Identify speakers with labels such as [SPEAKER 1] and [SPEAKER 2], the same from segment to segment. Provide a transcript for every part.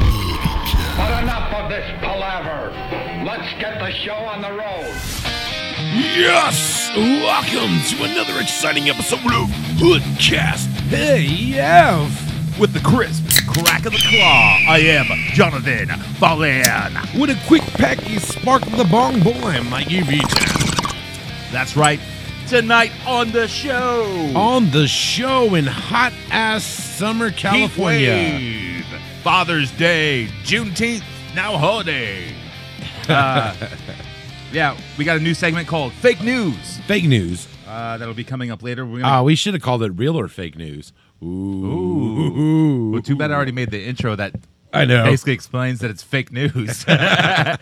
[SPEAKER 1] But enough of this palaver. Let's get the show on the road.
[SPEAKER 2] Yes! Welcome to another exciting episode of Hoodcast AF with the crisp crack of the claw. I am Jonathan Fallon.
[SPEAKER 3] With a quick peck, you spark the bong boy, Mikey Vita.
[SPEAKER 2] That's right. Tonight on the show,
[SPEAKER 3] On the show in hot ass summer California.
[SPEAKER 2] Heat wave, Father's Day, Juneteenth, now holiday. Uh, yeah, we got a new segment called Fake News.
[SPEAKER 3] Fake news.
[SPEAKER 2] Uh, that'll be coming up later. We're
[SPEAKER 3] Ah,
[SPEAKER 2] gonna,
[SPEAKER 3] we should have called it real or fake news. Ooh.
[SPEAKER 2] Ooh. well, too bad I already made the intro that
[SPEAKER 3] Oh. I know.
[SPEAKER 2] basically explains that it's fake news. uh,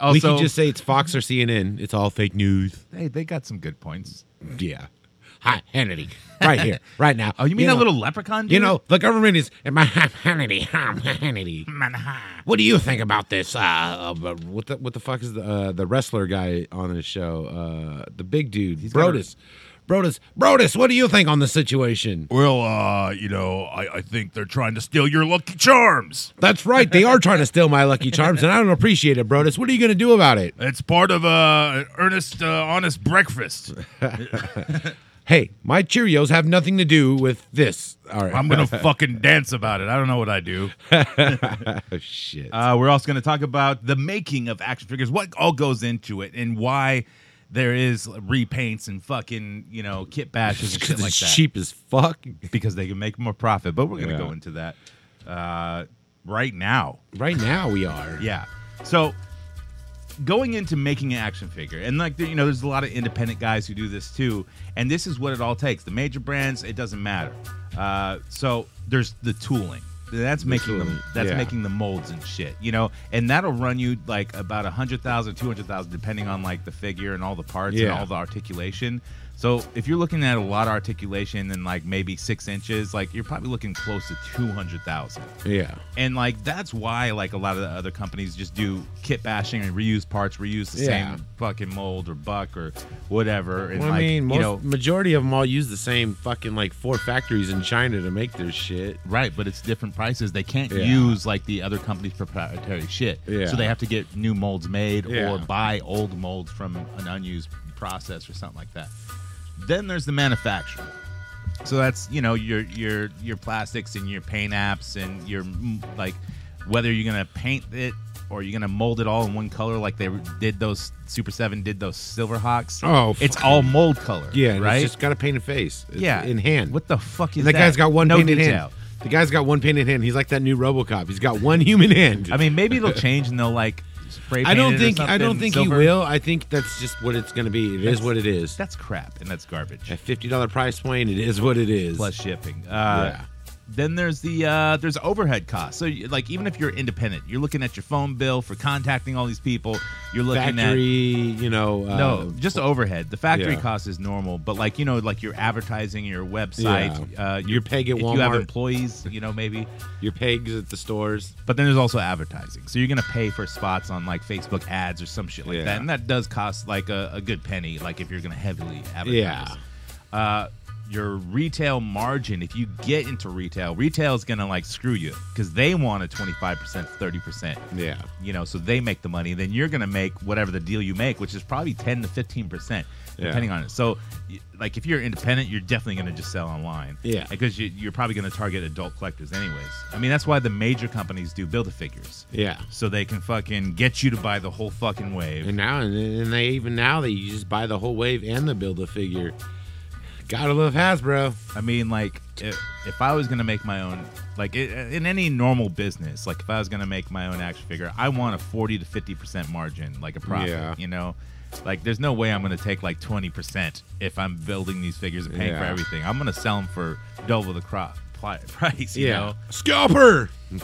[SPEAKER 2] also,
[SPEAKER 3] we could just say it's Fox or CNN. It's all fake news.
[SPEAKER 2] hey, they got some good points.
[SPEAKER 3] Yeah. Hi, Hannity. Right here, right now.
[SPEAKER 2] Oh, you mean
[SPEAKER 3] a
[SPEAKER 2] that little leprechaun? Dude?
[SPEAKER 3] You know, the government is in my Hannity. I'm Hannity. What do you think about this? Uh, uh, what the what the fuck is the uh, the wrestler guy on his show? Uh, the big dude,
[SPEAKER 2] got a-
[SPEAKER 3] Brodus. Brodus, Brodus, what do you think on the situation?
[SPEAKER 4] Well, uh, you know, I, I think they're trying to steal your lucky charms.
[SPEAKER 3] That's right, they are trying to steal my Lucky Charms, and I don't appreciate it, Brodus. What are you going to do about it?
[SPEAKER 4] It's part of uh, an earnest, uh, honest breakfast.
[SPEAKER 3] Hey, my Cheerios have nothing to do with this. All right.
[SPEAKER 4] I'm gonna fucking dance about it. I don't know what I do.
[SPEAKER 3] oh, shit.
[SPEAKER 2] Uh, we're also going to talk about the making of action figures, what all goes into it, and why there is repaints and fucking you know kit bashes and shit
[SPEAKER 3] Because
[SPEAKER 2] like
[SPEAKER 3] it's
[SPEAKER 2] that.
[SPEAKER 3] cheap as fuck.
[SPEAKER 2] because they can make more profit. But we're going to
[SPEAKER 3] Yeah.
[SPEAKER 2] go into that uh, right now.
[SPEAKER 3] Right now, we are.
[SPEAKER 2] Yeah. So going into making an action figure, and like you know, there's a lot of independent guys who do this too, and this is what it all takes. The major brands, it doesn't matter. Uh, so there's the tooling. That's making them.
[SPEAKER 3] tooling,
[SPEAKER 2] That's
[SPEAKER 3] yeah.
[SPEAKER 2] making the molds and shit. You know, and that'll run you like about a hundred thousand, two hundred thousand, depending on like the figure and all the parts and
[SPEAKER 3] Yeah.
[SPEAKER 2] all the articulation. So if you're looking at a lot of articulation and like maybe six inches, like you're probably looking close to two hundred thousand
[SPEAKER 3] Yeah.
[SPEAKER 2] and like that's why like a lot of the other companies just do kit bashing and reuse parts, reuse the
[SPEAKER 3] Yeah.
[SPEAKER 2] same fucking mold or buck or whatever. And
[SPEAKER 3] Well,
[SPEAKER 2] like
[SPEAKER 3] I mean, most,
[SPEAKER 2] you know,
[SPEAKER 3] majority of them all use the same fucking like four factories in China to make their shit.
[SPEAKER 2] right? But it's different prices. They can't
[SPEAKER 3] Yeah.
[SPEAKER 2] use like the other companies' proprietary shit.
[SPEAKER 3] Yeah.
[SPEAKER 2] So they have to get new molds made
[SPEAKER 3] Yeah.
[SPEAKER 2] or buy old molds from an unused process or something like that. Then there's the manufacturer. So that's you know your your your plastics and your paint apps and your mm, like whether you're gonna paint it or you're gonna mold it all in one color like they did those Super Seven did those Silverhawks.
[SPEAKER 3] Oh,
[SPEAKER 2] it's all mold color.
[SPEAKER 3] Yeah, right.
[SPEAKER 2] right.
[SPEAKER 3] It's just got a painted face. It's
[SPEAKER 2] yeah,
[SPEAKER 3] in hand.
[SPEAKER 2] What the fuck is
[SPEAKER 3] And that,
[SPEAKER 2] that?
[SPEAKER 3] guy's got one
[SPEAKER 2] no
[SPEAKER 3] painted
[SPEAKER 2] detail.
[SPEAKER 3] hand. The guy's got one painted hand. He's like that new RoboCop. He's got one human hand.
[SPEAKER 2] I mean, maybe it'll change and they'll like spray.
[SPEAKER 3] I
[SPEAKER 2] paint
[SPEAKER 3] don't
[SPEAKER 2] it or
[SPEAKER 3] think I don't
[SPEAKER 2] something
[SPEAKER 3] think
[SPEAKER 2] silver.
[SPEAKER 3] he will. I think that's just what it's going to be. It is what it is.
[SPEAKER 2] That's crap and that's garbage.
[SPEAKER 3] At fifty dollar price point, it is what it is.
[SPEAKER 2] Plus shipping. Uh,
[SPEAKER 3] Yeah.
[SPEAKER 2] Then there's the uh, there's overhead costs. So you- like even if you're independent, you're looking at your phone bill for contacting all these people. You're looking
[SPEAKER 3] Factory, you know.
[SPEAKER 2] at
[SPEAKER 3] Uh,
[SPEAKER 2] no, just overhead. The factory
[SPEAKER 3] yeah.
[SPEAKER 2] cost is normal, but like you know, like your advertising, your website,
[SPEAKER 3] Yeah.
[SPEAKER 2] uh,
[SPEAKER 3] Your peg at
[SPEAKER 2] If you have
[SPEAKER 3] Walmart.
[SPEAKER 2] employees, you know maybe.
[SPEAKER 3] your pegs at the stores.
[SPEAKER 2] But then there's also advertising. So you're gonna pay for spots on like Facebook ads or some shit like
[SPEAKER 3] Yeah.
[SPEAKER 2] that, and that does cost like a, a good penny. Like if you're gonna heavily advertise.
[SPEAKER 3] Yeah.
[SPEAKER 2] Uh, your retail margin, if you get into retail, retail is gonna like screw you because they want a 25%, 30%.
[SPEAKER 3] Yeah.
[SPEAKER 2] You know, so they make the money. Then you're gonna make whatever the deal you make, which is probably 10 to 15%,
[SPEAKER 3] Yeah.
[SPEAKER 2] depending on it. So, y- like if you're independent, you're definitely gonna just sell online.
[SPEAKER 3] Yeah.
[SPEAKER 2] Because you, you're probably gonna target adult collectors, anyways. I mean, that's why the major companies do build a figures.
[SPEAKER 3] Yeah.
[SPEAKER 2] So they can fucking get you to buy the whole fucking wave.
[SPEAKER 3] And now, and, and they even now that you just buy the whole wave and the build a figure. Gotta love Hasbro.
[SPEAKER 2] I mean, like, if, if I was gonna make my own, like, i in any normal business, like, if I was gonna make my own action figure, I want a forty to fifty percent margin, like a profit.
[SPEAKER 3] Yeah.
[SPEAKER 2] You know, like, there's no way I'm gonna take like twenty percent if I'm building these figures and paying for
[SPEAKER 3] Yeah.
[SPEAKER 2] everything. I'm gonna sell them for double the crop pli- price. You
[SPEAKER 3] Yeah. Scalper.
[SPEAKER 2] know,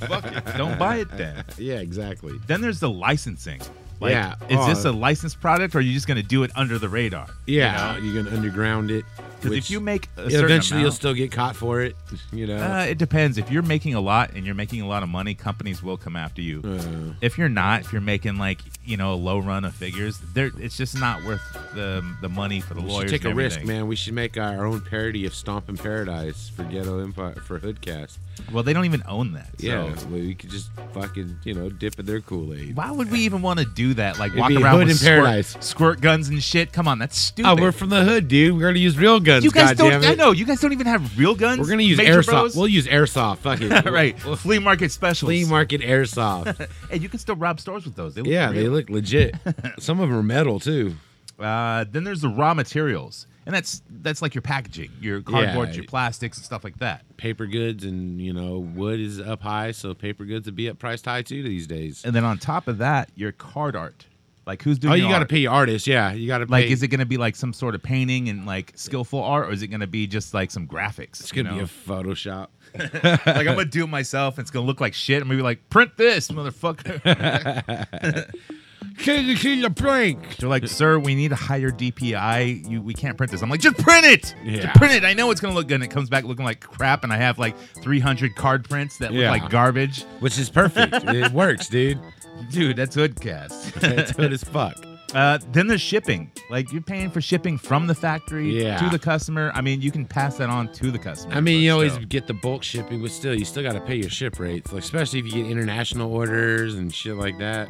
[SPEAKER 2] fuck it, don't buy it then.
[SPEAKER 3] Yeah, exactly.
[SPEAKER 2] Then there's the licensing. Like,
[SPEAKER 3] Yeah.
[SPEAKER 2] is this
[SPEAKER 3] Oh.
[SPEAKER 2] a licensed product or are you just gonna do it under the radar?
[SPEAKER 3] Yeah,
[SPEAKER 2] You know?
[SPEAKER 3] you are gonna underground it.
[SPEAKER 2] Because if
[SPEAKER 3] Which
[SPEAKER 2] you make a certain
[SPEAKER 3] Eventually, you'll
[SPEAKER 2] amount-
[SPEAKER 3] still get caught for it. You know.
[SPEAKER 2] Uh, it depends. If you're making a lot and you're making a lot of money, companies will come after you. If you're not, if you're making like you know a low run of figures, there it's just not worth the the money for the
[SPEAKER 3] we
[SPEAKER 2] lawyers.
[SPEAKER 3] should take a
[SPEAKER 2] and
[SPEAKER 3] risk,
[SPEAKER 2] everything.
[SPEAKER 3] man. We should make our own parody of Stomp in Paradise for Ghetto Empire for Hoodcast.
[SPEAKER 2] Well, they don't even own that. So.
[SPEAKER 3] Yeah, we we could just fucking you know dip in their Kool Aid.
[SPEAKER 2] Why would we even want to do that? Like
[SPEAKER 3] It'd
[SPEAKER 2] walk
[SPEAKER 3] be
[SPEAKER 2] around
[SPEAKER 3] Hood
[SPEAKER 2] with
[SPEAKER 3] in
[SPEAKER 2] squirt,
[SPEAKER 3] Paradise.
[SPEAKER 2] squirt guns and shit. Come on, that's stupid.
[SPEAKER 3] Oh, we're from the hood, dude. We're gonna use real guns.
[SPEAKER 2] you guys
[SPEAKER 3] goddamn
[SPEAKER 2] don't.
[SPEAKER 3] it.
[SPEAKER 2] I know you guys don't even have real guns.
[SPEAKER 3] We're gonna use
[SPEAKER 2] Major
[SPEAKER 3] airsoft.
[SPEAKER 2] Bros?
[SPEAKER 3] We'll use airsoft. Fuck it.
[SPEAKER 2] right, flea market specials.
[SPEAKER 3] Flea market airsoft.
[SPEAKER 2] and you can still rob stores with those. They look
[SPEAKER 3] yeah, they
[SPEAKER 2] real.
[SPEAKER 3] look legit. Some of them are metal too.
[SPEAKER 2] Uh, then there's the raw materials, and that's that's like your packaging, your cardboard,
[SPEAKER 3] Yeah.
[SPEAKER 2] your plastics, and stuff like that.
[SPEAKER 3] Paper goods and you know wood is up high, so paper goods would be up priced high too these days.
[SPEAKER 2] And then on top of that, your card art, like who's doing?
[SPEAKER 3] Oh, you
[SPEAKER 2] your
[SPEAKER 3] got to
[SPEAKER 2] art?
[SPEAKER 3] pay your artist. Yeah, you got to
[SPEAKER 2] Like,
[SPEAKER 3] Pay.
[SPEAKER 2] is it going to be like some sort of painting and like skillful art, or is it going to be just like some graphics?
[SPEAKER 3] It's gonna be a Photoshop.
[SPEAKER 2] like I'm gonna do it myself, and it's gonna look like shit. I'm gonna be like, print this, motherfucker.
[SPEAKER 3] Can you see the prank?
[SPEAKER 2] They're like, sir, we need a higher DPI. You, we can't print this. I'm like, just print it.
[SPEAKER 3] Yeah.
[SPEAKER 2] Just print it. I know it's gonna look good. And it comes back looking like crap, and I have like 300 card prints that look
[SPEAKER 3] Yeah.
[SPEAKER 2] like garbage.
[SPEAKER 3] Which is perfect. it works, dude.
[SPEAKER 2] Dude, that's hoodcast.
[SPEAKER 3] It's good as fuck.
[SPEAKER 2] uh, then there's shipping. Like you're paying for shipping from the factory
[SPEAKER 3] Yeah.
[SPEAKER 2] to the customer. I mean, you can pass that on to the customer.
[SPEAKER 3] I mean,
[SPEAKER 2] but
[SPEAKER 3] you always
[SPEAKER 2] still.
[SPEAKER 3] get the bulk shipping, but still, you still got to pay your ship rates, like, especially if you get international orders and shit like that.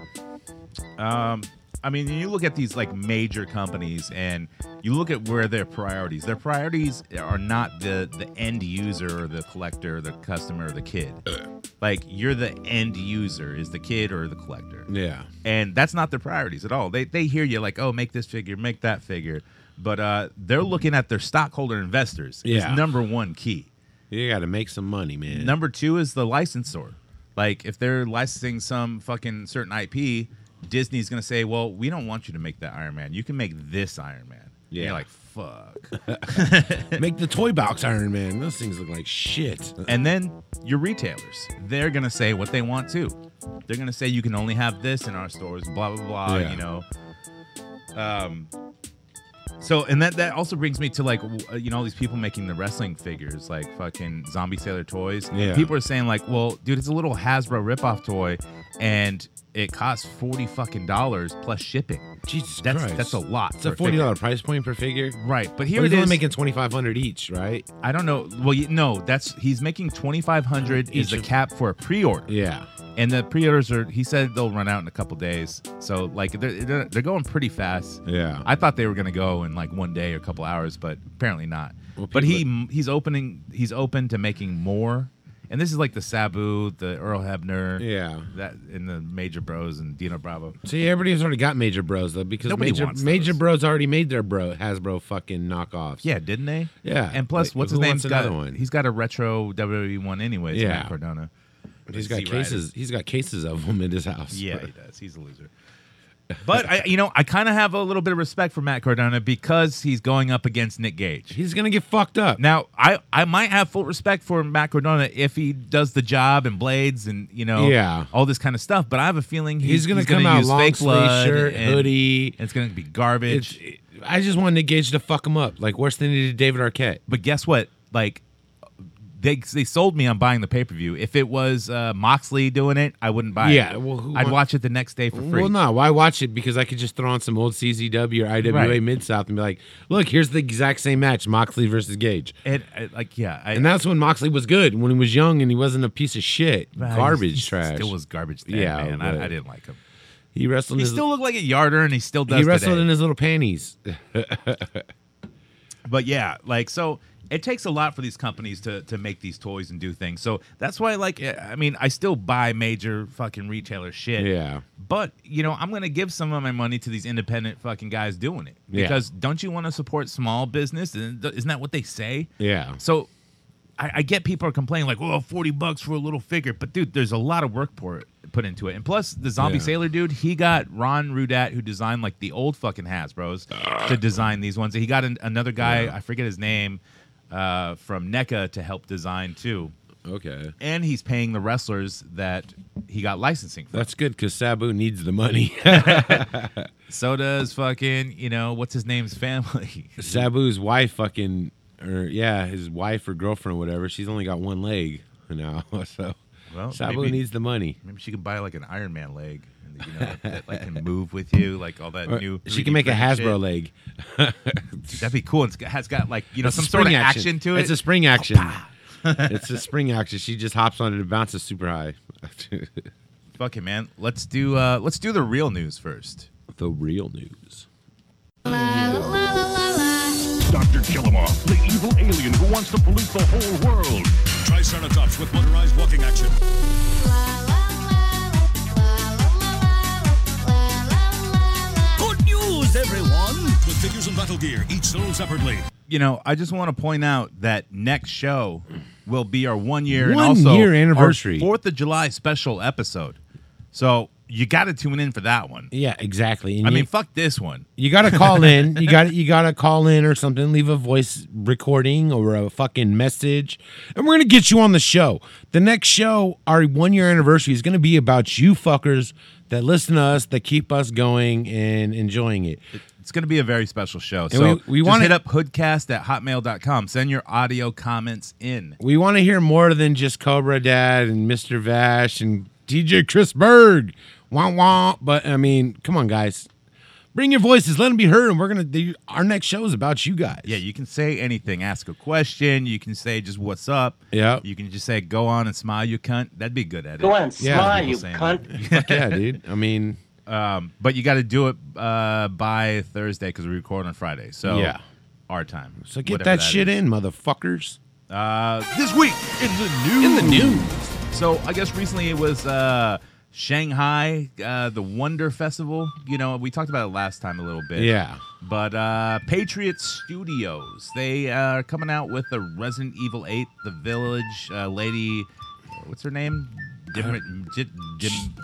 [SPEAKER 2] Um, I mean, you look at these like major companies, and you look at where their priorities. Their priorities are not the the end user or the collector, or the customer, or the kid. Like you're the end user is the kid or the collector,
[SPEAKER 3] Yeah.
[SPEAKER 2] and that's not their priorities at all. They they hear you like, oh, make this figure, make that figure, but uh, they're looking at their stockholder investors.
[SPEAKER 3] Yeah.
[SPEAKER 2] is number one key.
[SPEAKER 3] You got to make some money, man.
[SPEAKER 2] Number two is the licensor. Like if they're licensing some fucking certain IP, Disney's gonna say, "Well, we don't want you to make that Iron Man. You can make this Iron Man." And
[SPEAKER 3] Yeah.
[SPEAKER 2] you're like, "Fuck."
[SPEAKER 3] Make the toy box Iron Man. Those things look like shit.
[SPEAKER 2] and then your retailers, they're gonna say what they want too. They're gonna say you can only have this in our stores. Blah blah blah.
[SPEAKER 3] Yeah.
[SPEAKER 2] You know. Um. So and that that also brings me to like w- uh, you know all these people making the wrestling figures like fucking Zombie Sailor toys.
[SPEAKER 3] Yeah.
[SPEAKER 2] People are saying like, well, dude, it's a little Hasbro ripoff toy, and it costs forty fucking dollars plus shipping.
[SPEAKER 3] Jesus
[SPEAKER 2] That's
[SPEAKER 3] Christ.
[SPEAKER 2] that's a lot.
[SPEAKER 3] It's
[SPEAKER 2] for
[SPEAKER 3] a forty dollar price point per figure.
[SPEAKER 2] figure. Right, but here
[SPEAKER 3] But
[SPEAKER 2] it
[SPEAKER 3] he's only
[SPEAKER 2] is.
[SPEAKER 3] making twenty five hundred each, right?
[SPEAKER 2] I don't know. Well, you, no, that's he's making twenty five hundred is
[SPEAKER 3] Each
[SPEAKER 2] the
[SPEAKER 3] of-
[SPEAKER 2] cap for a pre-order.
[SPEAKER 3] Yeah.
[SPEAKER 2] and the pre-orders are he said they'll run out in a couple days so like they're, they're, they're going pretty fast
[SPEAKER 3] Yeah.
[SPEAKER 2] i thought they were going to go in like one day or a couple hours but apparently not
[SPEAKER 3] Well,
[SPEAKER 2] but he he's opening he's open to making more and this is like the sabu the earl hebner
[SPEAKER 3] Yeah.
[SPEAKER 2] that and the major bros and dino bravo
[SPEAKER 3] See, everybody's already got Major Bros though, because
[SPEAKER 2] Nobody
[SPEAKER 3] Major
[SPEAKER 2] wants
[SPEAKER 3] Major
[SPEAKER 2] those.
[SPEAKER 3] Bros already made their bro Hasbro fucking knockoffs.
[SPEAKER 2] yeah didn't they
[SPEAKER 3] Yeah.
[SPEAKER 2] and plus
[SPEAKER 3] Like,
[SPEAKER 2] what's
[SPEAKER 3] who
[SPEAKER 2] his name
[SPEAKER 3] wants another
[SPEAKER 2] got,
[SPEAKER 3] one?
[SPEAKER 2] he's got a retro wwe one anyways
[SPEAKER 3] Yeah.
[SPEAKER 2] Matt cardona
[SPEAKER 3] He's got
[SPEAKER 2] Z Rider.
[SPEAKER 3] cases. He's got cases of them in his house.
[SPEAKER 2] Yeah, he does. He's a loser. But I, you know, I kind of have a little bit of respect for Matt Cardona because he's going up against Nick Gage.
[SPEAKER 3] He's gonna get fucked up.
[SPEAKER 2] Now, I I might have full respect for Matt Cardona if he does the job and blades and you know,
[SPEAKER 3] Yeah.
[SPEAKER 2] all this kind of stuff. But I have a feeling he's,
[SPEAKER 3] he's, gonna come out
[SPEAKER 2] use
[SPEAKER 3] long
[SPEAKER 2] fake
[SPEAKER 3] sleeve
[SPEAKER 2] blood
[SPEAKER 3] shirt,
[SPEAKER 2] and-
[SPEAKER 3] hoodie.
[SPEAKER 2] and it's gonna be garbage.
[SPEAKER 3] It's, I just wanted Nick Gage to fuck him up, like worse than he did David Arquette.
[SPEAKER 2] but guess what? Like. They, they sold me on buying the pay per view. If it was uh, Moxley doing it, I wouldn't buy it.
[SPEAKER 3] Yeah, well, who
[SPEAKER 2] I'd
[SPEAKER 3] wa-
[SPEAKER 2] watch it the next day for free.
[SPEAKER 3] Well, no, why watch it? Because I could just throw on some old CZW or IWA
[SPEAKER 2] Right.
[SPEAKER 3] Mid South and be like, look, here's the exact same match, Moxley versus Gage.
[SPEAKER 2] It, I- uh, like yeah, I,
[SPEAKER 3] And that's when Moxley was good, when he was young and he wasn't a piece of shit,
[SPEAKER 2] Nah, he
[SPEAKER 3] garbage
[SPEAKER 2] was- he
[SPEAKER 3] trash.
[SPEAKER 2] Still was garbage. Then,
[SPEAKER 3] Yeah,
[SPEAKER 2] man.
[SPEAKER 3] but-
[SPEAKER 2] I, I didn't like him.
[SPEAKER 3] he wrestled.
[SPEAKER 2] He
[SPEAKER 3] in his,
[SPEAKER 2] still looked like a yarder, and he still does.
[SPEAKER 3] he wrestled
[SPEAKER 2] today.
[SPEAKER 3] in his little panties.
[SPEAKER 2] but yeah, like so. It takes a lot for these companies to, to make these toys and do things. So that's why, like, eh, I mean, I still buy major fucking retailer shit.
[SPEAKER 3] Yeah.
[SPEAKER 2] But, you know, I'm going to give some of my money to these independent fucking guys doing it.
[SPEAKER 3] Yeah.
[SPEAKER 2] Because don't you want to support small business? Isn't isn't that what they say?
[SPEAKER 3] Yeah.
[SPEAKER 2] So I, I get people are complaining like, "Well, forty bucks for a little figure," but dude, there's a lot of work pour, put into it. And plus, the zombie
[SPEAKER 3] Yeah.
[SPEAKER 2] sailor dude, he got Ron Rudat, who designed like the old fucking Hasbro's,
[SPEAKER 3] Ah.
[SPEAKER 2] to design these ones. He got an, another guy, I forget his name, uh, from NECA to help design too.
[SPEAKER 3] Okay.
[SPEAKER 2] And he's paying the wrestlers that he got licensing from.
[SPEAKER 3] That's good because Sabu needs the money.
[SPEAKER 2] So does fucking, you know, what's his name's family?
[SPEAKER 3] Sabu's wife fucking or yeah, his wife or girlfriend, or whatever. She's only got one leg now, so
[SPEAKER 2] Well,
[SPEAKER 3] Sabu
[SPEAKER 2] maybe-
[SPEAKER 3] needs the money.
[SPEAKER 2] Maybe she can buy like an Iron Man leg, and, you know, that, that, like can move with you, like all that
[SPEAKER 3] Or
[SPEAKER 2] new.
[SPEAKER 3] she
[SPEAKER 2] 3D
[SPEAKER 3] can make a
[SPEAKER 2] printed
[SPEAKER 3] Hasbro
[SPEAKER 2] shit.
[SPEAKER 3] leg.
[SPEAKER 2] That'd be cool. It has got like you know
[SPEAKER 3] It's a
[SPEAKER 2] some sort of
[SPEAKER 3] spring
[SPEAKER 2] action, to it. Oh,
[SPEAKER 3] It's a spring action. it's a spring action. She just hops on it and bounces super high.
[SPEAKER 2] Fuck it, man. Let's do uh let's do the real news first.
[SPEAKER 3] the real news.
[SPEAKER 4] Dr. Killamoff, the evil alien who wants to pollute the whole world.
[SPEAKER 5] Triceratops with motorized walking action. Good news, everyone! With figures and battle gear, each sold separately.
[SPEAKER 2] You know, I just want to point out that next show will be our one year and
[SPEAKER 3] One
[SPEAKER 2] also
[SPEAKER 3] year anniversary.
[SPEAKER 2] Fourth of July special episode. So you got to tune in for that one.
[SPEAKER 3] Yeah, exactly. And
[SPEAKER 2] I
[SPEAKER 3] you,
[SPEAKER 2] mean, fuck this one.
[SPEAKER 3] you gotta call in. You got you gotta call in or something. Leave a voice recording or a fucking message, and we're gonna get you on the show. The next show, our one year anniversary, is gonna be about you fuckers that listen to us, that keep us going and enjoying it.
[SPEAKER 2] It's going to be a very special show. So
[SPEAKER 3] we- we
[SPEAKER 2] just
[SPEAKER 3] wanna-
[SPEAKER 2] hit up hoodcast at hotmail.com. Send your audio comments in.
[SPEAKER 3] We want to hear more than just Cobra Dad and Mr. Vash and DJ Chris Berg. Wah wah. But I mean, come on, guys. Bring your voices. Let them be heard. And we're going to do our next show is about you guys.
[SPEAKER 2] Yeah, you can say anything. Ask a question. You can say just what's up.
[SPEAKER 3] Yeah.
[SPEAKER 2] You can just say go on and smile, you cunt. That'd be good at it.
[SPEAKER 6] Go on,
[SPEAKER 3] Yeah.
[SPEAKER 6] smile,
[SPEAKER 2] People
[SPEAKER 6] you
[SPEAKER 2] saying
[SPEAKER 6] cunt.
[SPEAKER 3] Fuck yeah, dude. I mean,
[SPEAKER 2] Um, but you got to do it uh, by Thursday because we record on Friday. So
[SPEAKER 3] Yeah.
[SPEAKER 2] our time.
[SPEAKER 3] so get
[SPEAKER 2] whatever
[SPEAKER 3] that, shit
[SPEAKER 2] is.
[SPEAKER 3] in, motherfuckers.
[SPEAKER 4] This week in the news.
[SPEAKER 2] So I guess recently it was uh, Shanghai, uh, the Wonder Festival. You know, we talked about it last time a little bit.
[SPEAKER 3] Yeah.
[SPEAKER 2] But uh, Patriot Studios, they uh, are coming out with the Resident Evil 8, The Village, uh, Lady, what's her name?
[SPEAKER 3] Uh,
[SPEAKER 2] Dim- Di-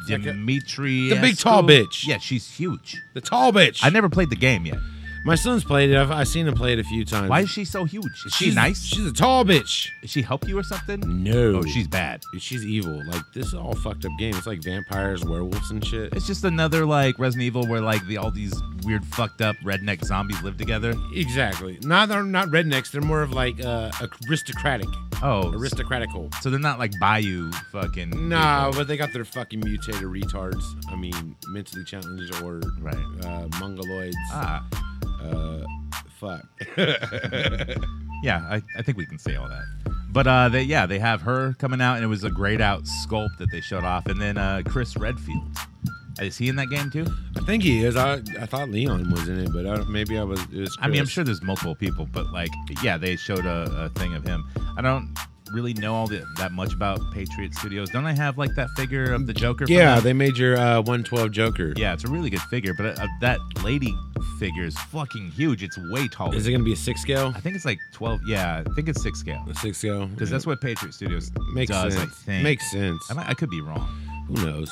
[SPEAKER 2] Dim- Dimitri.
[SPEAKER 3] The big tall bitch.
[SPEAKER 2] Yeah, she's huge.
[SPEAKER 3] The tall bitch.
[SPEAKER 2] I never played the game yet.
[SPEAKER 3] My son's played it. I've, I've seen him play it a few times.
[SPEAKER 2] Why is she so huge? Is she
[SPEAKER 3] She's-
[SPEAKER 2] nice?
[SPEAKER 3] She's a tall bitch.
[SPEAKER 2] Did she help you or something?
[SPEAKER 3] No.
[SPEAKER 2] Oh, she's bad.
[SPEAKER 3] she's evil. Like, this is all fucked up game. It's like vampires, werewolves, and shit.
[SPEAKER 2] It's just another like Resident Evil where like the all these weird fucked up redneck zombies live together.
[SPEAKER 3] Exactly. Not they're not rednecks. They're more of like uh, aristocratic,
[SPEAKER 2] Oh,
[SPEAKER 3] aristocratical.
[SPEAKER 2] so they're not like Bayou fucking.
[SPEAKER 3] Nah, but they got their fucking mutated retards. I mean, mentally challenged or
[SPEAKER 2] Right.
[SPEAKER 3] uh, mongoloids.
[SPEAKER 2] Ah,
[SPEAKER 3] Fuck.
[SPEAKER 2] yeah, I, I think we can say all that. But uh, they yeah they have her coming out and it was a grayed out sculpt that they showed off and then uh, Chris Redfield. Is he in that game too?
[SPEAKER 3] I think he is. I I thought Leon was in it, but I, maybe I was. It was
[SPEAKER 2] I mean, I'm
[SPEAKER 3] Chris.
[SPEAKER 2] sure there's multiple people, but like, yeah, they showed a, a thing of him. I don't really know all the, that much about Patriot Studios. Don't I have like that figure of the Joker? from
[SPEAKER 3] Yeah,
[SPEAKER 2] them?
[SPEAKER 3] they made your uh, 112 Joker.
[SPEAKER 2] Yeah, it's a really good figure, but uh, that lady figure is fucking huge. It's way taller.
[SPEAKER 3] Is it gonna be a six scale?
[SPEAKER 2] I think it's like 12. Yeah, I think it's six scale.
[SPEAKER 3] A six scale.
[SPEAKER 2] Because that's what Patriot Studios
[SPEAKER 3] makes
[SPEAKER 2] does,
[SPEAKER 3] sense.
[SPEAKER 2] I think.
[SPEAKER 3] Makes sense.
[SPEAKER 2] I, might- I could be wrong.
[SPEAKER 3] Who knows?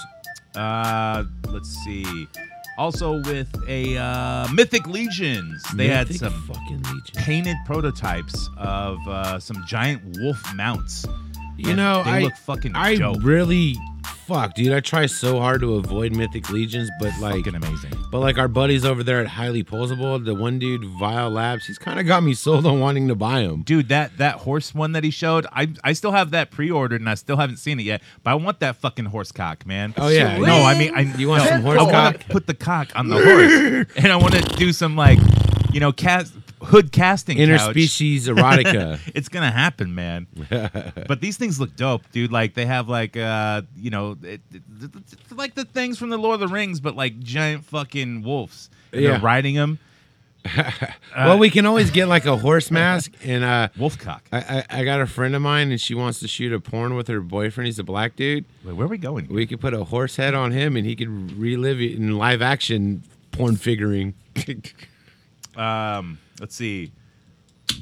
[SPEAKER 2] Uh, let's see. Also, with a uh, Mythic Legions, they had
[SPEAKER 3] Mythic
[SPEAKER 2] some
[SPEAKER 3] fucking legion.
[SPEAKER 2] painted prototypes of uh, some giant wolf mounts.
[SPEAKER 3] You
[SPEAKER 2] And
[SPEAKER 3] know,
[SPEAKER 2] they
[SPEAKER 3] I
[SPEAKER 2] look fucking
[SPEAKER 3] I
[SPEAKER 2] dope.
[SPEAKER 3] really fuck, dude. I try so hard to avoid Mythic Legions, but like,
[SPEAKER 2] fucking amazing.
[SPEAKER 3] but like our buddies over there at Highly Posable, the one dude Vile Labs, he's kind of got me sold on wanting to buy him.
[SPEAKER 2] Dude, that that horse one that he showed, I I still have that pre-ordered and I still haven't seen it yet. But I want that fucking horse cock, man.
[SPEAKER 3] Oh, yeah.
[SPEAKER 2] no, I mean, I
[SPEAKER 3] You want
[SPEAKER 2] no,
[SPEAKER 3] some horse
[SPEAKER 2] I wanna
[SPEAKER 3] cock?
[SPEAKER 2] Put the cock on the horse, and I want to do some like, you know, cast hood casting. couch.
[SPEAKER 3] Interspecies erotica.
[SPEAKER 2] It's gonna happen, man. but these things look dope, dude. Like they have like uh, you know, it, it- it- it's like the things from the Lord of the Rings, but like giant fucking wolves. And
[SPEAKER 3] Yeah.
[SPEAKER 2] They're riding them.
[SPEAKER 3] well, we can always get like a horse mask, and uh,
[SPEAKER 2] Wolf cock.
[SPEAKER 3] I, I I got a friend of mine, and she wants to shoot a porn with her boyfriend. He's a black dude.
[SPEAKER 2] Wait, where are we going?
[SPEAKER 3] We could put a horse head on him, and he could relive it in live action porn figuring.
[SPEAKER 2] um, let's see.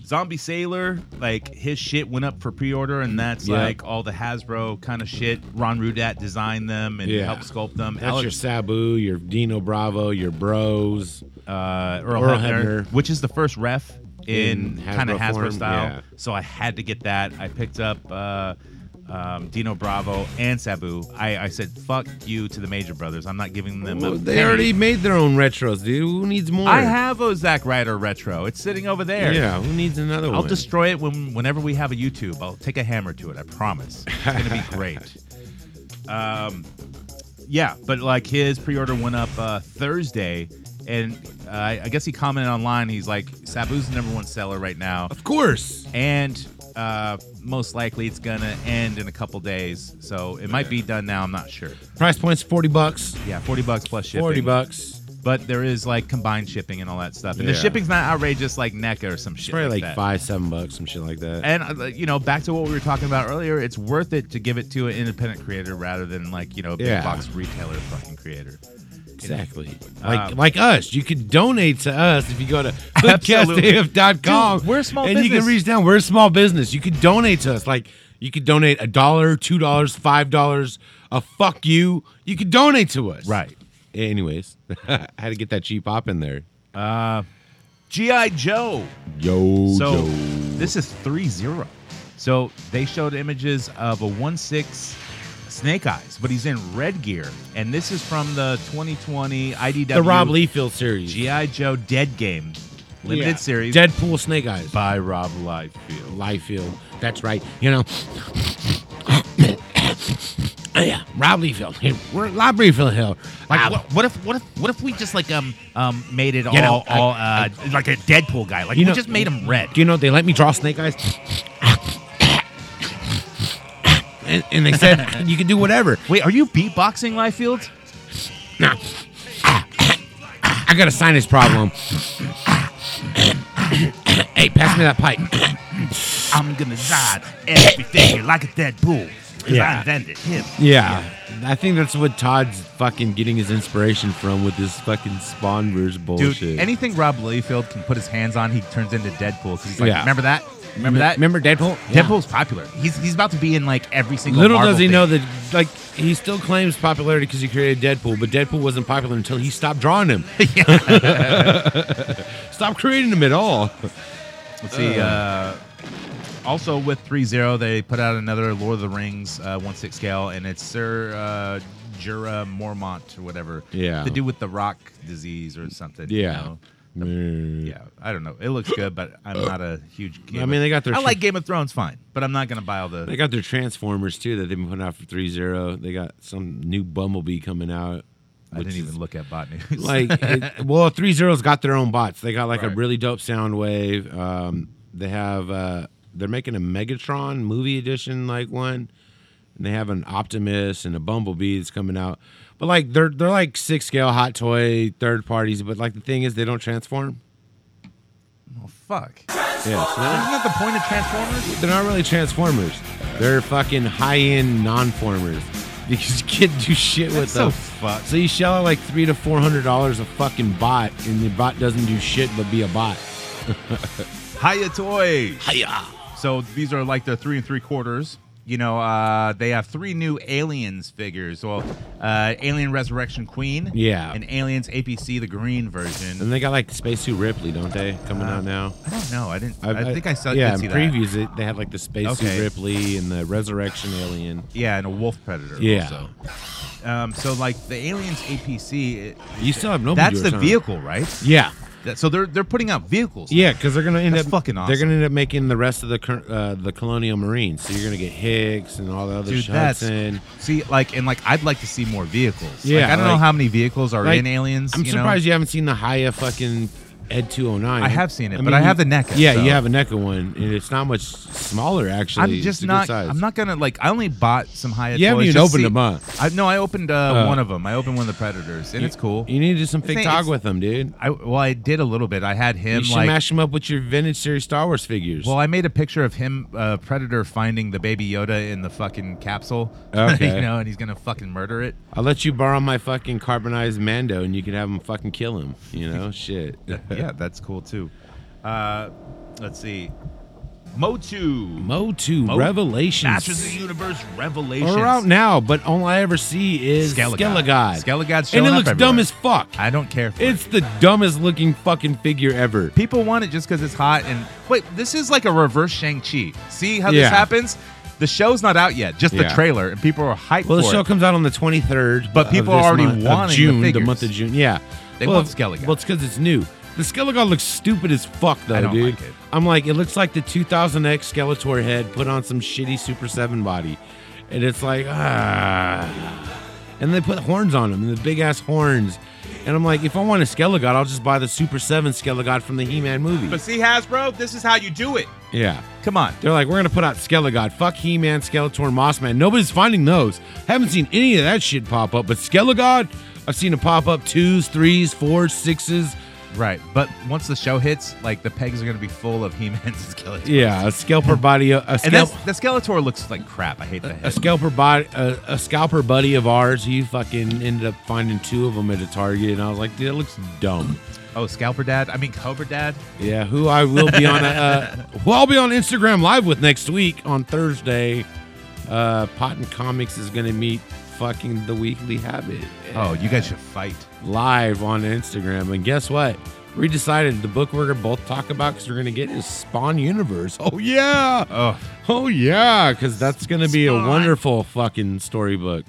[SPEAKER 2] Zombie Sailor, like his shit went up for pre-order, and that's
[SPEAKER 3] Yeah.
[SPEAKER 2] like all the Hasbro kind of shit. Ron Rudat designed them and
[SPEAKER 3] Yeah.
[SPEAKER 2] helped sculpt them.
[SPEAKER 3] That's your Sabu, your Dino Bravo, your Bros.
[SPEAKER 2] uh, Earl,
[SPEAKER 3] Earl
[SPEAKER 2] Hebner,
[SPEAKER 3] Hebner.
[SPEAKER 2] which is the first ref in,
[SPEAKER 3] In
[SPEAKER 2] kind of
[SPEAKER 3] Hasbro
[SPEAKER 2] Hasbro
[SPEAKER 3] form,
[SPEAKER 2] style.
[SPEAKER 3] yeah.
[SPEAKER 2] So I had to get that. I picked up uh, um, Dino Bravo, and Sabu, I, I said, fuck you to the Major Brothers. I'm not giving them a
[SPEAKER 3] Well, Oh, they
[SPEAKER 2] penny.
[SPEAKER 3] already made their own retros, dude. Who needs more?
[SPEAKER 2] I have a Zack Ryder retro. It's sitting over there.
[SPEAKER 3] Yeah, who needs another
[SPEAKER 2] I'll
[SPEAKER 3] one?
[SPEAKER 2] destroy it when, whenever we have a YouTube. I'll take a hammer to it. I promise. It's gonna be great. Um, yeah, but like his pre-order went up uh, Thursday, and uh, I guess he commented online. He's like, "Sabu's the number one seller right now,
[SPEAKER 3] Of course.
[SPEAKER 2] and uh, most likely it's gonna end in a couple days. So it might be done now. I'm not sure.
[SPEAKER 3] Price point's 40 bucks.
[SPEAKER 2] Yeah, forty bucks plus shipping.
[SPEAKER 3] 40 bucks.
[SPEAKER 2] But there is like combined shipping and all that stuff, and the
[SPEAKER 3] Yeah.
[SPEAKER 2] shipping's not outrageous like NECA or some shit.
[SPEAKER 3] Probably like
[SPEAKER 2] like that.
[SPEAKER 3] five, seven bucks, some shit like that.
[SPEAKER 2] And uh, you know, back to what we were talking about earlier, it's worth it to give it to an independent creator rather than like you know, a big
[SPEAKER 3] Yeah.
[SPEAKER 2] box retailer fucking creator.
[SPEAKER 3] Exactly. Like like us. You could donate to us if you go to
[SPEAKER 2] Absolutely.
[SPEAKER 3] podcastaf.com.
[SPEAKER 2] Dude, we're a small
[SPEAKER 3] and you
[SPEAKER 2] business.
[SPEAKER 3] can reach down. We're a small business. You could donate to us. Like you could donate a dollar, two dollars, five dollars, a fuck you. You could donate to us.
[SPEAKER 2] Right.
[SPEAKER 3] Anyways, I had to get that cheap op in there.
[SPEAKER 2] GI Joe.
[SPEAKER 3] Yo,
[SPEAKER 2] So
[SPEAKER 3] yo.
[SPEAKER 2] this is 3-0. So they showed images of a one six Snake Eyes, but he's in red gear, and this is from the 2020 IDW
[SPEAKER 3] the Rob Liefeld series.
[SPEAKER 2] GI Joe Dead Game limited
[SPEAKER 3] Yeah.
[SPEAKER 2] series
[SPEAKER 3] Deadpool Snake Eyes.
[SPEAKER 2] by Rob Liefeld.
[SPEAKER 3] Liefeld. That's right. You know. yeah, Rob Liefeld. Hey, We're Rob Liefeld here.
[SPEAKER 2] Like
[SPEAKER 3] Rob.
[SPEAKER 2] what, what if what if what if we just like um um made it all
[SPEAKER 3] You know, I-
[SPEAKER 2] all uh, like a Deadpool guy like
[SPEAKER 3] You
[SPEAKER 2] we
[SPEAKER 3] know-
[SPEAKER 2] just made him red.
[SPEAKER 3] Do you know they let me draw Snake Eyes? and, and they said you can do whatever.
[SPEAKER 2] Wait, are you beatboxing, Liefeld?
[SPEAKER 3] Nah. I got a sinus problem. hey, pass me that pipe.
[SPEAKER 4] I'm gonna zod everything like a Deadpool. Cause
[SPEAKER 3] Yeah.
[SPEAKER 4] I invented him.
[SPEAKER 3] Yeah. I think that's what Todd's fucking getting his inspiration from with this fucking Spawnverse
[SPEAKER 2] Dude,
[SPEAKER 3] bullshit.
[SPEAKER 2] anything Rob Liefeld can put his hands on, he turns into Deadpool. 'cause he's like,
[SPEAKER 3] Yeah.
[SPEAKER 2] remember that? Remember that?
[SPEAKER 3] Remember Deadpool?
[SPEAKER 2] Deadpool's popular. He's he's about to be in like every single.
[SPEAKER 3] Little
[SPEAKER 2] Marvel
[SPEAKER 3] does he
[SPEAKER 2] thing.
[SPEAKER 3] know that, like, he still claims popularity because he created Deadpool, but Deadpool wasn't popular until he stopped drawing him. Stop creating him at all.
[SPEAKER 2] Let's see. Uh, also with 3-0, they put out another Lord of the Rings uh, one six scale, and it's Sir uh, Jura Mormont or whatever.
[SPEAKER 3] Yeah.
[SPEAKER 2] To do with the rock disease or something. you
[SPEAKER 3] Yeah.
[SPEAKER 2] know? Yeah, I don't know. It looks good, but I'm not a huge. Game
[SPEAKER 3] I mean,
[SPEAKER 2] of-
[SPEAKER 3] they got their
[SPEAKER 2] I
[SPEAKER 3] sh-
[SPEAKER 2] like Game of Thrones, fine, but I'm not gonna buy all the.
[SPEAKER 3] They got their Transformers, too, that they've been putting out for 3.0. They got some new Bumblebee coming out.
[SPEAKER 2] I
[SPEAKER 3] which
[SPEAKER 2] didn't
[SPEAKER 3] is-
[SPEAKER 2] even look at bot news.
[SPEAKER 3] like it, well 3-0's got their own bots they got like a
[SPEAKER 2] Right.
[SPEAKER 3] really dope sound wave um, they have uh, they're making a megatron movie edition like one and they have an optimus and a bumblebee that's coming out but like they're they're like six scale hot toy third parties but like the thing is they don't transform
[SPEAKER 2] oh, fuck.
[SPEAKER 3] yeah so they're,
[SPEAKER 2] Isn't that the point of Transformers?
[SPEAKER 3] they're not really transformers they're fucking high-end non-formers because you can't do shit with
[SPEAKER 2] That's so
[SPEAKER 3] them
[SPEAKER 2] fucked.
[SPEAKER 3] so you shell out like three to four hundred dollars a fucking bot, and the bot doesn't do shit but be a bot.
[SPEAKER 2] Hiya Toys. So these are like their three and three quarters. You know, uh, they have three new aliens figures. Well, uh, Alien Resurrection Queen.
[SPEAKER 3] Yeah.
[SPEAKER 2] And Aliens APC, the green version.
[SPEAKER 3] And they got like spacesuit Ripley, don't they? Coming out now.
[SPEAKER 2] I don't know. Uh, I didn't. I, think I saw.
[SPEAKER 3] Yeah,
[SPEAKER 2] did see
[SPEAKER 3] in
[SPEAKER 2] that.
[SPEAKER 3] previews it, they had like the spacesuit
[SPEAKER 2] Okay.
[SPEAKER 3] Ripley and the resurrection alien.
[SPEAKER 2] Yeah, and a wolf predator.
[SPEAKER 3] Yeah.
[SPEAKER 2] Also. Um, so like the aliens APC. It,
[SPEAKER 3] You still have no.
[SPEAKER 2] that's the vehicle, right?
[SPEAKER 3] Yeah,
[SPEAKER 2] That, so they're they're putting out vehicles.
[SPEAKER 3] yeah, because they're gonna end
[SPEAKER 2] That's
[SPEAKER 3] up
[SPEAKER 2] fucking awesome.
[SPEAKER 3] They're gonna end up making the rest of the cur- uh, the colonial marines. So you're gonna get Hicks and all the other
[SPEAKER 2] Dude,
[SPEAKER 3] sh-
[SPEAKER 2] that's
[SPEAKER 3] Hudson.
[SPEAKER 2] see like and like I'd like to see more vehicles.
[SPEAKER 3] Yeah,
[SPEAKER 2] like, I don't know
[SPEAKER 3] like-
[SPEAKER 2] how many vehicles are
[SPEAKER 3] Like,
[SPEAKER 2] in Aliens.
[SPEAKER 3] I'm
[SPEAKER 2] you know?
[SPEAKER 3] surprised you haven't seen the Haya fucking Ed 209.
[SPEAKER 2] I have seen it, but I have the NECA,
[SPEAKER 3] Yeah,
[SPEAKER 2] so-
[SPEAKER 3] you have a NECA one, and it's not much smaller actually.
[SPEAKER 2] I'm
[SPEAKER 3] It's
[SPEAKER 2] just
[SPEAKER 3] a good
[SPEAKER 2] not.
[SPEAKER 3] size.
[SPEAKER 2] I'm not gonna like. I only bought some high.
[SPEAKER 3] You haven't even opened them up.
[SPEAKER 2] I no. I opened uh, one of them. I opened one of the Predators, and it's cool.
[SPEAKER 3] You need to do some
[SPEAKER 2] It's-
[SPEAKER 3] fake talk
[SPEAKER 2] it's-
[SPEAKER 3] with them, dude.
[SPEAKER 2] I well, I did a little bit. I had him
[SPEAKER 3] You should
[SPEAKER 2] like.
[SPEAKER 3] mash them up with your vintage series Star Wars figures.
[SPEAKER 2] well, I made a picture of him, uh, Predator, finding the baby Yoda in the fucking capsule. you
[SPEAKER 3] Okay.
[SPEAKER 2] know, and he's gonna fucking murder it.
[SPEAKER 3] I'll let you borrow my fucking carbonized Mando, and you can have him fucking kill him. You know, shit.
[SPEAKER 2] yeah, that's cool too. Uh, let's see. Motu.
[SPEAKER 3] Motu
[SPEAKER 2] Mo- Masters of the
[SPEAKER 3] Revelations
[SPEAKER 2] Universe Revelations.
[SPEAKER 3] are out now, but all I ever see is
[SPEAKER 2] Skelligod.
[SPEAKER 3] Skelligod.
[SPEAKER 2] Skelligod's showing
[SPEAKER 3] and it
[SPEAKER 2] up
[SPEAKER 3] looks dumb
[SPEAKER 2] everywhere.
[SPEAKER 3] as fuck.
[SPEAKER 2] I don't care. For
[SPEAKER 3] It's the dumbest looking fucking figure ever.
[SPEAKER 2] People want it just because it's hot. And wait, this is like a reverse Shang Chi. See how this
[SPEAKER 3] Yeah.
[SPEAKER 2] happens? The show's not out yet, just
[SPEAKER 3] Yeah.
[SPEAKER 2] the trailer, and people are hyped
[SPEAKER 3] Well, the
[SPEAKER 2] for
[SPEAKER 3] show
[SPEAKER 2] it.
[SPEAKER 3] comes out on the 23rd,
[SPEAKER 2] But
[SPEAKER 3] of
[SPEAKER 2] people are
[SPEAKER 3] this
[SPEAKER 2] already
[SPEAKER 3] month- of
[SPEAKER 2] wanting the
[SPEAKER 3] June, the,
[SPEAKER 2] figures.
[SPEAKER 3] month of June. Yeah,
[SPEAKER 2] They
[SPEAKER 3] well,
[SPEAKER 2] want Skellige.
[SPEAKER 3] Well, it's because it's new. The Skellige looks stupid as fuck, though,
[SPEAKER 2] I don't
[SPEAKER 3] dude.
[SPEAKER 2] like it.
[SPEAKER 3] I'm like, it looks like the 2000X Skeletor head put on some shitty Super Seven body, and it's like ah. And they put horns on him, and the big ass horns. And I'm like, if I want a Skellige, I'll just buy the Super Seven Skellige from the He-Man movie.
[SPEAKER 2] but see, Hasbro, this is how you do it.
[SPEAKER 3] yeah.
[SPEAKER 2] Come on.
[SPEAKER 3] They're like, we're gonna put out Skelligod. Fuck He-Man, Skeletor, and Mossman. Nobody's finding those. Haven't seen any of that shit pop up. But Skelligod, I've seen it pop up twos, threes, fours, sixes.
[SPEAKER 2] Right. But once the show hits, like the pegs are gonna be full of He-Man's skeletons.
[SPEAKER 3] Yeah, a scalper body, a, a
[SPEAKER 2] And
[SPEAKER 3] scalp, Uh,
[SPEAKER 2] that's, the Skeletor looks like crap. I hate the
[SPEAKER 3] a
[SPEAKER 2] head.
[SPEAKER 3] scalper body, a, a scalper buddy of ours. He fucking ended up finding two of them at a Target, and I was like, dude, that looks dumb.
[SPEAKER 2] oh, Scalper Dad. I mean, Cobra Dad.
[SPEAKER 3] Yeah, who I will be on a, uh, who I'll be on Instagram live with next week on Thursday. Uh, Pot and Comics is gonna meet fucking the Weekly Habit.
[SPEAKER 2] Oh, you guys should fight.
[SPEAKER 3] live on Instagram. And guess what? We decided the book we're gonna both talk about because we're gonna get is Spawn Universe. Oh yeah,
[SPEAKER 2] Oh,
[SPEAKER 3] oh yeah, because that's gonna be a
[SPEAKER 2] Spawn.
[SPEAKER 3] wonderful fucking storybook.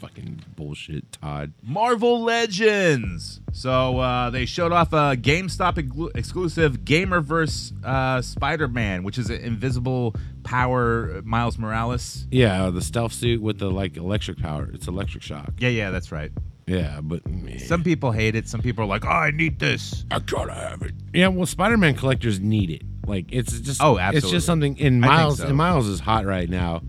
[SPEAKER 3] Fucking bullshit, Todd.
[SPEAKER 2] Marvel Legends. So uh, they showed off a GameStop eglu- exclusive Gamerverse uh, Spider-Man, which is an invisible power uh, Miles Morales.
[SPEAKER 3] Yeah, the stealth suit with the like electric power. It's electric shock.
[SPEAKER 2] Yeah, yeah, that's right.
[SPEAKER 3] Yeah, but
[SPEAKER 2] Some people hate it. Some people are like, oh, I need this.
[SPEAKER 3] I gotta have it. Yeah, well, Spider-Man collectors need it. Like it's just
[SPEAKER 2] Oh,
[SPEAKER 3] it's
[SPEAKER 2] absolutely.
[SPEAKER 3] just something. And
[SPEAKER 2] I think
[SPEAKER 3] Miles
[SPEAKER 2] so.
[SPEAKER 3] and Miles is hot right now.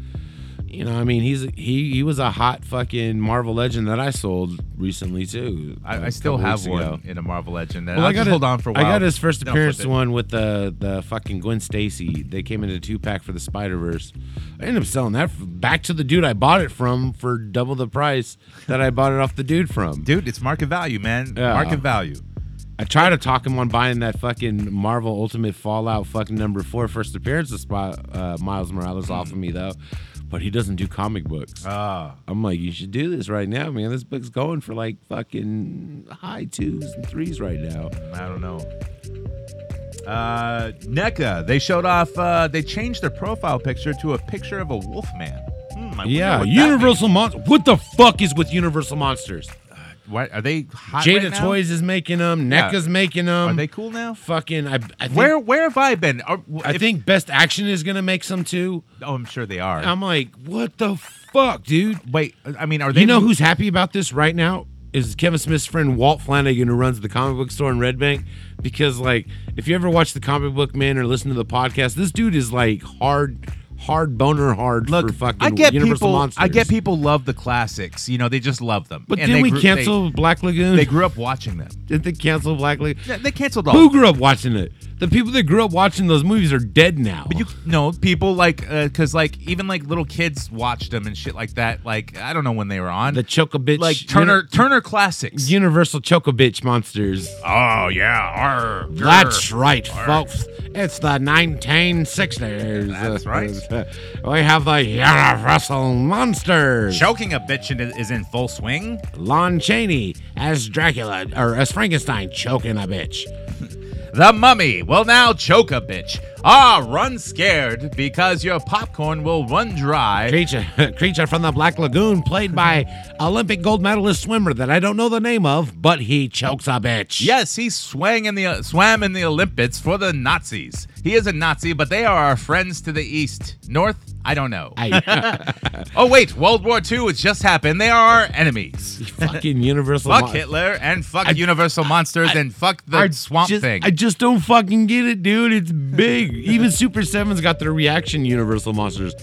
[SPEAKER 3] You know, I mean, he's he he was a hot fucking Marvel legend that I sold recently too.
[SPEAKER 2] I,
[SPEAKER 3] a
[SPEAKER 2] I still
[SPEAKER 3] couple
[SPEAKER 2] have
[SPEAKER 3] weeks
[SPEAKER 2] one
[SPEAKER 3] ago.
[SPEAKER 2] in a Marvel Legend. And
[SPEAKER 3] Well,
[SPEAKER 2] I'll
[SPEAKER 3] I got
[SPEAKER 2] just
[SPEAKER 3] it-
[SPEAKER 2] hold on for a while.
[SPEAKER 3] I got his first
[SPEAKER 2] Don't flip
[SPEAKER 3] appearance
[SPEAKER 2] it.
[SPEAKER 3] one with the the fucking Gwen Stacy. They came in a two pack for the Spider Verse. I ended up selling that f- back to the dude I bought it from for double the price that I bought it off the dude from.
[SPEAKER 2] Dude, it's market value, man.
[SPEAKER 3] Yeah.
[SPEAKER 2] Market value.
[SPEAKER 3] I tried to talk him on buying that fucking Marvel Ultimate Fallout fucking number four first appearance of Spy, uh, Miles Morales off of me though, but he doesn't do comic books.
[SPEAKER 2] Ah,
[SPEAKER 3] I'm like, you should do this right now, man. This book's going for like fucking high twos and threes right now.
[SPEAKER 2] I don't know. Uh, NECA. They showed off. Uh, they changed their profile picture to a picture of a wolf man. Hmm, I wonder
[SPEAKER 3] yeah,
[SPEAKER 2] what that
[SPEAKER 3] Universal Monster. What the fuck is with Universal Monsters?
[SPEAKER 2] means. Why, are they hot
[SPEAKER 3] Jada
[SPEAKER 2] right now?
[SPEAKER 3] Toys is making them. NECA's making them.
[SPEAKER 2] Are they cool now?
[SPEAKER 3] Fucking, I, I think,
[SPEAKER 2] Where Where have I been? Are,
[SPEAKER 3] I
[SPEAKER 2] if-
[SPEAKER 3] think Best Action is gonna make some too.
[SPEAKER 2] Oh, I'm sure they are.
[SPEAKER 3] I'm like, what the fuck, dude?
[SPEAKER 2] Wait, I mean, are they?
[SPEAKER 3] You know who's happy about this right now is Kevin Smith's friend Walt Flanagan, who runs the comic book store in Red Bank. Because like, if you ever watch the comic book man or listen to the podcast, this dude is like hard, hard boner hard
[SPEAKER 2] Look,
[SPEAKER 3] for fucking
[SPEAKER 2] I get
[SPEAKER 3] Universal
[SPEAKER 2] people.
[SPEAKER 3] monsters.
[SPEAKER 2] I get people love the classics. You know, they just love them.
[SPEAKER 3] But
[SPEAKER 2] And
[SPEAKER 3] didn't
[SPEAKER 2] they
[SPEAKER 3] we
[SPEAKER 2] grew-
[SPEAKER 3] cancel Black Lagoon?
[SPEAKER 2] They, they grew up watching them.
[SPEAKER 3] didn't they cancel Black Lagoon?
[SPEAKER 2] Yeah, They canceled all.
[SPEAKER 3] Who grew up watching it? The people that grew up watching those movies are dead now.
[SPEAKER 2] But you know, people like because like even like little kids watched them and shit like that. Like I don't know when they were on.
[SPEAKER 3] the choke a bitch,
[SPEAKER 2] like Turner Turner classics.
[SPEAKER 3] Uni- Universal choke a bitch monsters.
[SPEAKER 4] Oh yeah, arr, grr.
[SPEAKER 3] That's right, folks. It's the 1960s.
[SPEAKER 2] That's right.
[SPEAKER 3] we have the Universal Monsters.
[SPEAKER 2] Choking a bitch in- is in full swing.
[SPEAKER 3] Lon Chaney as Dracula, or as Frankenstein, choking a bitch.
[SPEAKER 2] The mummy will now choke a bitch. Ah, run scared because your popcorn will run dry.
[SPEAKER 3] Creature, creature from the Black Lagoon, played by Olympic gold medalist swimmer that I don't know the name of, but he chokes a bitch.
[SPEAKER 2] Yes, he swang in the uh, swam in the Olympics for the Nazis. He is a Nazi, but they are our friends to the east, north. I don't know.
[SPEAKER 3] I,
[SPEAKER 2] oh wait, World War II has just happened. They are our enemies.
[SPEAKER 3] fucking Universal
[SPEAKER 2] Fuck
[SPEAKER 3] Mon-
[SPEAKER 2] Hitler and fuck Universal Monsters and fuck the
[SPEAKER 3] I
[SPEAKER 2] Swamp
[SPEAKER 3] just,
[SPEAKER 2] Thing.
[SPEAKER 3] I just don't fucking get it, dude. It's big. Even Super Seven's got their reaction Universal Monsters.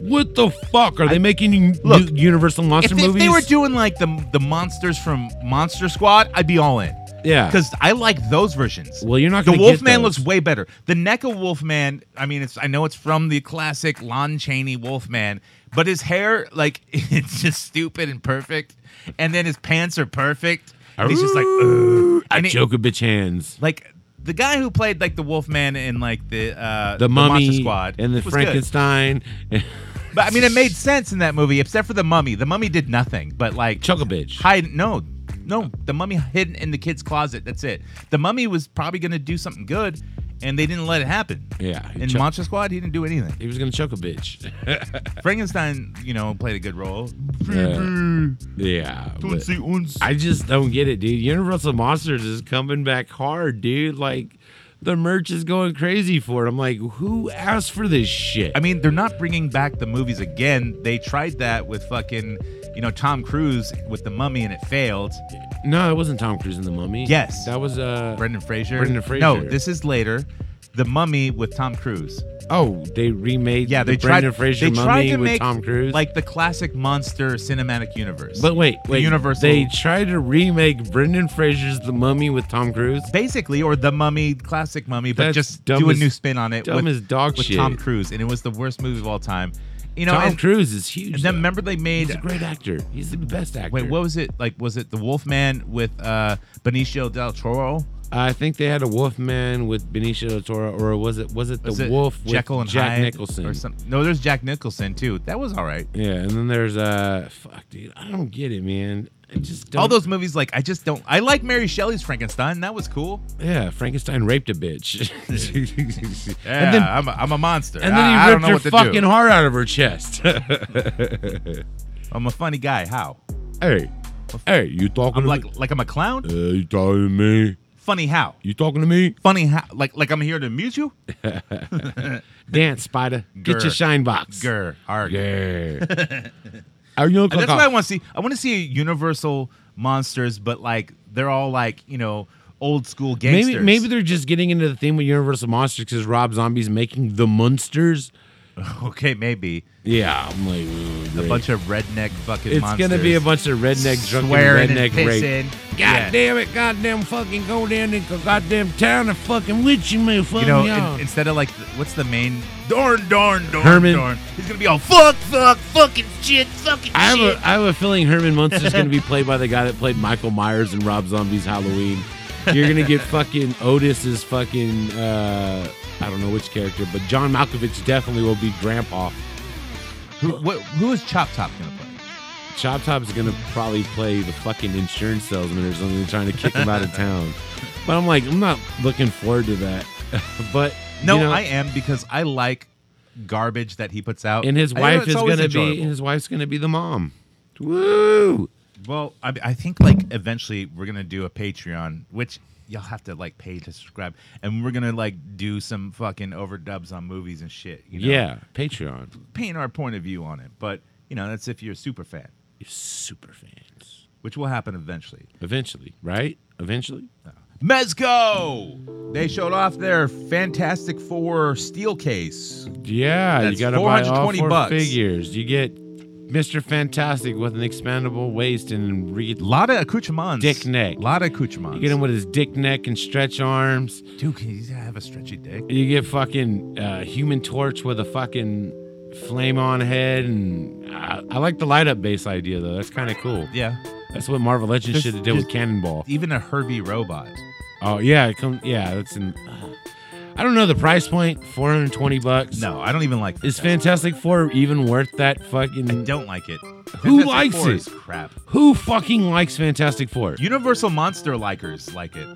[SPEAKER 3] What the fuck? Are they making u-
[SPEAKER 2] Look,
[SPEAKER 3] new Universal Monster
[SPEAKER 2] if, if
[SPEAKER 3] movies?
[SPEAKER 2] they were doing like the the monsters from Monster Squad, I'd be all in.
[SPEAKER 3] Yeah.
[SPEAKER 2] because I like those versions.
[SPEAKER 3] Well, you're not
[SPEAKER 2] The
[SPEAKER 3] gonna get
[SPEAKER 2] Wolfman
[SPEAKER 3] those.
[SPEAKER 2] looks way better. The NECA Wolfman. I mean, it's I know it's from the classic Lon Chaney Wolfman, but his hair like it's just stupid and perfect, and then his pants are perfect. And he's just like, uh, Ugh.
[SPEAKER 3] Oh. I
[SPEAKER 2] and he-
[SPEAKER 3] joke a bitch hands.
[SPEAKER 2] like the guy who played like the Wolfman in like the uh,
[SPEAKER 3] The,
[SPEAKER 2] Monster
[SPEAKER 3] Mummy
[SPEAKER 2] Squad
[SPEAKER 3] and the
[SPEAKER 2] was good.
[SPEAKER 3] Frankenstein.
[SPEAKER 2] But I mean, it made sense in that movie, except for the mummy. The mummy did nothing, but like
[SPEAKER 3] Choke a bitch.
[SPEAKER 2] hide. No, no, the mummy hidden in the kid's closet. That's it. The mummy was probably gonna do something good, and they didn't let it happen.
[SPEAKER 3] Yeah, he
[SPEAKER 2] In
[SPEAKER 3] cho-
[SPEAKER 2] Monster Squad, he didn't do anything.
[SPEAKER 3] He was gonna choke a bitch.
[SPEAKER 2] Frankenstein, you know, played a good role.
[SPEAKER 3] yeah.
[SPEAKER 4] Don't
[SPEAKER 3] but-
[SPEAKER 4] say uns.
[SPEAKER 3] I just don't get it, dude. Universal Monsters is coming back hard, dude. Like the merch is going crazy for it. I'm like, who asked for this shit?
[SPEAKER 2] I mean, they're not bringing back the movies again. They tried that with fucking, you know, Tom Cruise with The Mummy, and it failed.
[SPEAKER 3] no, it wasn't Tom Cruise in the Mummy.
[SPEAKER 2] Yes.
[SPEAKER 3] that was uh.
[SPEAKER 2] Brendan Fraser.
[SPEAKER 3] Brendan
[SPEAKER 2] No,
[SPEAKER 3] Fraser.
[SPEAKER 2] this is later. The Mummy with Tom Cruise.
[SPEAKER 3] oh, they remade.
[SPEAKER 2] Yeah,
[SPEAKER 3] the
[SPEAKER 2] they
[SPEAKER 3] Brendan
[SPEAKER 2] tried.
[SPEAKER 3] Fraser
[SPEAKER 2] they
[SPEAKER 3] Mummy
[SPEAKER 2] tried to
[SPEAKER 3] with
[SPEAKER 2] make
[SPEAKER 3] Tom Cruise.
[SPEAKER 2] like the classic monster cinematic universe.
[SPEAKER 3] but wait,
[SPEAKER 2] the
[SPEAKER 3] wait.
[SPEAKER 2] Universal-
[SPEAKER 3] They tried to remake Brendan Fraser's The Mummy with Tom Cruise.
[SPEAKER 2] basically, or the Mummy, classic Mummy, but
[SPEAKER 3] That's
[SPEAKER 2] just
[SPEAKER 3] dumb
[SPEAKER 2] do a
[SPEAKER 3] as-
[SPEAKER 2] new spin on it.
[SPEAKER 3] dumb
[SPEAKER 2] with,
[SPEAKER 3] as dog
[SPEAKER 2] with
[SPEAKER 3] shit.
[SPEAKER 2] Tom Cruise, and it was the worst movie of all time. You know,
[SPEAKER 3] Tom
[SPEAKER 2] and,
[SPEAKER 3] Cruise is huge.
[SPEAKER 2] and then
[SPEAKER 3] though.
[SPEAKER 2] remember they made
[SPEAKER 3] he's a great actor. He's the best actor.
[SPEAKER 2] wait, what was it like? Was it the Wolfman with uh, Benicio del Toro?
[SPEAKER 3] I think they had a Wolfman with Benicio del Toro, or was it was it the
[SPEAKER 2] Was it
[SPEAKER 3] Wolf with
[SPEAKER 2] Jekyll and
[SPEAKER 3] Jack
[SPEAKER 2] Hyde
[SPEAKER 3] Nicholson?
[SPEAKER 2] or something? No, there's Jack Nicholson too. That was all right.
[SPEAKER 3] Yeah, and then there's uh fuck, dude, I don't get it, man. I just don't,
[SPEAKER 2] All those movies, like I just don't. I like Mary Shelley's Frankenstein. That was cool.
[SPEAKER 3] yeah, Frankenstein raped a bitch,
[SPEAKER 2] Yeah,
[SPEAKER 3] and then
[SPEAKER 2] I'm, a, I'm a monster.
[SPEAKER 3] and
[SPEAKER 2] I, I
[SPEAKER 3] then
[SPEAKER 2] don't
[SPEAKER 3] he
[SPEAKER 2] know what
[SPEAKER 3] ripped
[SPEAKER 2] to
[SPEAKER 3] her fucking
[SPEAKER 2] do.
[SPEAKER 3] heart out of her chest.
[SPEAKER 2] I'm a funny guy. How?
[SPEAKER 3] hey, hey, you talking
[SPEAKER 2] I'm
[SPEAKER 3] to
[SPEAKER 2] like
[SPEAKER 3] me?
[SPEAKER 2] like I'm a clown.
[SPEAKER 3] Uh, you talking to me?
[SPEAKER 2] Funny how?
[SPEAKER 3] You talking to me?
[SPEAKER 2] Funny how? Like like I'm here to amuse you?
[SPEAKER 3] Dance, spider. Get
[SPEAKER 2] Grr.
[SPEAKER 3] your shine box.
[SPEAKER 2] Grr, arg.
[SPEAKER 3] Yeah. Are you
[SPEAKER 2] And
[SPEAKER 3] gonna
[SPEAKER 2] that's
[SPEAKER 3] cock
[SPEAKER 2] what I
[SPEAKER 3] off?
[SPEAKER 2] want to see. I want to see a Universal monsters, but like they're all like you know old school gangsters.
[SPEAKER 3] Maybe maybe they're just getting into the theme with Universal Monsters because Rob Zombie's making the monsters.
[SPEAKER 2] okay, maybe
[SPEAKER 3] Yeah, I'm like ooh,
[SPEAKER 2] a
[SPEAKER 3] great.
[SPEAKER 2] bunch of redneck fucking.
[SPEAKER 3] It's
[SPEAKER 2] monsters
[SPEAKER 3] gonna be a bunch of redneck drunken
[SPEAKER 2] swearing and
[SPEAKER 3] redneck rape.
[SPEAKER 2] pissing.
[SPEAKER 3] God
[SPEAKER 2] Yeah.
[SPEAKER 3] damn it! Goddamn fucking go down in the goddamn town and fucking with you, man. Fuck
[SPEAKER 2] You know,
[SPEAKER 3] me
[SPEAKER 2] in-
[SPEAKER 3] up.
[SPEAKER 2] instead of like, the- what's the main?
[SPEAKER 4] Darn, darn, darn,
[SPEAKER 3] Herman.
[SPEAKER 4] darn.
[SPEAKER 2] He's gonna be all fuck, fuck, fucking.
[SPEAKER 3] I have a I have a feeling Herman Munster's gonna be played by the guy that played Michael Myers in Rob Zombie's Halloween. You're gonna get fucking Otis's fucking uh, I don't know which character, but John Malkovich definitely will be Grandpa.
[SPEAKER 2] Who, what, who is Chop Top gonna play?
[SPEAKER 3] Chop Top's gonna probably play the fucking insurance salesman or something, trying to kick him out of town. But I'm like, I'm not looking forward to that. but
[SPEAKER 2] No,
[SPEAKER 3] you know,
[SPEAKER 2] I am because I like garbage that he puts out,
[SPEAKER 3] and his
[SPEAKER 2] I know
[SPEAKER 3] wife
[SPEAKER 2] it's
[SPEAKER 3] is
[SPEAKER 2] always
[SPEAKER 3] gonna be
[SPEAKER 2] enjoyable.
[SPEAKER 3] his wife's gonna be the mom. Woo!
[SPEAKER 2] Well, I, I think like eventually we're gonna do a Patreon, which y'all have to like pay to subscribe, and we're gonna like do some fucking overdubs on movies and shit. You know?
[SPEAKER 3] Yeah, Patreon.
[SPEAKER 2] paint our point of view on it, but you know that's if you're a super fan,
[SPEAKER 3] You're super fans.
[SPEAKER 2] which will happen eventually.
[SPEAKER 3] Eventually, right? Eventually.
[SPEAKER 2] Mezco, they showed off their Fantastic Four steel case.
[SPEAKER 3] Yeah,
[SPEAKER 2] That's
[SPEAKER 3] you gotta buy all
[SPEAKER 2] 420
[SPEAKER 3] four
[SPEAKER 2] bucks.
[SPEAKER 3] figures. You get Mr. Fantastic with an expandable waist and read.
[SPEAKER 2] Lot of accoutrements.
[SPEAKER 3] Dick neck.
[SPEAKER 2] Lot of accoutrements.
[SPEAKER 3] You get him with his dick neck and stretch arms.
[SPEAKER 2] Dude, can you have a stretchy dick?
[SPEAKER 3] You get fucking uh, Human Torch with a fucking flame on head, and I, I like the light up base idea though. That's kind of cool.
[SPEAKER 2] Yeah.
[SPEAKER 3] That's what Marvel Legends should have did with Cannonball.
[SPEAKER 2] Even a Herbie robot.
[SPEAKER 3] Oh yeah, it come yeah. That's in. I don't know the price point. Four hundred twenty bucks.
[SPEAKER 2] No, I don't even like.
[SPEAKER 3] is Fantastic
[SPEAKER 2] Fantastic
[SPEAKER 3] Four even worth that
[SPEAKER 2] I
[SPEAKER 3] fucking?
[SPEAKER 2] don't like it.
[SPEAKER 3] Who
[SPEAKER 2] Fantastic
[SPEAKER 3] likes
[SPEAKER 2] Four
[SPEAKER 3] it?
[SPEAKER 2] is crap.
[SPEAKER 3] Who fucking likes Fantastic Four?
[SPEAKER 2] Universal monster likers like it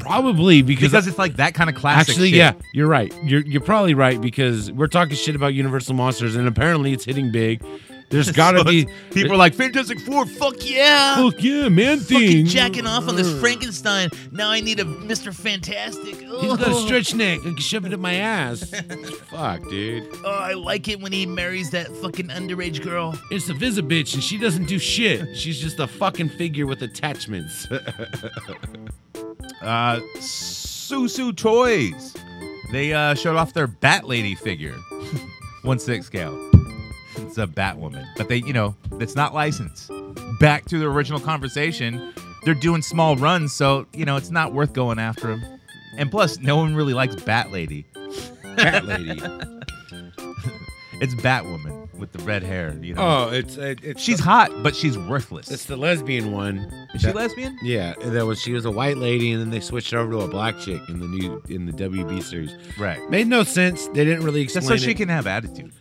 [SPEAKER 3] Probably because.
[SPEAKER 2] because it's like that kind of classic.
[SPEAKER 3] Actually,
[SPEAKER 2] shit.
[SPEAKER 3] yeah, you're right. You're you're probably right because we're talking shit about Universal Monsters, and apparently it's hitting big. There's gotta
[SPEAKER 2] So
[SPEAKER 3] be
[SPEAKER 2] people are like Fantastic Four. Fuck yeah!
[SPEAKER 3] Fuck yeah, man thing.
[SPEAKER 6] jacking off on this Frankenstein. Now I need a Mr. Fantastic. Oh,
[SPEAKER 3] He's got a stretch neck. I can shove it up my ass. Fuck, dude.
[SPEAKER 6] oh, I like it when he marries that fucking underage girl.
[SPEAKER 3] It's a Visa bitch, and she doesn't do shit. She's just a fucking figure with attachments.
[SPEAKER 2] Uh, Susu Toys. They uh, showed off their Bat Lady figure, one six scale. It's a Batwoman, but they, you know, it's not licensed. Back to the original conversation, they're doing small runs, so you know it's not worth going after them. And plus, no one really likes Bat Lady.
[SPEAKER 3] Bat lady.
[SPEAKER 2] It's Batwoman with the red hair. You know,
[SPEAKER 3] Oh, it's it, it's
[SPEAKER 2] she's
[SPEAKER 3] the,
[SPEAKER 2] hot, but she's worthless.
[SPEAKER 3] it's the lesbian one.
[SPEAKER 2] Is she
[SPEAKER 3] That-
[SPEAKER 2] lesbian?
[SPEAKER 3] Yeah, that was she was a white lady, and then they switched her over to a black chick in the new in the WB series.
[SPEAKER 2] Right.
[SPEAKER 3] Made no sense. They didn't really explain
[SPEAKER 2] That's so she
[SPEAKER 3] it.
[SPEAKER 2] can have attitude.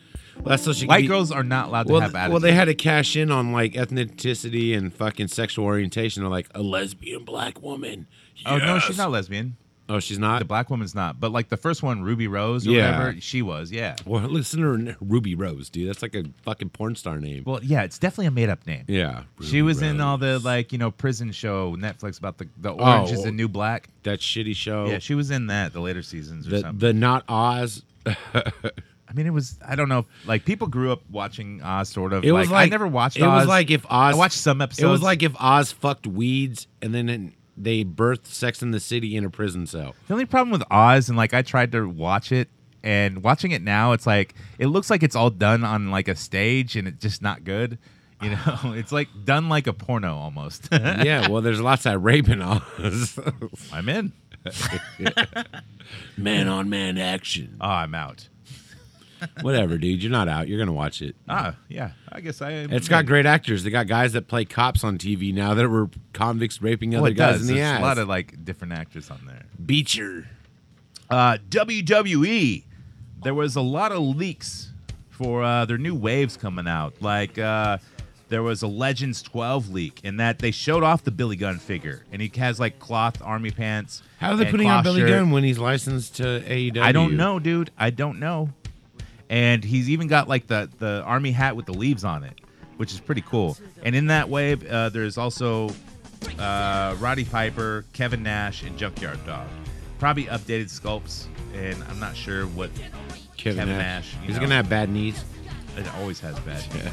[SPEAKER 3] That's so she could
[SPEAKER 2] White
[SPEAKER 3] be-
[SPEAKER 2] girls are not allowed to
[SPEAKER 3] Well,
[SPEAKER 2] have
[SPEAKER 3] th-
[SPEAKER 2] attitude.
[SPEAKER 3] well, they had to cash in on like ethnicity and fucking sexual orientation. They're like a lesbian black woman.
[SPEAKER 2] Oh no,
[SPEAKER 4] Yes.
[SPEAKER 2] she's not lesbian.
[SPEAKER 3] Oh, she's not.
[SPEAKER 2] The black woman's not, but like the first one, Ruby Rose or
[SPEAKER 3] Yeah.
[SPEAKER 2] whatever, she was. Yeah.
[SPEAKER 3] Well, listen to her n- Ruby Rose, dude. That's like a fucking porn star name.
[SPEAKER 2] Well, yeah, it's definitely a made up name.
[SPEAKER 3] yeah. Ruby
[SPEAKER 2] She was in
[SPEAKER 3] Rose. Oh.
[SPEAKER 2] all the like you know prison show Netflix about the the Orange is the New Black.
[SPEAKER 3] that shitty show.
[SPEAKER 2] Yeah, she was in that the later seasons or
[SPEAKER 3] the
[SPEAKER 2] something.
[SPEAKER 3] the not Oz.
[SPEAKER 2] I mean, it was I don't know. Like people grew up watching Oz, sort of.
[SPEAKER 3] It was like
[SPEAKER 2] I never watched.
[SPEAKER 3] It
[SPEAKER 2] Oz.
[SPEAKER 3] was like if Oz.
[SPEAKER 2] I watched some
[SPEAKER 3] It was
[SPEAKER 2] episodes.
[SPEAKER 3] like if Oz fucked weeds and then it- they birthed Sex in the City in a prison cell.
[SPEAKER 2] the only problem with Oz and like I tried to watch it and watching it now, it's like it looks like it's all done on like a stage and it's just not good. You know, it's like done like a porno almost.
[SPEAKER 3] yeah. Well, there's lots of rape in Oz.
[SPEAKER 2] I'm in.
[SPEAKER 3] man on man action.
[SPEAKER 2] Oh, I'm out.
[SPEAKER 3] Whatever, dude. You're not out. You're gonna watch it.
[SPEAKER 2] Ah, yeah. I guess I am.
[SPEAKER 3] It's got great actors. They got guys that play cops on TV now that were convicts raping other
[SPEAKER 2] Well, it
[SPEAKER 3] guys
[SPEAKER 2] does.
[SPEAKER 3] in the
[SPEAKER 2] There's
[SPEAKER 3] ass.
[SPEAKER 2] a lot of like different actors on there.
[SPEAKER 3] Beecher.
[SPEAKER 2] Uh, WWE. There was a lot of leaks for uh, their new waves coming out. Like uh, there was a Legends 12 leak, in that they showed off the Billy Gunn figure, and he has like cloth army pants.
[SPEAKER 3] How are they
[SPEAKER 2] and
[SPEAKER 3] putting on
[SPEAKER 2] cloth
[SPEAKER 3] Billy
[SPEAKER 2] shirt.
[SPEAKER 3] Gunn when he's licensed to E AEW?
[SPEAKER 2] I don't know, dude. I don't know. And he's even got like the the army hat with the leaves on it, which is pretty cool. And in that wave, uh, there's also uh, Roddy Piper, Kevin Nash, and Junkyard Dog. Probably updated sculpts, and I'm not sure what
[SPEAKER 3] Kevin,
[SPEAKER 2] Kevin
[SPEAKER 3] Nash.
[SPEAKER 2] Nash, you
[SPEAKER 3] He's
[SPEAKER 2] know.
[SPEAKER 3] gonna have bad knees.
[SPEAKER 2] it always has bad news.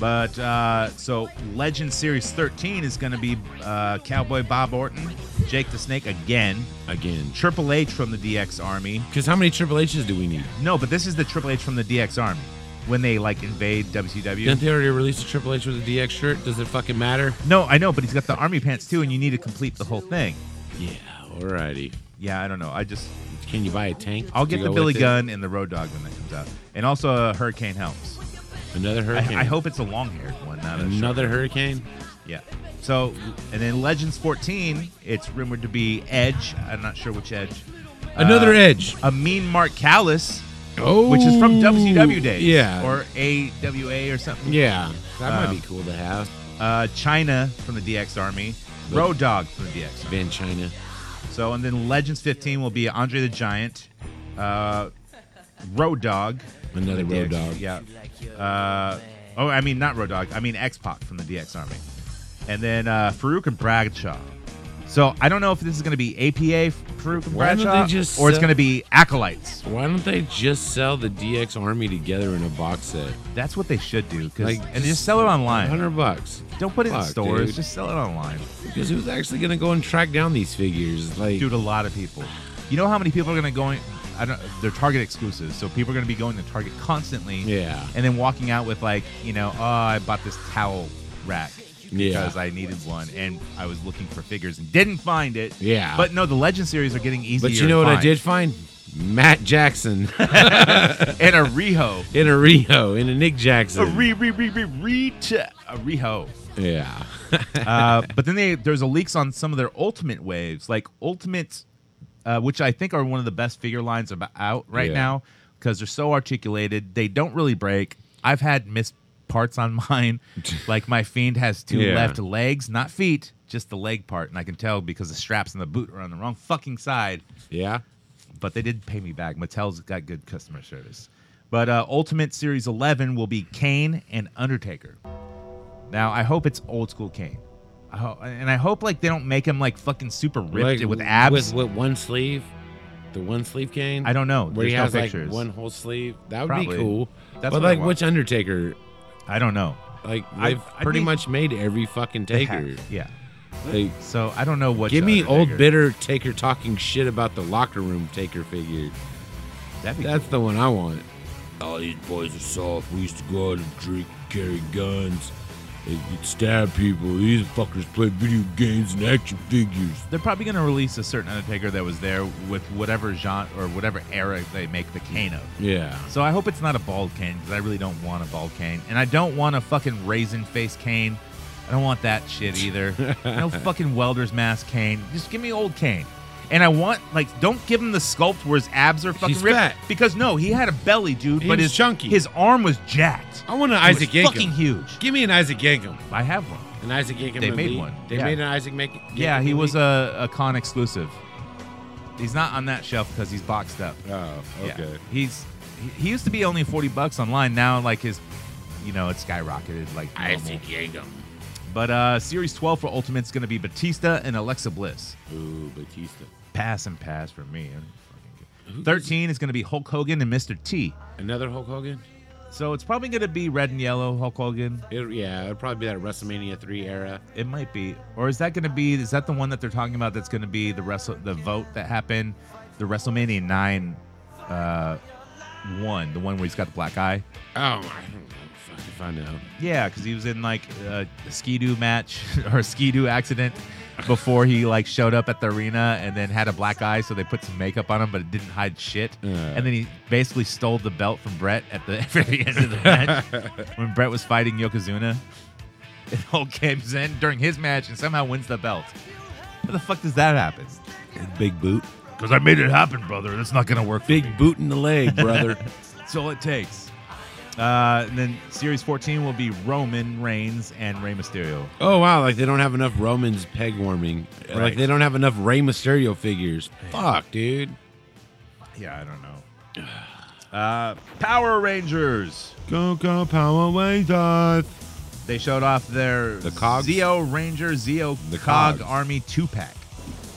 [SPEAKER 2] but uh, so Legend Series 13 is going to be uh, Cowboy Bob Orton, Jake the Snake again,
[SPEAKER 3] Again.
[SPEAKER 2] Triple H from the DX Army,
[SPEAKER 3] Because how many Triple H's do we need?
[SPEAKER 2] No, but this is the Triple H from the DX Army when they like invade
[SPEAKER 3] Didn't
[SPEAKER 2] WCW.
[SPEAKER 3] they already release a Triple H with a DX shirt? Does it fucking matter?
[SPEAKER 2] No, I know, but he's got the army pants too, and you need to complete the whole thing.
[SPEAKER 3] Yeah, alrighty.
[SPEAKER 2] Yeah, I don't know. I just
[SPEAKER 3] Can you buy a tank?
[SPEAKER 2] I'll
[SPEAKER 3] to
[SPEAKER 2] get
[SPEAKER 3] go
[SPEAKER 2] the Billy
[SPEAKER 3] with it?
[SPEAKER 2] Gun and the Road Dog when that comes out, and also uh, Hurricane helps.
[SPEAKER 3] Another hurricane.
[SPEAKER 2] I, I hope it's a long-haired one, not a short.
[SPEAKER 3] Another hurricane?
[SPEAKER 2] Yeah. So, and then Legends 14, it's rumored to be Edge. I'm not sure which Edge.
[SPEAKER 3] Another
[SPEAKER 2] Uh,
[SPEAKER 3] edge.
[SPEAKER 2] A mean Mark Callis,
[SPEAKER 3] Oh.
[SPEAKER 2] which is from WCW days,
[SPEAKER 3] Yeah.
[SPEAKER 2] or AWA or something.
[SPEAKER 3] yeah. That might
[SPEAKER 2] Um,
[SPEAKER 3] be cool to have.
[SPEAKER 2] uh, China from the DX Army, Road Dog from the DX Army.
[SPEAKER 3] Van China.
[SPEAKER 2] So, and then Legends 15 will be Andre the Giant, uh, Road Dog. from the
[SPEAKER 3] Another Road
[SPEAKER 2] DX
[SPEAKER 3] Dog.
[SPEAKER 2] Yeah. Uh, oh, I mean, not Road Dog. I mean, X Pac from the DX Army. And then uh, Farouk and Bradshaw. So, I don't know if this is going to be APA Farouk and
[SPEAKER 3] Why don't they
[SPEAKER 2] Bradshaw
[SPEAKER 3] just
[SPEAKER 2] or it's
[SPEAKER 3] sell-
[SPEAKER 2] going to be Acolytes.
[SPEAKER 3] Why don't they just sell the DX Army together in a box set?
[SPEAKER 2] That's what they should do. 'cause-
[SPEAKER 3] Like,
[SPEAKER 2] and just sell it online.
[SPEAKER 3] 100 bucks.
[SPEAKER 2] Don't put it in
[SPEAKER 3] Fuck,
[SPEAKER 2] stores.
[SPEAKER 3] dude.
[SPEAKER 2] Just sell it online.
[SPEAKER 3] Because who's actually going to go and track down these figures? Like,
[SPEAKER 2] dude a lot of people you know how many people are going to go in, i don't they're target exclusives so people are going to be going to target constantly
[SPEAKER 3] Yeah.
[SPEAKER 2] and then walking out with like you know oh i bought this towel rack
[SPEAKER 3] Yeah.
[SPEAKER 2] because i needed one and i was looking for figures and didn't find it
[SPEAKER 3] Yeah.
[SPEAKER 2] but no the legend series are getting easier
[SPEAKER 3] but you know what
[SPEAKER 2] to
[SPEAKER 3] I
[SPEAKER 2] find.
[SPEAKER 3] did find? Matt Jackson
[SPEAKER 2] and a reho
[SPEAKER 3] in a Rio, in a Nick
[SPEAKER 2] a
[SPEAKER 3] Jackson.
[SPEAKER 2] re re re re re a reho
[SPEAKER 3] yeah.
[SPEAKER 2] uh, but then they there's a leaks on some of their ultimate waves, like ultimate, uh, which I think are one of the best figure lines about out right
[SPEAKER 3] Yeah.
[SPEAKER 2] now because they're so articulated. They don't really break. I've had missed parts on mine, like my fiend has two
[SPEAKER 3] Yeah.
[SPEAKER 2] left legs, not feet, just the leg part, and I can tell because the straps and the boot are on the wrong fucking side.
[SPEAKER 3] Yeah.
[SPEAKER 2] But they did pay me back. Mattel's got good customer service. But uh, Ultimate Series 11 will be Kane and Undertaker. Now I hope it's old school Kane, I ho- and I hope like they don't make him like fucking super ripped
[SPEAKER 3] Like,
[SPEAKER 2] with abs.
[SPEAKER 3] With, with one sleeve? The one sleeve cane?
[SPEAKER 2] I don't know.
[SPEAKER 3] Where
[SPEAKER 2] There's
[SPEAKER 3] he
[SPEAKER 2] no
[SPEAKER 3] has
[SPEAKER 2] pictures.
[SPEAKER 3] like one whole sleeve. That would
[SPEAKER 2] Probably.
[SPEAKER 3] be cool. but
[SPEAKER 2] That's what I
[SPEAKER 3] like,
[SPEAKER 2] want.
[SPEAKER 3] which Undertaker?
[SPEAKER 2] I don't know.
[SPEAKER 3] Like
[SPEAKER 2] I-
[SPEAKER 3] they've
[SPEAKER 2] I
[SPEAKER 3] pretty
[SPEAKER 2] need-
[SPEAKER 3] much made every fucking Taker.
[SPEAKER 2] Yeah.
[SPEAKER 3] Like,
[SPEAKER 2] So I don't know what.
[SPEAKER 3] give me old
[SPEAKER 2] Undertaker-
[SPEAKER 3] bitter Taker talking shit about the locker room Taker figure.
[SPEAKER 2] That'd be
[SPEAKER 3] That's the one I want.
[SPEAKER 4] All these boys are soft. We used to go out and drink, carry guns, and stab people. These fuckers play video games and action figures.
[SPEAKER 2] They're probably going to release a certain Undertaker that was there with whatever genre or whatever era they make the Kane of.
[SPEAKER 3] Yeah.
[SPEAKER 2] So I hope it's not a bald cane because I really don't want a bald cane, and I don't want a fucking raisin face cane. I don't want that shit either. no fucking welder's mask cane. Just give me old cane. And I want like don't give him the sculpt where his abs are fucking
[SPEAKER 3] He's
[SPEAKER 2] ripped
[SPEAKER 3] fat.
[SPEAKER 2] because no, he had a belly, dude,
[SPEAKER 3] He
[SPEAKER 2] but
[SPEAKER 3] was
[SPEAKER 2] his
[SPEAKER 3] chunky.
[SPEAKER 2] his arm was jacked.
[SPEAKER 3] I want an
[SPEAKER 2] It was
[SPEAKER 3] Isaac Yankum.
[SPEAKER 2] fucking huge.
[SPEAKER 3] Give me an Isaac Yankum.
[SPEAKER 2] I have one.
[SPEAKER 3] An Isaac Yankum.
[SPEAKER 2] They made
[SPEAKER 3] elite.
[SPEAKER 2] one.
[SPEAKER 3] They
[SPEAKER 2] Yeah.
[SPEAKER 3] made an Isaac make.
[SPEAKER 2] Yeah, he was a, a con exclusive. He's not on that shelf because he's boxed up.
[SPEAKER 4] Oh,
[SPEAKER 2] Yeah.
[SPEAKER 4] okay.
[SPEAKER 2] He's he- he used to be only forty bucks online. Now like his, you know, it's skyrocketed. Like normal.
[SPEAKER 4] Yangam.
[SPEAKER 2] But uh, series twelve for Ultimate's going to be Batista and Alexa Bliss.
[SPEAKER 4] Ooh, Batista.
[SPEAKER 2] Pass and pass for me. I don't fucking care. Thirteen is going to be Hulk Hogan and Mr. T.
[SPEAKER 4] Another Hulk Hogan?
[SPEAKER 2] So it's probably going to be red and yellow Hulk Hogan.
[SPEAKER 4] It, yeah, it'd probably be that WrestleMania 3 era.
[SPEAKER 2] It might be, or is that going to be? Is that the one that they're talking about? That's going to be the wrestle, the vote that happened, the WrestleMania nine, uh, one, the one where he's got the black eye.
[SPEAKER 4] Oh, I don't know. Fuck if I know.
[SPEAKER 2] Yeah, because he was in like a ski doo match or a ski doo accident before he like showed up at the arena and then had a black eye, so they put some makeup on him, but it didn't hide shit. and then he basically stole the belt from Brett at the very end of the match when Brett was fighting Yokozuna. It all comes in during his match and somehow wins the belt. How the fuck does that happen?
[SPEAKER 4] Big boot.
[SPEAKER 2] Because I made it happen, brother. That's not gonna work. For
[SPEAKER 4] Big boot in the leg, brother.
[SPEAKER 2] That's all it takes. Uh, and then series 14 will be Roman Reigns and Rey Mysterio.
[SPEAKER 3] Oh wow! Like they don't have enough Romans peg warming. Like
[SPEAKER 2] Right.
[SPEAKER 3] they don't have enough Rey Mysterio figures. Fuck, dude.
[SPEAKER 2] Yeah, I don't know. Uh, Power Rangers.
[SPEAKER 3] Go go Power Rangers.
[SPEAKER 2] They showed off their
[SPEAKER 3] The cogs?
[SPEAKER 2] Zeo Ranger Zeo
[SPEAKER 3] The
[SPEAKER 2] Cog
[SPEAKER 3] cogs.
[SPEAKER 2] Army two pack.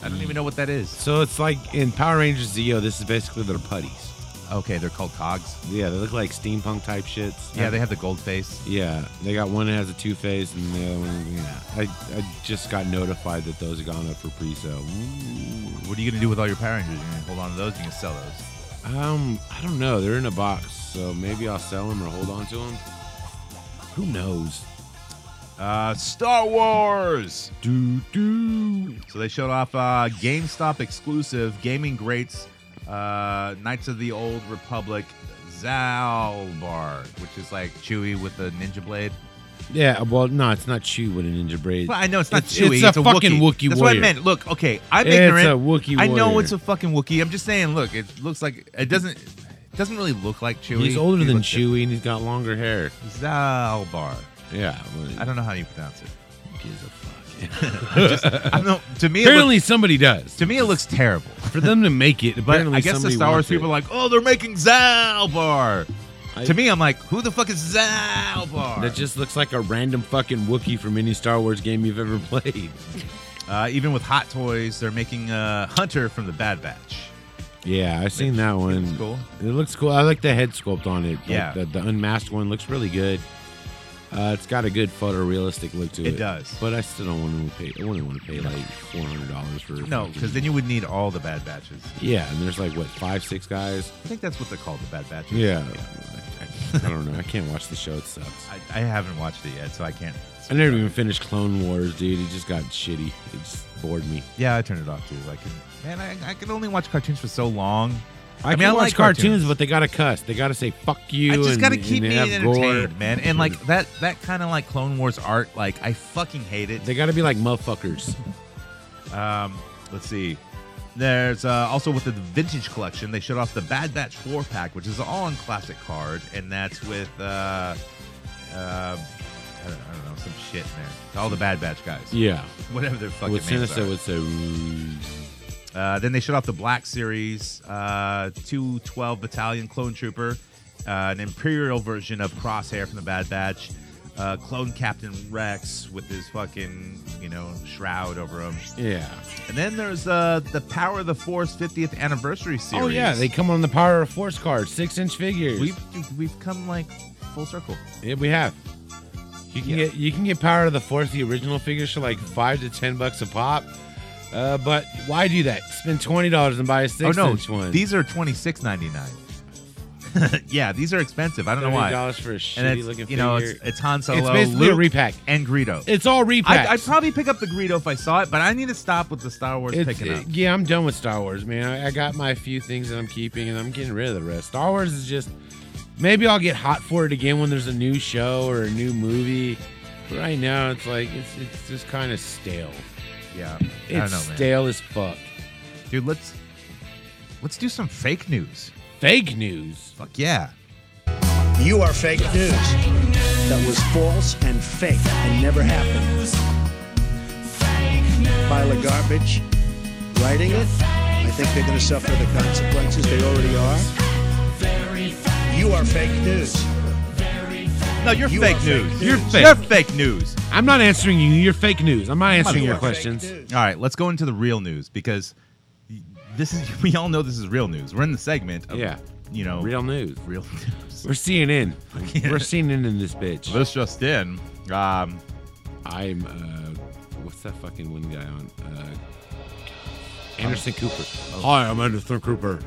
[SPEAKER 2] I don't even know what that is.
[SPEAKER 3] So it's like in Power Rangers Zeo. This is basically their putties.
[SPEAKER 2] Okay, they're called cogs.
[SPEAKER 3] Yeah, they look like steampunk type shits.
[SPEAKER 2] Yeah, they have the gold face.
[SPEAKER 3] Yeah, they got one that has a two face, and the other one. Yeah, I, I just got notified that those have gone up for pre-sale.
[SPEAKER 2] What are you gonna do with all your Power Rangers? You're gonna hold on to those? You're gonna sell those?
[SPEAKER 3] Um, I don't know. They're in a box, so maybe I'll sell them or hold on to them. Who knows?
[SPEAKER 2] Uh, Star Wars.
[SPEAKER 3] Do do.
[SPEAKER 2] So they showed off uh, GameStop exclusive gaming greats, uh, Knights of the Old Republic, Zalbar, which is like Chewie with the ninja blade.
[SPEAKER 3] Yeah, well, no, it's not Chew with a ninja braid.
[SPEAKER 2] Well, I know it's not
[SPEAKER 3] It's-
[SPEAKER 2] Chewie.
[SPEAKER 3] it's a fucking Wookiee
[SPEAKER 2] That's
[SPEAKER 3] warrior.
[SPEAKER 2] what I meant. Look, okay, I'm
[SPEAKER 3] It's
[SPEAKER 2] ignorant.
[SPEAKER 3] a Wookiee
[SPEAKER 2] I know
[SPEAKER 3] warrior.
[SPEAKER 2] it's a fucking Wookiee. I'm just saying. Look, it looks like it doesn't. It doesn't really look like Chewie.
[SPEAKER 3] He's older than
[SPEAKER 2] Chewie.
[SPEAKER 3] Chewie, and he's got longer hair.
[SPEAKER 2] Zalbar.
[SPEAKER 3] Yeah.
[SPEAKER 2] I don't know how you pronounce it.
[SPEAKER 3] gives a fuck.
[SPEAKER 2] I don't. To me, it
[SPEAKER 3] Apparently,
[SPEAKER 2] looks,
[SPEAKER 3] somebody does.
[SPEAKER 2] to me it looks terrible.
[SPEAKER 3] For them to make it,
[SPEAKER 2] But
[SPEAKER 3] apparently
[SPEAKER 2] I guess the
[SPEAKER 3] somebody
[SPEAKER 2] Star Wars
[SPEAKER 3] wants it.
[SPEAKER 2] people are like, oh, they're making Zalbar.
[SPEAKER 3] I-
[SPEAKER 2] to me, I'm like, who the fuck is Zalbar?
[SPEAKER 3] That just looks like a random fucking Wookiee from any Star Wars game you've ever played.
[SPEAKER 2] uh, even with Hot Toys, they're making uh, Hunter from the Bad Batch.
[SPEAKER 3] Yeah, I've seen that one.
[SPEAKER 2] looks cool.
[SPEAKER 3] It looks cool. I like the head sculpt on it. Like,
[SPEAKER 2] Yeah.
[SPEAKER 3] the, the unmasked one looks really good. Uh, it's got a good photorealistic look to it.
[SPEAKER 2] It does.
[SPEAKER 3] But I still don't want to pay. I wouldn't want to pay like four hundred dollars for. a
[SPEAKER 2] No,
[SPEAKER 3] fucking-
[SPEAKER 2] because then you would need all the Bad Batches.
[SPEAKER 3] Yeah, and there's like what five, six guys.
[SPEAKER 2] I think that's what they're called, the Bad Batches.
[SPEAKER 3] Yeah. I, I- I don't know. I can't watch the show. It sucks.
[SPEAKER 2] I, I haven't watched it yet, so I can't.
[SPEAKER 3] I never even finished Clone Wars, dude. It just got shitty. It just bored me.
[SPEAKER 2] Yeah, I turned it off too. Like, man, I, I can only watch cartoons for so long.
[SPEAKER 3] I,
[SPEAKER 2] mean,
[SPEAKER 3] can
[SPEAKER 2] I
[SPEAKER 3] watch
[SPEAKER 2] like
[SPEAKER 3] cartoons,
[SPEAKER 2] cartoons.
[SPEAKER 3] but they gotta cuss. They gotta say "fuck you."
[SPEAKER 2] I just
[SPEAKER 3] and-
[SPEAKER 2] gotta
[SPEAKER 3] and
[SPEAKER 2] keep
[SPEAKER 3] they
[SPEAKER 2] me
[SPEAKER 3] have gore.
[SPEAKER 2] entertained, man. And like that, that kind of like Clone Wars art, like I fucking hate it.
[SPEAKER 3] They gotta be like motherfuckers.
[SPEAKER 2] Um, let's see. There's uh, also with the vintage collection, they showed off the Bad Batch four pack, which is an all in classic card, and that's with uh, uh, I, don't, I don't know some shit in there. It's all the Bad Batch guys,
[SPEAKER 3] Yeah.
[SPEAKER 2] whatever their fucking
[SPEAKER 3] With
[SPEAKER 2] names
[SPEAKER 3] Sinister
[SPEAKER 2] are.
[SPEAKER 3] would say.
[SPEAKER 2] Uh, then they showed off the Black Series, uh, 212 Battalion Clone Trooper, uh, an Imperial version of Crosshair from the Bad Batch, uh, Clone Captain Rex with his fucking, you know, shroud over him.
[SPEAKER 3] Yeah.
[SPEAKER 2] And then there's uh, the Power of the Force 50th Anniversary Series.
[SPEAKER 3] Oh yeah, they come on the Power of Force card, six inch figures.
[SPEAKER 2] We've, we've come like full circle.
[SPEAKER 3] yeah, we have. You can
[SPEAKER 2] Yeah.
[SPEAKER 3] get you can get Power of the Force the original figures for like five to ten bucks a pop. Uh, but why do that? Spend twenty dollars and buy a six
[SPEAKER 2] oh,
[SPEAKER 3] inch
[SPEAKER 2] no.
[SPEAKER 3] one.
[SPEAKER 2] These are twenty six ninety nine. yeah, these are expensive. I don't know why.
[SPEAKER 3] dollars for a
[SPEAKER 2] And
[SPEAKER 3] shitty
[SPEAKER 2] it's,
[SPEAKER 3] looking
[SPEAKER 2] you know,
[SPEAKER 3] figure.
[SPEAKER 2] it's, it's Han Solo,
[SPEAKER 3] It's basically a
[SPEAKER 2] Luke,
[SPEAKER 3] repack.
[SPEAKER 2] and Greedo.
[SPEAKER 3] It's all
[SPEAKER 2] I,
[SPEAKER 3] repacks.
[SPEAKER 2] I'd probably pick up the Greedo if I saw it, but I need to stop with the Star Wars
[SPEAKER 3] It's-
[SPEAKER 2] picking up.
[SPEAKER 3] it- yeah, I'm done with Star Wars, man. I, I got my few things that I'm keeping, and I'm getting rid of the rest. Star Wars is just maybe I'll get hot for it again when there's a new show or a new movie. But right now, it's like it's it's just kind of stale.
[SPEAKER 2] yeah, I don't
[SPEAKER 3] It's
[SPEAKER 2] know, man.
[SPEAKER 3] stale as fuck.
[SPEAKER 2] Dude, let's let's do some fake news.
[SPEAKER 3] Fake news.
[SPEAKER 2] Fuck yeah.
[SPEAKER 7] You are fake news. That was false and fake and never happened. Pile of garbage. Writing it, I think they're going to suffer the consequences. They already are. You are fake news.
[SPEAKER 2] No, you're
[SPEAKER 7] You
[SPEAKER 2] fake
[SPEAKER 7] are
[SPEAKER 2] news.
[SPEAKER 7] fake
[SPEAKER 2] You're
[SPEAKER 3] news.
[SPEAKER 2] fake. You're fake news.
[SPEAKER 3] I'm not answering you. You're fake news. I'm not answering
[SPEAKER 7] You
[SPEAKER 3] your
[SPEAKER 7] are fake
[SPEAKER 3] questions.
[SPEAKER 7] news.
[SPEAKER 2] All right, let's go into the real news because this is we all know this is real news. We're in the segment. Of,
[SPEAKER 3] Yeah.
[SPEAKER 2] You know,
[SPEAKER 3] Real news.
[SPEAKER 2] real news.
[SPEAKER 3] We're CNN. We're CNN in this bitch.
[SPEAKER 2] This just in. Um,
[SPEAKER 3] I'm uh, what's that fucking one guy on? Uh, Anderson Cooper. Oh. Hi, I'm Anderson Cooper.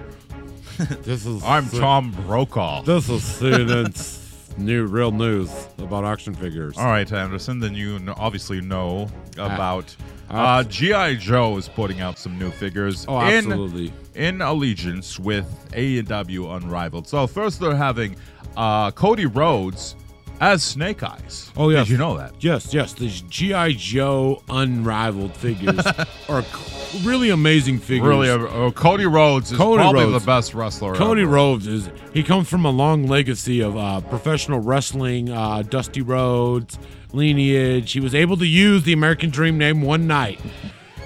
[SPEAKER 3] this is
[SPEAKER 2] I'm Tom Brokaw.
[SPEAKER 3] This is CNN's new real news about action figures.
[SPEAKER 2] All right, Anderson. Then you kn- obviously know about
[SPEAKER 3] Ah.
[SPEAKER 2] uh, GI Joe is putting out some new figures.
[SPEAKER 3] Oh,
[SPEAKER 2] in-
[SPEAKER 3] absolutely.
[SPEAKER 2] In, allegiance with AEW Unrivaled. So first they're having uh, Cody Rhodes as Snake Eyes.
[SPEAKER 3] Oh, yes.
[SPEAKER 2] Did you know that?
[SPEAKER 3] Yes, yes. These GI Joe unrivaled figures are c- really amazing figures.
[SPEAKER 2] Really, uh, uh, Cody Rhodes is
[SPEAKER 3] Cody
[SPEAKER 2] probably
[SPEAKER 3] Rhodes.
[SPEAKER 2] the best wrestler.
[SPEAKER 3] Cody
[SPEAKER 2] ever.
[SPEAKER 3] Rhodes is he comes from a long legacy of uh, professional wrestling, uh, Dusty Rhodes lineage. He was able to use the American Dream name one night,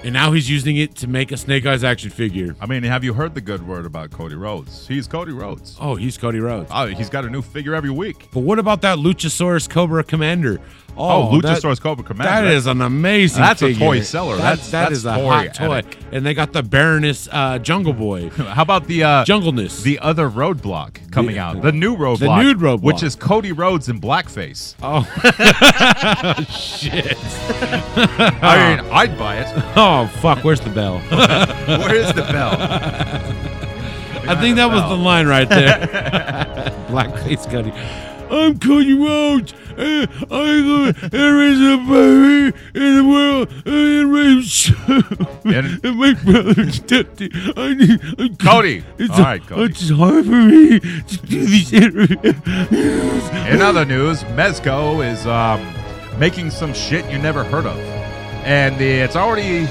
[SPEAKER 3] and now he's using it to make a Snake Eyes action figure.
[SPEAKER 2] I mean, have you heard the good word about Cody Rhodes? He's Cody Rhodes.
[SPEAKER 3] Oh, he's Cody Rhodes.
[SPEAKER 2] Oh, he's got a new figure every week.
[SPEAKER 3] But what about that Luchasaurus Cobra Commander?
[SPEAKER 2] Oh,
[SPEAKER 3] that-
[SPEAKER 2] Luchasaurus Cobra Commander.
[SPEAKER 3] That is an amazing.
[SPEAKER 2] That's a
[SPEAKER 3] figure.
[SPEAKER 2] toy seller. That's-
[SPEAKER 3] that
[SPEAKER 2] that's
[SPEAKER 3] is a
[SPEAKER 2] toy
[SPEAKER 3] hot toy.
[SPEAKER 2] addict.
[SPEAKER 3] And they got the Baroness uh, Jungle Boy,
[SPEAKER 2] How about the uh,
[SPEAKER 3] Jungleness.
[SPEAKER 2] the other roadblock coming out, the new roadblock,
[SPEAKER 3] nude roadblock.
[SPEAKER 2] which is Cody Rhodes in blackface.
[SPEAKER 3] oh shit!
[SPEAKER 2] I mean, I'd buy it.
[SPEAKER 3] Oh fuck! Where's the bell?
[SPEAKER 2] Where is the bell?
[SPEAKER 3] I think that was the line right there. Blackface Cody. I'm Cody Rhodes. Uh, I'm the there is a baby in the world. uh, It rapes.
[SPEAKER 2] And-
[SPEAKER 3] and my brother's tempted. I need. I'm
[SPEAKER 2] Cody.
[SPEAKER 3] It's
[SPEAKER 2] All right, Cody.
[SPEAKER 3] It's hard for me to do these interviews.
[SPEAKER 2] In other news, Mezco is um, making some shit you never heard of, and the, it's already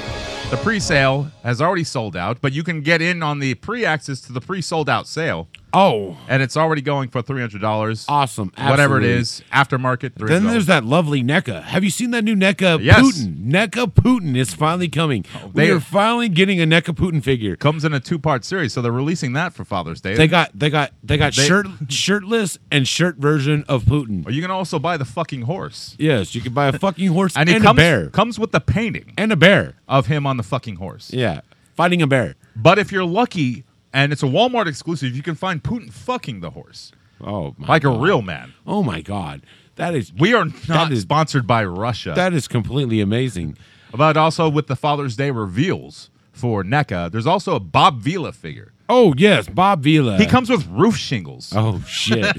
[SPEAKER 2] the pre-sale has already sold out, but you can get in on the pre-access to the pre-sold out sale,
[SPEAKER 3] Oh,
[SPEAKER 2] and it's already going for three hundred dollars.
[SPEAKER 3] awesome.
[SPEAKER 2] Whatever it
[SPEAKER 3] Absolutely.
[SPEAKER 2] is, aftermarket. $300.
[SPEAKER 3] Then there's that lovely NECA. Have you seen that new NECA
[SPEAKER 2] Yes. Oh,
[SPEAKER 3] Putin? NECA Putin is finally coming.
[SPEAKER 2] they-
[SPEAKER 3] we are finally getting a NECA Putin figure.
[SPEAKER 2] comes in a two-part series, so they're releasing that for Father's Day.
[SPEAKER 3] They got they got they got
[SPEAKER 2] They-
[SPEAKER 3] shirt shirtless and shirt version of Putin.
[SPEAKER 2] Or you can also buy the fucking horse.
[SPEAKER 3] Yes, you can buy a fucking horse and,
[SPEAKER 2] And it
[SPEAKER 3] a
[SPEAKER 2] comes,
[SPEAKER 3] bear
[SPEAKER 2] comes with the painting
[SPEAKER 3] and a bear.
[SPEAKER 2] of him on the fucking horse.
[SPEAKER 3] Yeah, fighting a bear.
[SPEAKER 2] But if you're lucky and it's a Walmart exclusive, you can find Putin fucking the horse
[SPEAKER 3] Oh my!
[SPEAKER 2] like a
[SPEAKER 3] God.
[SPEAKER 2] real man.
[SPEAKER 3] Oh my God! That is
[SPEAKER 2] We are not
[SPEAKER 3] is-
[SPEAKER 2] sponsored by Russia.
[SPEAKER 3] that is completely amazing.
[SPEAKER 2] but also with the Father's Day reveals for NECA, there's also a Bob Vila figure.
[SPEAKER 3] Oh yes, Bob Vila.
[SPEAKER 2] He comes with roof shingles.
[SPEAKER 3] Oh shit!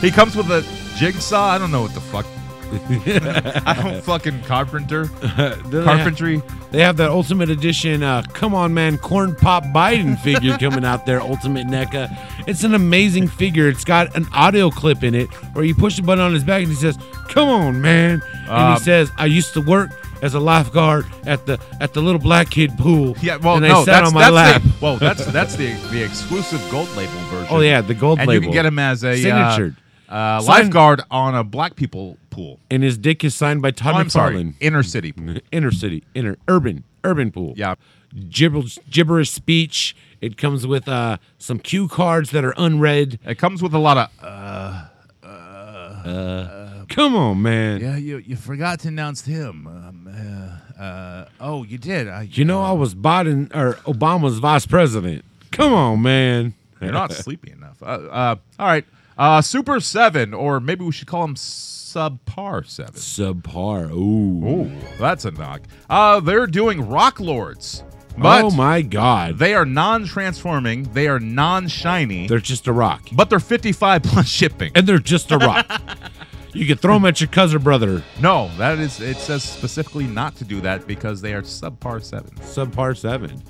[SPEAKER 2] He comes with a jigsaw. I don't know what the fuck. I don't fucking carpenter. Carpentry.
[SPEAKER 3] They have that Ultimate Edition uh, Come On Man Corn Pop Biden figure coming out there, Ultimate NECA. It's an amazing figure. It's got an audio clip in it where you push a button on his back and he says, Come on, man. And
[SPEAKER 2] Um,
[SPEAKER 3] he says, I used to work as a lifeguard at the at the little black kid pool.
[SPEAKER 2] Yeah, well,
[SPEAKER 3] and they
[SPEAKER 2] no,
[SPEAKER 3] sat
[SPEAKER 2] that's,
[SPEAKER 3] on my
[SPEAKER 2] that's
[SPEAKER 3] lap.
[SPEAKER 2] the well, that's that's the the exclusive gold label version.
[SPEAKER 3] Oh, yeah, the gold
[SPEAKER 2] and you can
[SPEAKER 3] label.
[SPEAKER 2] get him as a
[SPEAKER 3] Signatured.
[SPEAKER 2] uh, uh,
[SPEAKER 3] Sign-
[SPEAKER 2] lifeguard on a black people pool.
[SPEAKER 3] and his dick is signed by
[SPEAKER 2] Oh,
[SPEAKER 3] Todd
[SPEAKER 2] I'm sorry,
[SPEAKER 3] McFarlane.
[SPEAKER 2] inner city. pool.
[SPEAKER 3] Inner city, inner urban, urban pool.
[SPEAKER 2] Yeah,
[SPEAKER 3] Gibberish, gibberish speech. It comes with uh, some cue cards that are unread.
[SPEAKER 2] it comes with a lot of. Uh,
[SPEAKER 3] Come on, man.
[SPEAKER 2] yeah, you you forgot to announce him. Um, uh, uh, oh, you did. I,
[SPEAKER 3] You know, I was Biden or Obama's vice president. Come on, man.
[SPEAKER 2] you're not sleepy enough. Uh, uh, all right, uh, Super Seven, or maybe we should call him Subpar Seven.
[SPEAKER 3] Subpar. Ooh.
[SPEAKER 2] Oh, that's a knock. Uh, they're doing Rock Lords, but
[SPEAKER 3] oh my God.
[SPEAKER 2] They are non-transforming. They are non-shiny.
[SPEAKER 3] They're just a rock,
[SPEAKER 2] but they're 55 plus shipping.
[SPEAKER 3] and they're just a rock. you can throw them at your cousin brother.
[SPEAKER 2] No, that is. It says specifically not to do that because they are subpar seven.
[SPEAKER 3] Subpar seven.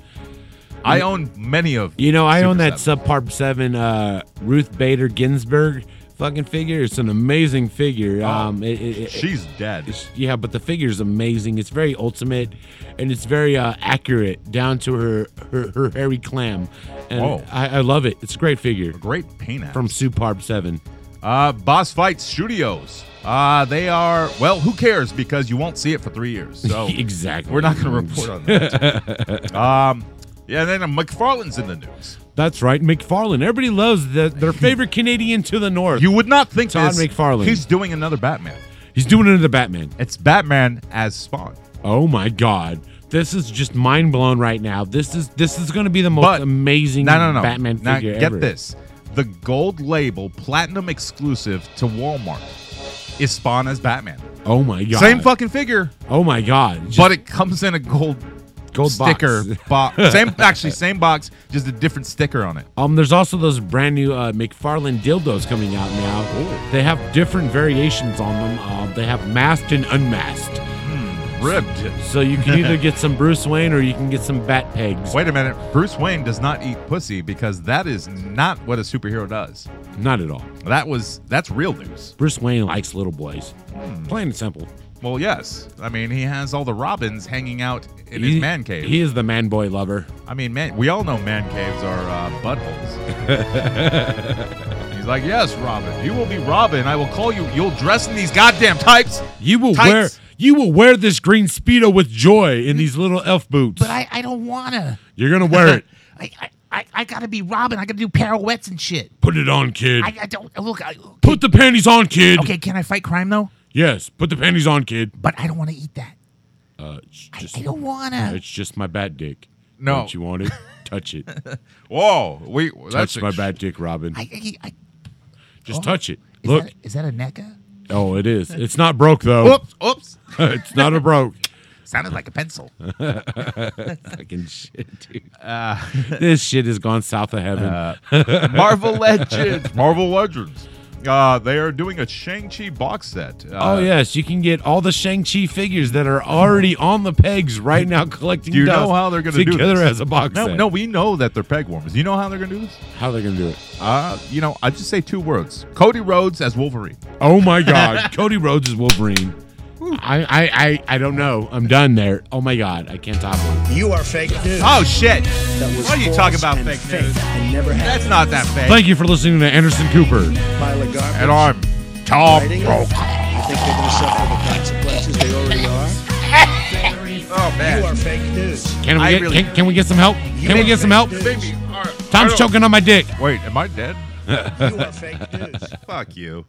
[SPEAKER 2] I own many of.
[SPEAKER 3] You know, I
[SPEAKER 2] Super
[SPEAKER 3] own that
[SPEAKER 2] Seven.
[SPEAKER 3] subpar seven uh, Ruth Bader Ginsburg fucking figure. It's an amazing
[SPEAKER 2] Oh,
[SPEAKER 3] figure. Um, it, it, it-
[SPEAKER 2] She's dead.
[SPEAKER 3] It's- yeah, but the figure's amazing. It's very ultimate, and it's very uh, accurate down to her her, her hairy clam. And
[SPEAKER 2] Whoa.
[SPEAKER 3] I, I love it. It's a great figure
[SPEAKER 2] Great pain app.
[SPEAKER 3] from Suparb Seven.
[SPEAKER 2] uh, Boss Fight Studios. Uh, they are well. Who cares? Because you won't see it for three years. So
[SPEAKER 3] exactly.
[SPEAKER 2] we're not going to report on that. um, Yeah, then uh, McFarlane's in the news.
[SPEAKER 3] That's right, McFarlane. Everybody loves the, their favorite Canadian to the north.
[SPEAKER 2] You would not think
[SPEAKER 3] Todd
[SPEAKER 2] this.
[SPEAKER 3] McFarlane.
[SPEAKER 2] He's doing another Batman.
[SPEAKER 3] He's doing it to the Batman.
[SPEAKER 2] It's Batman as Spawn.
[SPEAKER 3] Oh my god. This is just mind blown right now. This is this is going to be the most
[SPEAKER 2] But
[SPEAKER 3] amazing
[SPEAKER 2] No, no, no.
[SPEAKER 3] Batman
[SPEAKER 2] Now,
[SPEAKER 3] figure
[SPEAKER 2] Get
[SPEAKER 3] ever.
[SPEAKER 2] this: the gold label, platinum exclusive to Walmart, is Spawn as Batman.
[SPEAKER 3] Oh my god.
[SPEAKER 2] Same fucking figure,
[SPEAKER 3] Oh my god. Just
[SPEAKER 2] but it comes in a gold
[SPEAKER 3] gold box.
[SPEAKER 2] sticker box. same, actually, same box, just a different sticker on it.
[SPEAKER 3] Um, there's also those brand new uh, McFarlane dildos coming out now. They have different variations on them. Uh, they have masked and unmasked.
[SPEAKER 2] Ribbed.
[SPEAKER 3] So you can either get some Bruce Wayne or you can get some bat pegs.
[SPEAKER 2] Wait a minute. Bruce Wayne does not eat pussy because that is not what a superhero does.
[SPEAKER 3] Not at all.
[SPEAKER 2] That was that's real news.
[SPEAKER 3] Bruce Wayne likes little boys.
[SPEAKER 6] Hmm.
[SPEAKER 3] Plain and simple.
[SPEAKER 2] Well, yes. I mean, he has all the robins hanging out in his
[SPEAKER 3] He-
[SPEAKER 2] man cave.
[SPEAKER 3] He is the man boy lover.
[SPEAKER 2] I mean, man, we all know man caves are uh, buttholes. He's like, yes, Robin, you will be Robin. I will call you. You'll dress in these goddamn tights.
[SPEAKER 3] You will
[SPEAKER 2] Tights.
[SPEAKER 3] wear you will wear this green speedo with joy in these little elf boots.
[SPEAKER 6] But I, I don't wanna.
[SPEAKER 3] You're gonna wear it.
[SPEAKER 6] I, I, I, I gotta be Robin. I gotta do pirouettes and shit.
[SPEAKER 3] Put it on, kid.
[SPEAKER 6] I, I don't look. I,
[SPEAKER 3] Put the panties on, kid.
[SPEAKER 6] okay, can I fight crime though?
[SPEAKER 3] Yes, put the panties on, kid.
[SPEAKER 6] But I don't want to eat that.
[SPEAKER 3] Uh, it's
[SPEAKER 6] I,
[SPEAKER 3] just,
[SPEAKER 6] I don't wanna.
[SPEAKER 3] it's just my bat dick.
[SPEAKER 2] No.
[SPEAKER 3] Don't you want it? Touch it.
[SPEAKER 2] Whoa, we that's
[SPEAKER 3] touch my bat dick, Robin.
[SPEAKER 6] I, I, I,
[SPEAKER 3] just
[SPEAKER 6] oh.
[SPEAKER 3] touch it.
[SPEAKER 6] is
[SPEAKER 3] Look.
[SPEAKER 6] that, is that a NECA?
[SPEAKER 3] oh, it is. It's not broke though.
[SPEAKER 2] Oops, oops.
[SPEAKER 3] it's not a broke.
[SPEAKER 6] Sounded like a pencil.
[SPEAKER 3] Fucking shit, dude. Uh, this shit has gone south of heaven.
[SPEAKER 2] Uh, Marvel Legends. Marvel Legends. Uh, they are doing a Shang-Chi box set. Uh,
[SPEAKER 3] oh yes, you can get all the Shang Chi figures that are already on the pegs right now, collecting.
[SPEAKER 2] Do you
[SPEAKER 3] dust
[SPEAKER 2] know how they're going to do
[SPEAKER 3] together
[SPEAKER 2] this?
[SPEAKER 3] as a box
[SPEAKER 2] No,
[SPEAKER 3] set.
[SPEAKER 2] no, we know that they're peg warmers. You know how they're going to do this?
[SPEAKER 3] how they're gonna do it?
[SPEAKER 2] Uh, you know, I just say two words: Cody Rhodes as Wolverine.
[SPEAKER 3] Oh my God, Cody Rhodes is Wolverine. I, I, I, I don't know. I'm done there. Oh my God, I can't top it.
[SPEAKER 7] You are fake news.
[SPEAKER 2] Oh shit!
[SPEAKER 7] That was
[SPEAKER 2] What are you
[SPEAKER 7] false
[SPEAKER 2] talking about,
[SPEAKER 7] and
[SPEAKER 2] fake
[SPEAKER 7] fake
[SPEAKER 2] news?
[SPEAKER 7] And never
[SPEAKER 2] That's
[SPEAKER 7] happened.
[SPEAKER 2] not that fake.
[SPEAKER 3] Thank you for listening to Anderson Cooper.
[SPEAKER 7] Pile of garbage.
[SPEAKER 2] and I'm Tom
[SPEAKER 7] Writing it.
[SPEAKER 2] Brokaw.
[SPEAKER 7] You think they're going to suffer the consequences? They already are.
[SPEAKER 2] Oh
[SPEAKER 7] You
[SPEAKER 2] man.
[SPEAKER 7] are fake news.
[SPEAKER 3] Can we
[SPEAKER 2] I
[SPEAKER 3] get?
[SPEAKER 2] really-
[SPEAKER 3] can, can we get some help? Can we get some help?
[SPEAKER 2] Baby, all right. I
[SPEAKER 3] Tom's
[SPEAKER 2] don't-
[SPEAKER 3] choking on my dick.
[SPEAKER 2] Wait, am I dead?
[SPEAKER 7] You are fake news.
[SPEAKER 2] Fuck you.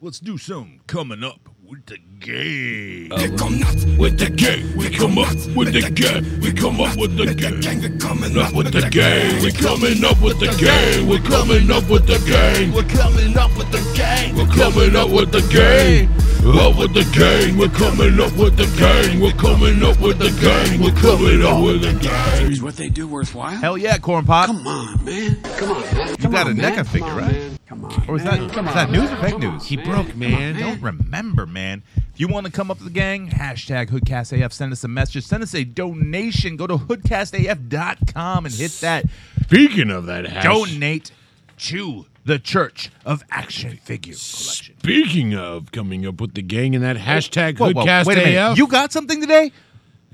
[SPEAKER 5] Let's do some coming up with the game.
[SPEAKER 8] We come up with the gang. We come up with the gang. We come up with the gang. We coming up with the gang. We coming up with the gang. We coming up with the gang. We're coming up with the gang. We're coming up with the gang. Up with the gang. We're coming up with the gang. We're coming up with the gang. We're coming up with the gang.
[SPEAKER 9] Is what they do worthwhile?
[SPEAKER 2] Hell yeah, corn pop.
[SPEAKER 9] Come on, man. Come on, man.
[SPEAKER 2] you got
[SPEAKER 9] on,
[SPEAKER 2] a
[SPEAKER 9] man.
[SPEAKER 2] NECA figure,
[SPEAKER 9] Come on,
[SPEAKER 2] right?
[SPEAKER 9] man. Come on.
[SPEAKER 2] Or was that,
[SPEAKER 9] man.
[SPEAKER 2] was
[SPEAKER 9] Come on,
[SPEAKER 2] that news or
[SPEAKER 9] man.
[SPEAKER 2] fake
[SPEAKER 9] Come
[SPEAKER 2] news?
[SPEAKER 3] He broke, man.
[SPEAKER 2] I don't remember, man. If you want to come up to the gang, hashtag HoodcastAF, send us a message, send us a donation. Go to hoodcastaf.com and hit that
[SPEAKER 3] Speaking of that, hash,
[SPEAKER 2] donate to the Church of Action Figure Collection.
[SPEAKER 3] Speaking of coming up with the gang and that hashtag
[SPEAKER 2] Whoa, whoa,
[SPEAKER 3] Hoodcast
[SPEAKER 2] wait a minute.
[SPEAKER 3] AF.
[SPEAKER 2] You Oh. got something today?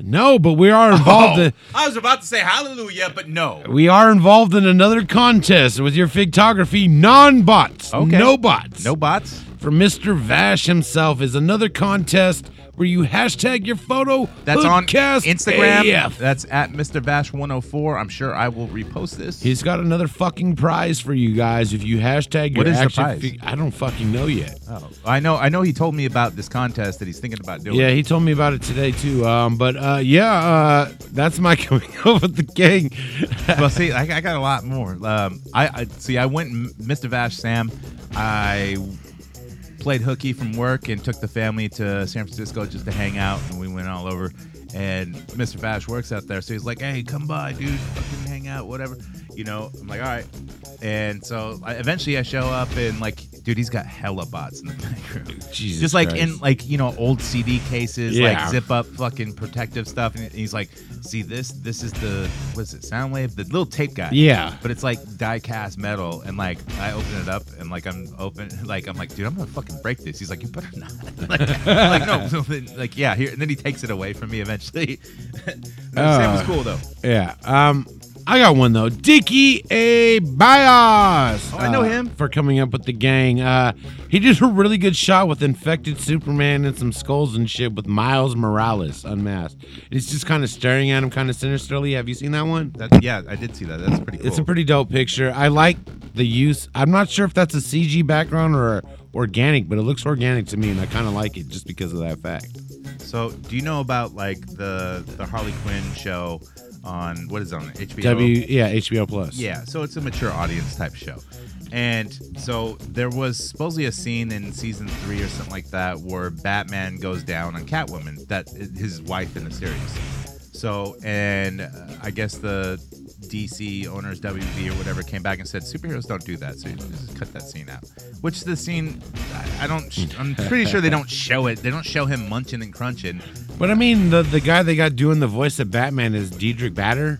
[SPEAKER 3] no, but we are involved. in-
[SPEAKER 2] I was about to say hallelujah, but no.
[SPEAKER 3] we are involved in another contest with your figtography, non-bots,
[SPEAKER 2] Okay.
[SPEAKER 3] no bots,
[SPEAKER 2] No bots.
[SPEAKER 3] for Mr. Vash himself is another contest where you hashtag your photo.
[SPEAKER 2] That's on
[SPEAKER 3] Hoodcast
[SPEAKER 2] Instagram.
[SPEAKER 3] AF.
[SPEAKER 2] That's at Mr. Vash 104. I'm sure I will repost this.
[SPEAKER 3] He's got another fucking prize for you guys if you hashtag your
[SPEAKER 2] What is the
[SPEAKER 3] action
[SPEAKER 2] prize?
[SPEAKER 3] I don't fucking know yet.
[SPEAKER 2] oh, I know. I know. He told me about this contest that he's thinking about doing.
[SPEAKER 3] Yeah, he told me about it today too. Um, but uh, yeah, uh, that's my coming up with the gang.
[SPEAKER 2] well, see, I, I got a lot more. Um, I, I see. I went M- Mr. Vash Sam. I played hooky from work and took the family to San Francisco just to hang out, and we went all over. And Mr. Vash works out there, so he's like, "Hey, come by, dude. Fucking hang out, whatever." You know, I'm like, "All right." And so I, eventually, I show up and like, dude, he's got hella bots in the back room.
[SPEAKER 3] Jesus
[SPEAKER 2] just like
[SPEAKER 3] Christ.
[SPEAKER 2] in like you know old CD cases,
[SPEAKER 3] Yeah.
[SPEAKER 2] like zip up fucking protective stuff, and he's like, "See this? This is the what's it? Soundwave, the little tape guy."
[SPEAKER 3] Yeah.
[SPEAKER 2] but it's like die cast metal, and like I open it up, and like I'm open, like I'm like, dude, I'm gonna fucking break this. He's like, you better not. like, like, no, no, then, like yeah, here, and then he takes it away from me eventually. no, Sam was
[SPEAKER 3] Uh.
[SPEAKER 2] cool though.
[SPEAKER 3] Yeah. Um, I got one though. Dickie A. Bios.
[SPEAKER 2] Oh, I know him.
[SPEAKER 3] for coming up with the gang. Uh, he did a really good shot with infected Superman and some skulls and shit with Miles Morales unmasked. And he's just kind of staring at him, kind of sinisterly. Have you seen that one?
[SPEAKER 2] That, yeah, I did see that. That's pretty cool.
[SPEAKER 3] It's a pretty dope picture. I like the use. I'm not sure if that's a CG background or organic, but it looks organic to me, and I kind of like it just because of that fact.
[SPEAKER 2] so, do you know about like the the Harley Quinn show on what is it on HBO?
[SPEAKER 3] W, E yeah, HBO Plus.
[SPEAKER 2] Yeah, so it's a mature audience type show. And so there was supposedly a scene in season three or something like that where Batman goes down on Catwoman, that his wife in the series. So, and uh, I guess the DC owners, WB or whatever, came back and said superheroes don't do that, so you just cut that scene out. Which the scene, I, I don't, sh- I'm pretty sure they don't show it. They don't show him munching and crunching.
[SPEAKER 3] But I mean, the the guy they got doing the voice of Batman is Diedrich Bader.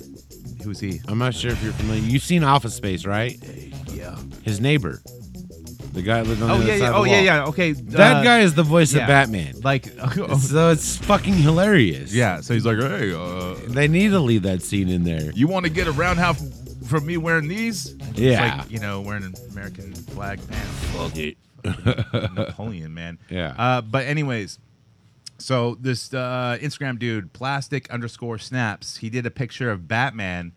[SPEAKER 2] Who's he?
[SPEAKER 3] I'm not sure if you're familiar. You've seen Office Space, right?
[SPEAKER 2] Yeah.
[SPEAKER 3] His neighbor, the guy that lived on
[SPEAKER 2] Oh
[SPEAKER 3] the other
[SPEAKER 2] yeah,
[SPEAKER 3] side
[SPEAKER 2] yeah.
[SPEAKER 3] of the
[SPEAKER 2] oh yeah,
[SPEAKER 3] wall.
[SPEAKER 2] yeah. Okay,
[SPEAKER 3] That
[SPEAKER 2] uh,
[SPEAKER 3] guy is the voice
[SPEAKER 2] yeah.
[SPEAKER 3] of Batman.
[SPEAKER 2] Like, oh,
[SPEAKER 3] So it's fucking hilarious.
[SPEAKER 2] yeah. So he's like, hey, uh,
[SPEAKER 3] They need to leave that scene in there.
[SPEAKER 2] you want to get a roundhouse from me wearing these?
[SPEAKER 3] Yeah.
[SPEAKER 2] It's like, you know, wearing an American flag pants.
[SPEAKER 4] Fuck it.
[SPEAKER 2] Napoleon, man.
[SPEAKER 3] Yeah.
[SPEAKER 2] Uh, but anyways, so this uh, Instagram dude, plastic underscore snaps, he did a picture of Batman,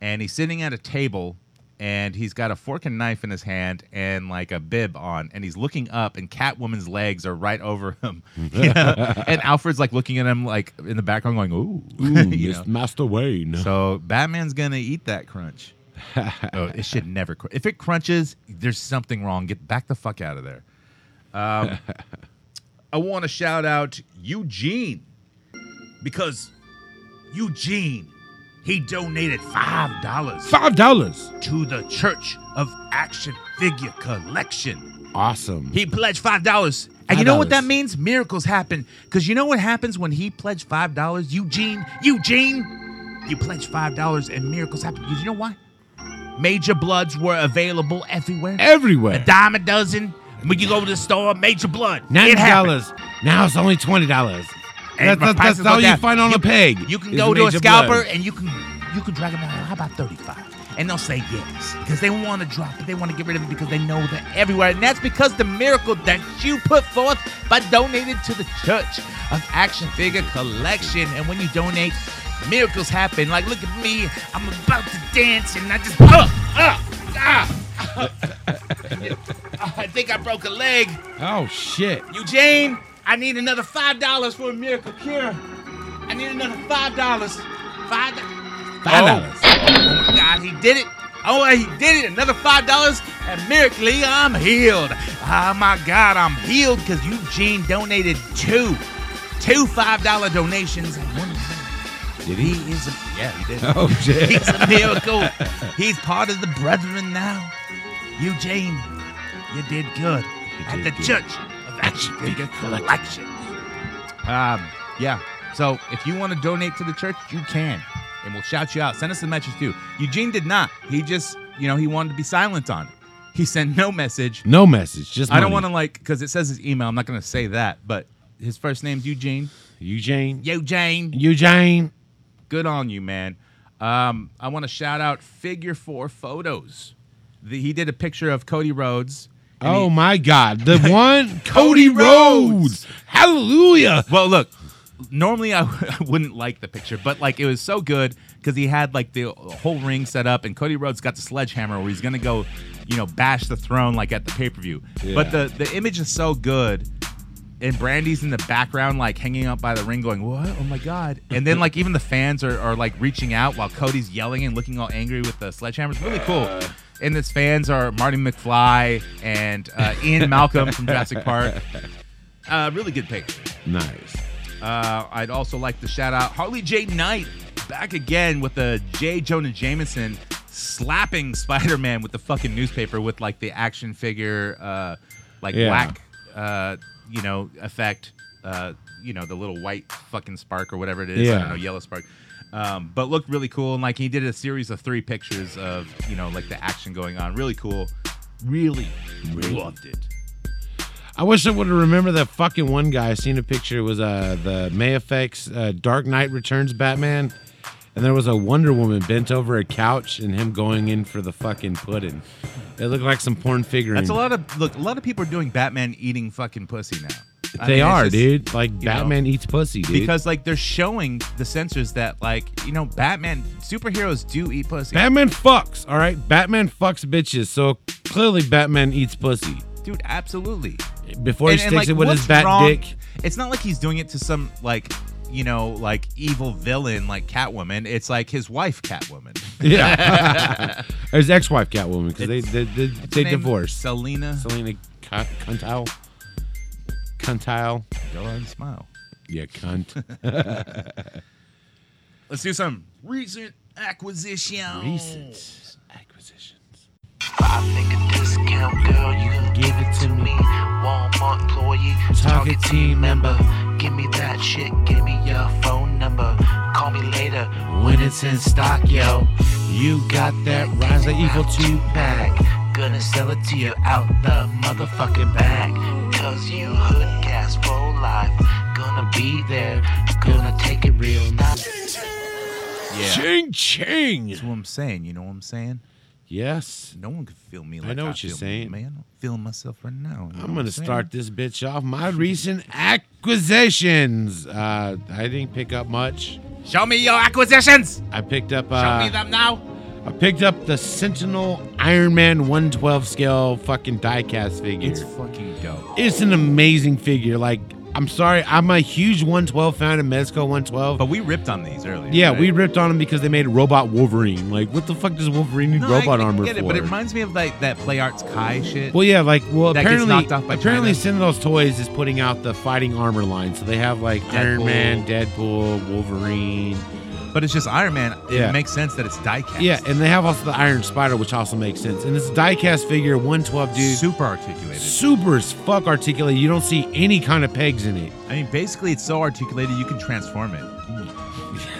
[SPEAKER 2] and he's sitting at a table, and he's got a fork and knife in his hand, and like a bib on, and he's looking up, and Catwoman's legs are right over him, You know? and Alfred's like looking at him like in the background, going, "Ooh,
[SPEAKER 3] Ooh,
[SPEAKER 2] You know?
[SPEAKER 3] Mr. Master Wayne.
[SPEAKER 2] So Batman's gonna eat that crunch. oh, it should never. Cr- if it crunches, there's something wrong. Get back the fuck out of there. Um, I want to shout out Eugene because Eugene he donated five dollars
[SPEAKER 3] Five dollars.
[SPEAKER 2] to the Church of Action Figure Collection.
[SPEAKER 3] Awesome.
[SPEAKER 2] He pledged five dollars. And you know what
[SPEAKER 3] $5.
[SPEAKER 2] that means? Miracles happen. Because you know what happens when he pledged five dollars? Eugene, Eugene, you pledged five dollars and miracles happen. Because you know why? Major bloods were available everywhere.
[SPEAKER 3] Everywhere.
[SPEAKER 2] A dime a dozen. When you go to the store, major blood.
[SPEAKER 3] Ninety
[SPEAKER 2] It happened.
[SPEAKER 3] dollars. Now it's only twenty dollars.
[SPEAKER 2] And
[SPEAKER 3] That's,
[SPEAKER 2] my
[SPEAKER 3] that's,
[SPEAKER 2] prices
[SPEAKER 3] that's all
[SPEAKER 2] go
[SPEAKER 3] you
[SPEAKER 2] down.
[SPEAKER 3] find on a peg.
[SPEAKER 2] You can
[SPEAKER 3] is
[SPEAKER 2] go to a
[SPEAKER 3] Major
[SPEAKER 2] scalper
[SPEAKER 3] Blood.
[SPEAKER 2] and you can you can drag them down. How about 35? And they'll say yes. Because they want to drop it. They want to get rid of it because they know they're everywhere. And that's because the miracle that you put forth by donating to the Church of Action Figure Collection. And when you donate, miracles happen. Like look at me. I'm about to dance and I just up, up, ah. I think I broke a leg.
[SPEAKER 3] Oh shit.
[SPEAKER 2] Eugene, I need another five dollars for a miracle cure. I need another five dollars. Five. do-
[SPEAKER 3] Five dollars.
[SPEAKER 2] Oh my God, he did it. Oh, he did it. Another five dollars, and miraculously, I'm healed. Oh my God, I'm healed because Eugene donated two, two five dollar donations. in one night.
[SPEAKER 3] Did he?
[SPEAKER 2] He is a yeah, he did.
[SPEAKER 3] Oh shit.
[SPEAKER 2] He's a miracle. He's part of the brethren now. Eugene, you did good at the Church of Action Figure Collection. Um, yeah. So if you want to donate to the church, you can, and we'll shout you out. Send us a message too. Eugene did not. He just, you know, he wanted to be silent on it. He sent no message.
[SPEAKER 3] No message. Just
[SPEAKER 2] I don't want
[SPEAKER 3] money.
[SPEAKER 2] to like because it says his email. I'm not going to say that, but his first name's Eugene.
[SPEAKER 3] Eugene.
[SPEAKER 2] Eugene
[SPEAKER 3] Eugene.
[SPEAKER 2] good on you, man. Um, I want to shout out Figure Four Photos. The, he did a picture of Cody Rhodes. and
[SPEAKER 3] Oh
[SPEAKER 2] he-
[SPEAKER 3] my God. The one Cody
[SPEAKER 2] Rhodes.
[SPEAKER 3] Rhodes. Hallelujah.
[SPEAKER 2] well, look. Normally, I w- I wouldn't like the picture, but like it was so good because he had like the whole ring set up, and Cody Rhodes got the sledgehammer where he's gonna go, you know, bash the throne like at the pay per view. But the the image is so good. And Brandy's in the background, like hanging out by the ring, going, "What? Oh my god!" And then, like, even the fans are, are like reaching out while Cody's yelling and looking all angry with the sledgehammer. It's really cool. And his fans are Marty McFly and uh, Ian Malcolm from Jurassic Park. Uh, really good picture.
[SPEAKER 3] Nice.
[SPEAKER 2] Uh, I'd also like to shout out Harley J. Knight back again with the J. Jonah Jameson slapping Spider Man with the fucking newspaper with like the action figure, uh, like
[SPEAKER 3] Yeah.
[SPEAKER 2] whack, uh, you know, effect, uh, you know, the little white fucking spark or whatever it is. I
[SPEAKER 3] Yeah.
[SPEAKER 2] don't know, yellow spark. Um, but looked really cool. And like he did a series of three pictures of, you know, like the action going on. Really cool. Really, loved it.
[SPEAKER 3] I wish I would have remembered that fucking one guy. I seen a picture. It was uh, the May Effects uh, Dark Knight Returns Batman. and there was a Wonder Woman bent over a couch and him going in for the fucking pudding. It looked like some porn figurine.
[SPEAKER 2] That's a lot of look. A lot of people are doing Batman eating fucking pussy now. I
[SPEAKER 3] They
[SPEAKER 2] mean, it's
[SPEAKER 3] are,
[SPEAKER 2] just-
[SPEAKER 3] dude. Like
[SPEAKER 2] know,
[SPEAKER 3] Batman eats pussy, dude.
[SPEAKER 2] Because like they're showing the censors that like you know Batman superheroes do eat pussy.
[SPEAKER 3] Batman fucks, all right? Batman fucks bitches. So clearly Batman eats pussy.
[SPEAKER 2] dude, absolutely.
[SPEAKER 3] Before he sticks
[SPEAKER 2] like,
[SPEAKER 3] it with his
[SPEAKER 2] what's
[SPEAKER 3] bat
[SPEAKER 2] wrong-
[SPEAKER 3] dick.
[SPEAKER 2] It's not like he's doing it to some like you know like evil villain like Catwoman. It's like his wife Catwoman.
[SPEAKER 3] Yeah. his ex-wife Catwoman because they they, they, they
[SPEAKER 2] Name-
[SPEAKER 3] divorced.
[SPEAKER 2] Selena.
[SPEAKER 3] Selena Cu- Cuntile. Cuntile.
[SPEAKER 2] Go ahead and smile.
[SPEAKER 3] Yeah, cunt.
[SPEAKER 2] Let's do some recent acquisition.
[SPEAKER 3] Recent acquisitions.
[SPEAKER 10] I think a discount, girl, you can give it to me. Walmart employee, Target team member. Give me that shit, give me your phone number. Call me later when it's in stock, yo. You got that Rise of Evil 2 pack. Gonna sell it to you out the motherfucking bag. Cause you hood cats for life. Gonna be there, gonna take it real nice.
[SPEAKER 2] Yeah.
[SPEAKER 3] Ching ching.
[SPEAKER 2] That's what I'm saying. You know what I'm saying?
[SPEAKER 3] Yes.
[SPEAKER 2] No one can feel me like
[SPEAKER 3] know what you're
[SPEAKER 2] feel me,
[SPEAKER 3] saying.
[SPEAKER 2] man. I'm feeling myself right now. You know
[SPEAKER 3] I'm
[SPEAKER 2] what
[SPEAKER 3] gonna
[SPEAKER 2] saying?
[SPEAKER 3] start this bitch off. My recent acquisitions. Uh, I didn't pick up much.
[SPEAKER 2] Show me your acquisitions.
[SPEAKER 3] I picked up.
[SPEAKER 2] Show
[SPEAKER 3] Uh,
[SPEAKER 2] me them now.
[SPEAKER 3] I picked up the Sentinel Iron Man 112 scale fucking diecast figure.
[SPEAKER 2] It's
[SPEAKER 3] It's,
[SPEAKER 2] fucking dope.
[SPEAKER 3] an amazing figure. Like, I'm sorry, I'm a huge 112 fan of Mezco 112.
[SPEAKER 2] But we ripped on these earlier.
[SPEAKER 3] yeah,
[SPEAKER 2] right?
[SPEAKER 3] we ripped on him because they made Robot Wolverine. Like, what the fuck does Wolverine need
[SPEAKER 2] No,
[SPEAKER 3] robot
[SPEAKER 2] I,
[SPEAKER 3] armor
[SPEAKER 2] I get
[SPEAKER 3] for?
[SPEAKER 2] it, but it reminds me of like that Play Arts Kai shit.
[SPEAKER 3] well, yeah, like, well,
[SPEAKER 2] That gets
[SPEAKER 3] apparently,
[SPEAKER 2] knocked off by
[SPEAKER 3] apparently,
[SPEAKER 2] China.
[SPEAKER 3] Sentinel's Toys is putting out the fighting armor line, so they have like Iron
[SPEAKER 2] Deadpool.
[SPEAKER 3] Man, Deadpool, Wolverine.
[SPEAKER 2] but it's just Iron Man.
[SPEAKER 3] Yeah.
[SPEAKER 2] It makes sense that it's diecast.
[SPEAKER 3] Yeah, and they have also the Iron Spider, which also makes sense. And it's a diecast figure, 112 dude.
[SPEAKER 2] super articulated.
[SPEAKER 3] super as fuck articulate. You don't see any kind of pegs in it.
[SPEAKER 2] I mean, basically, it's so articulated you can transform it.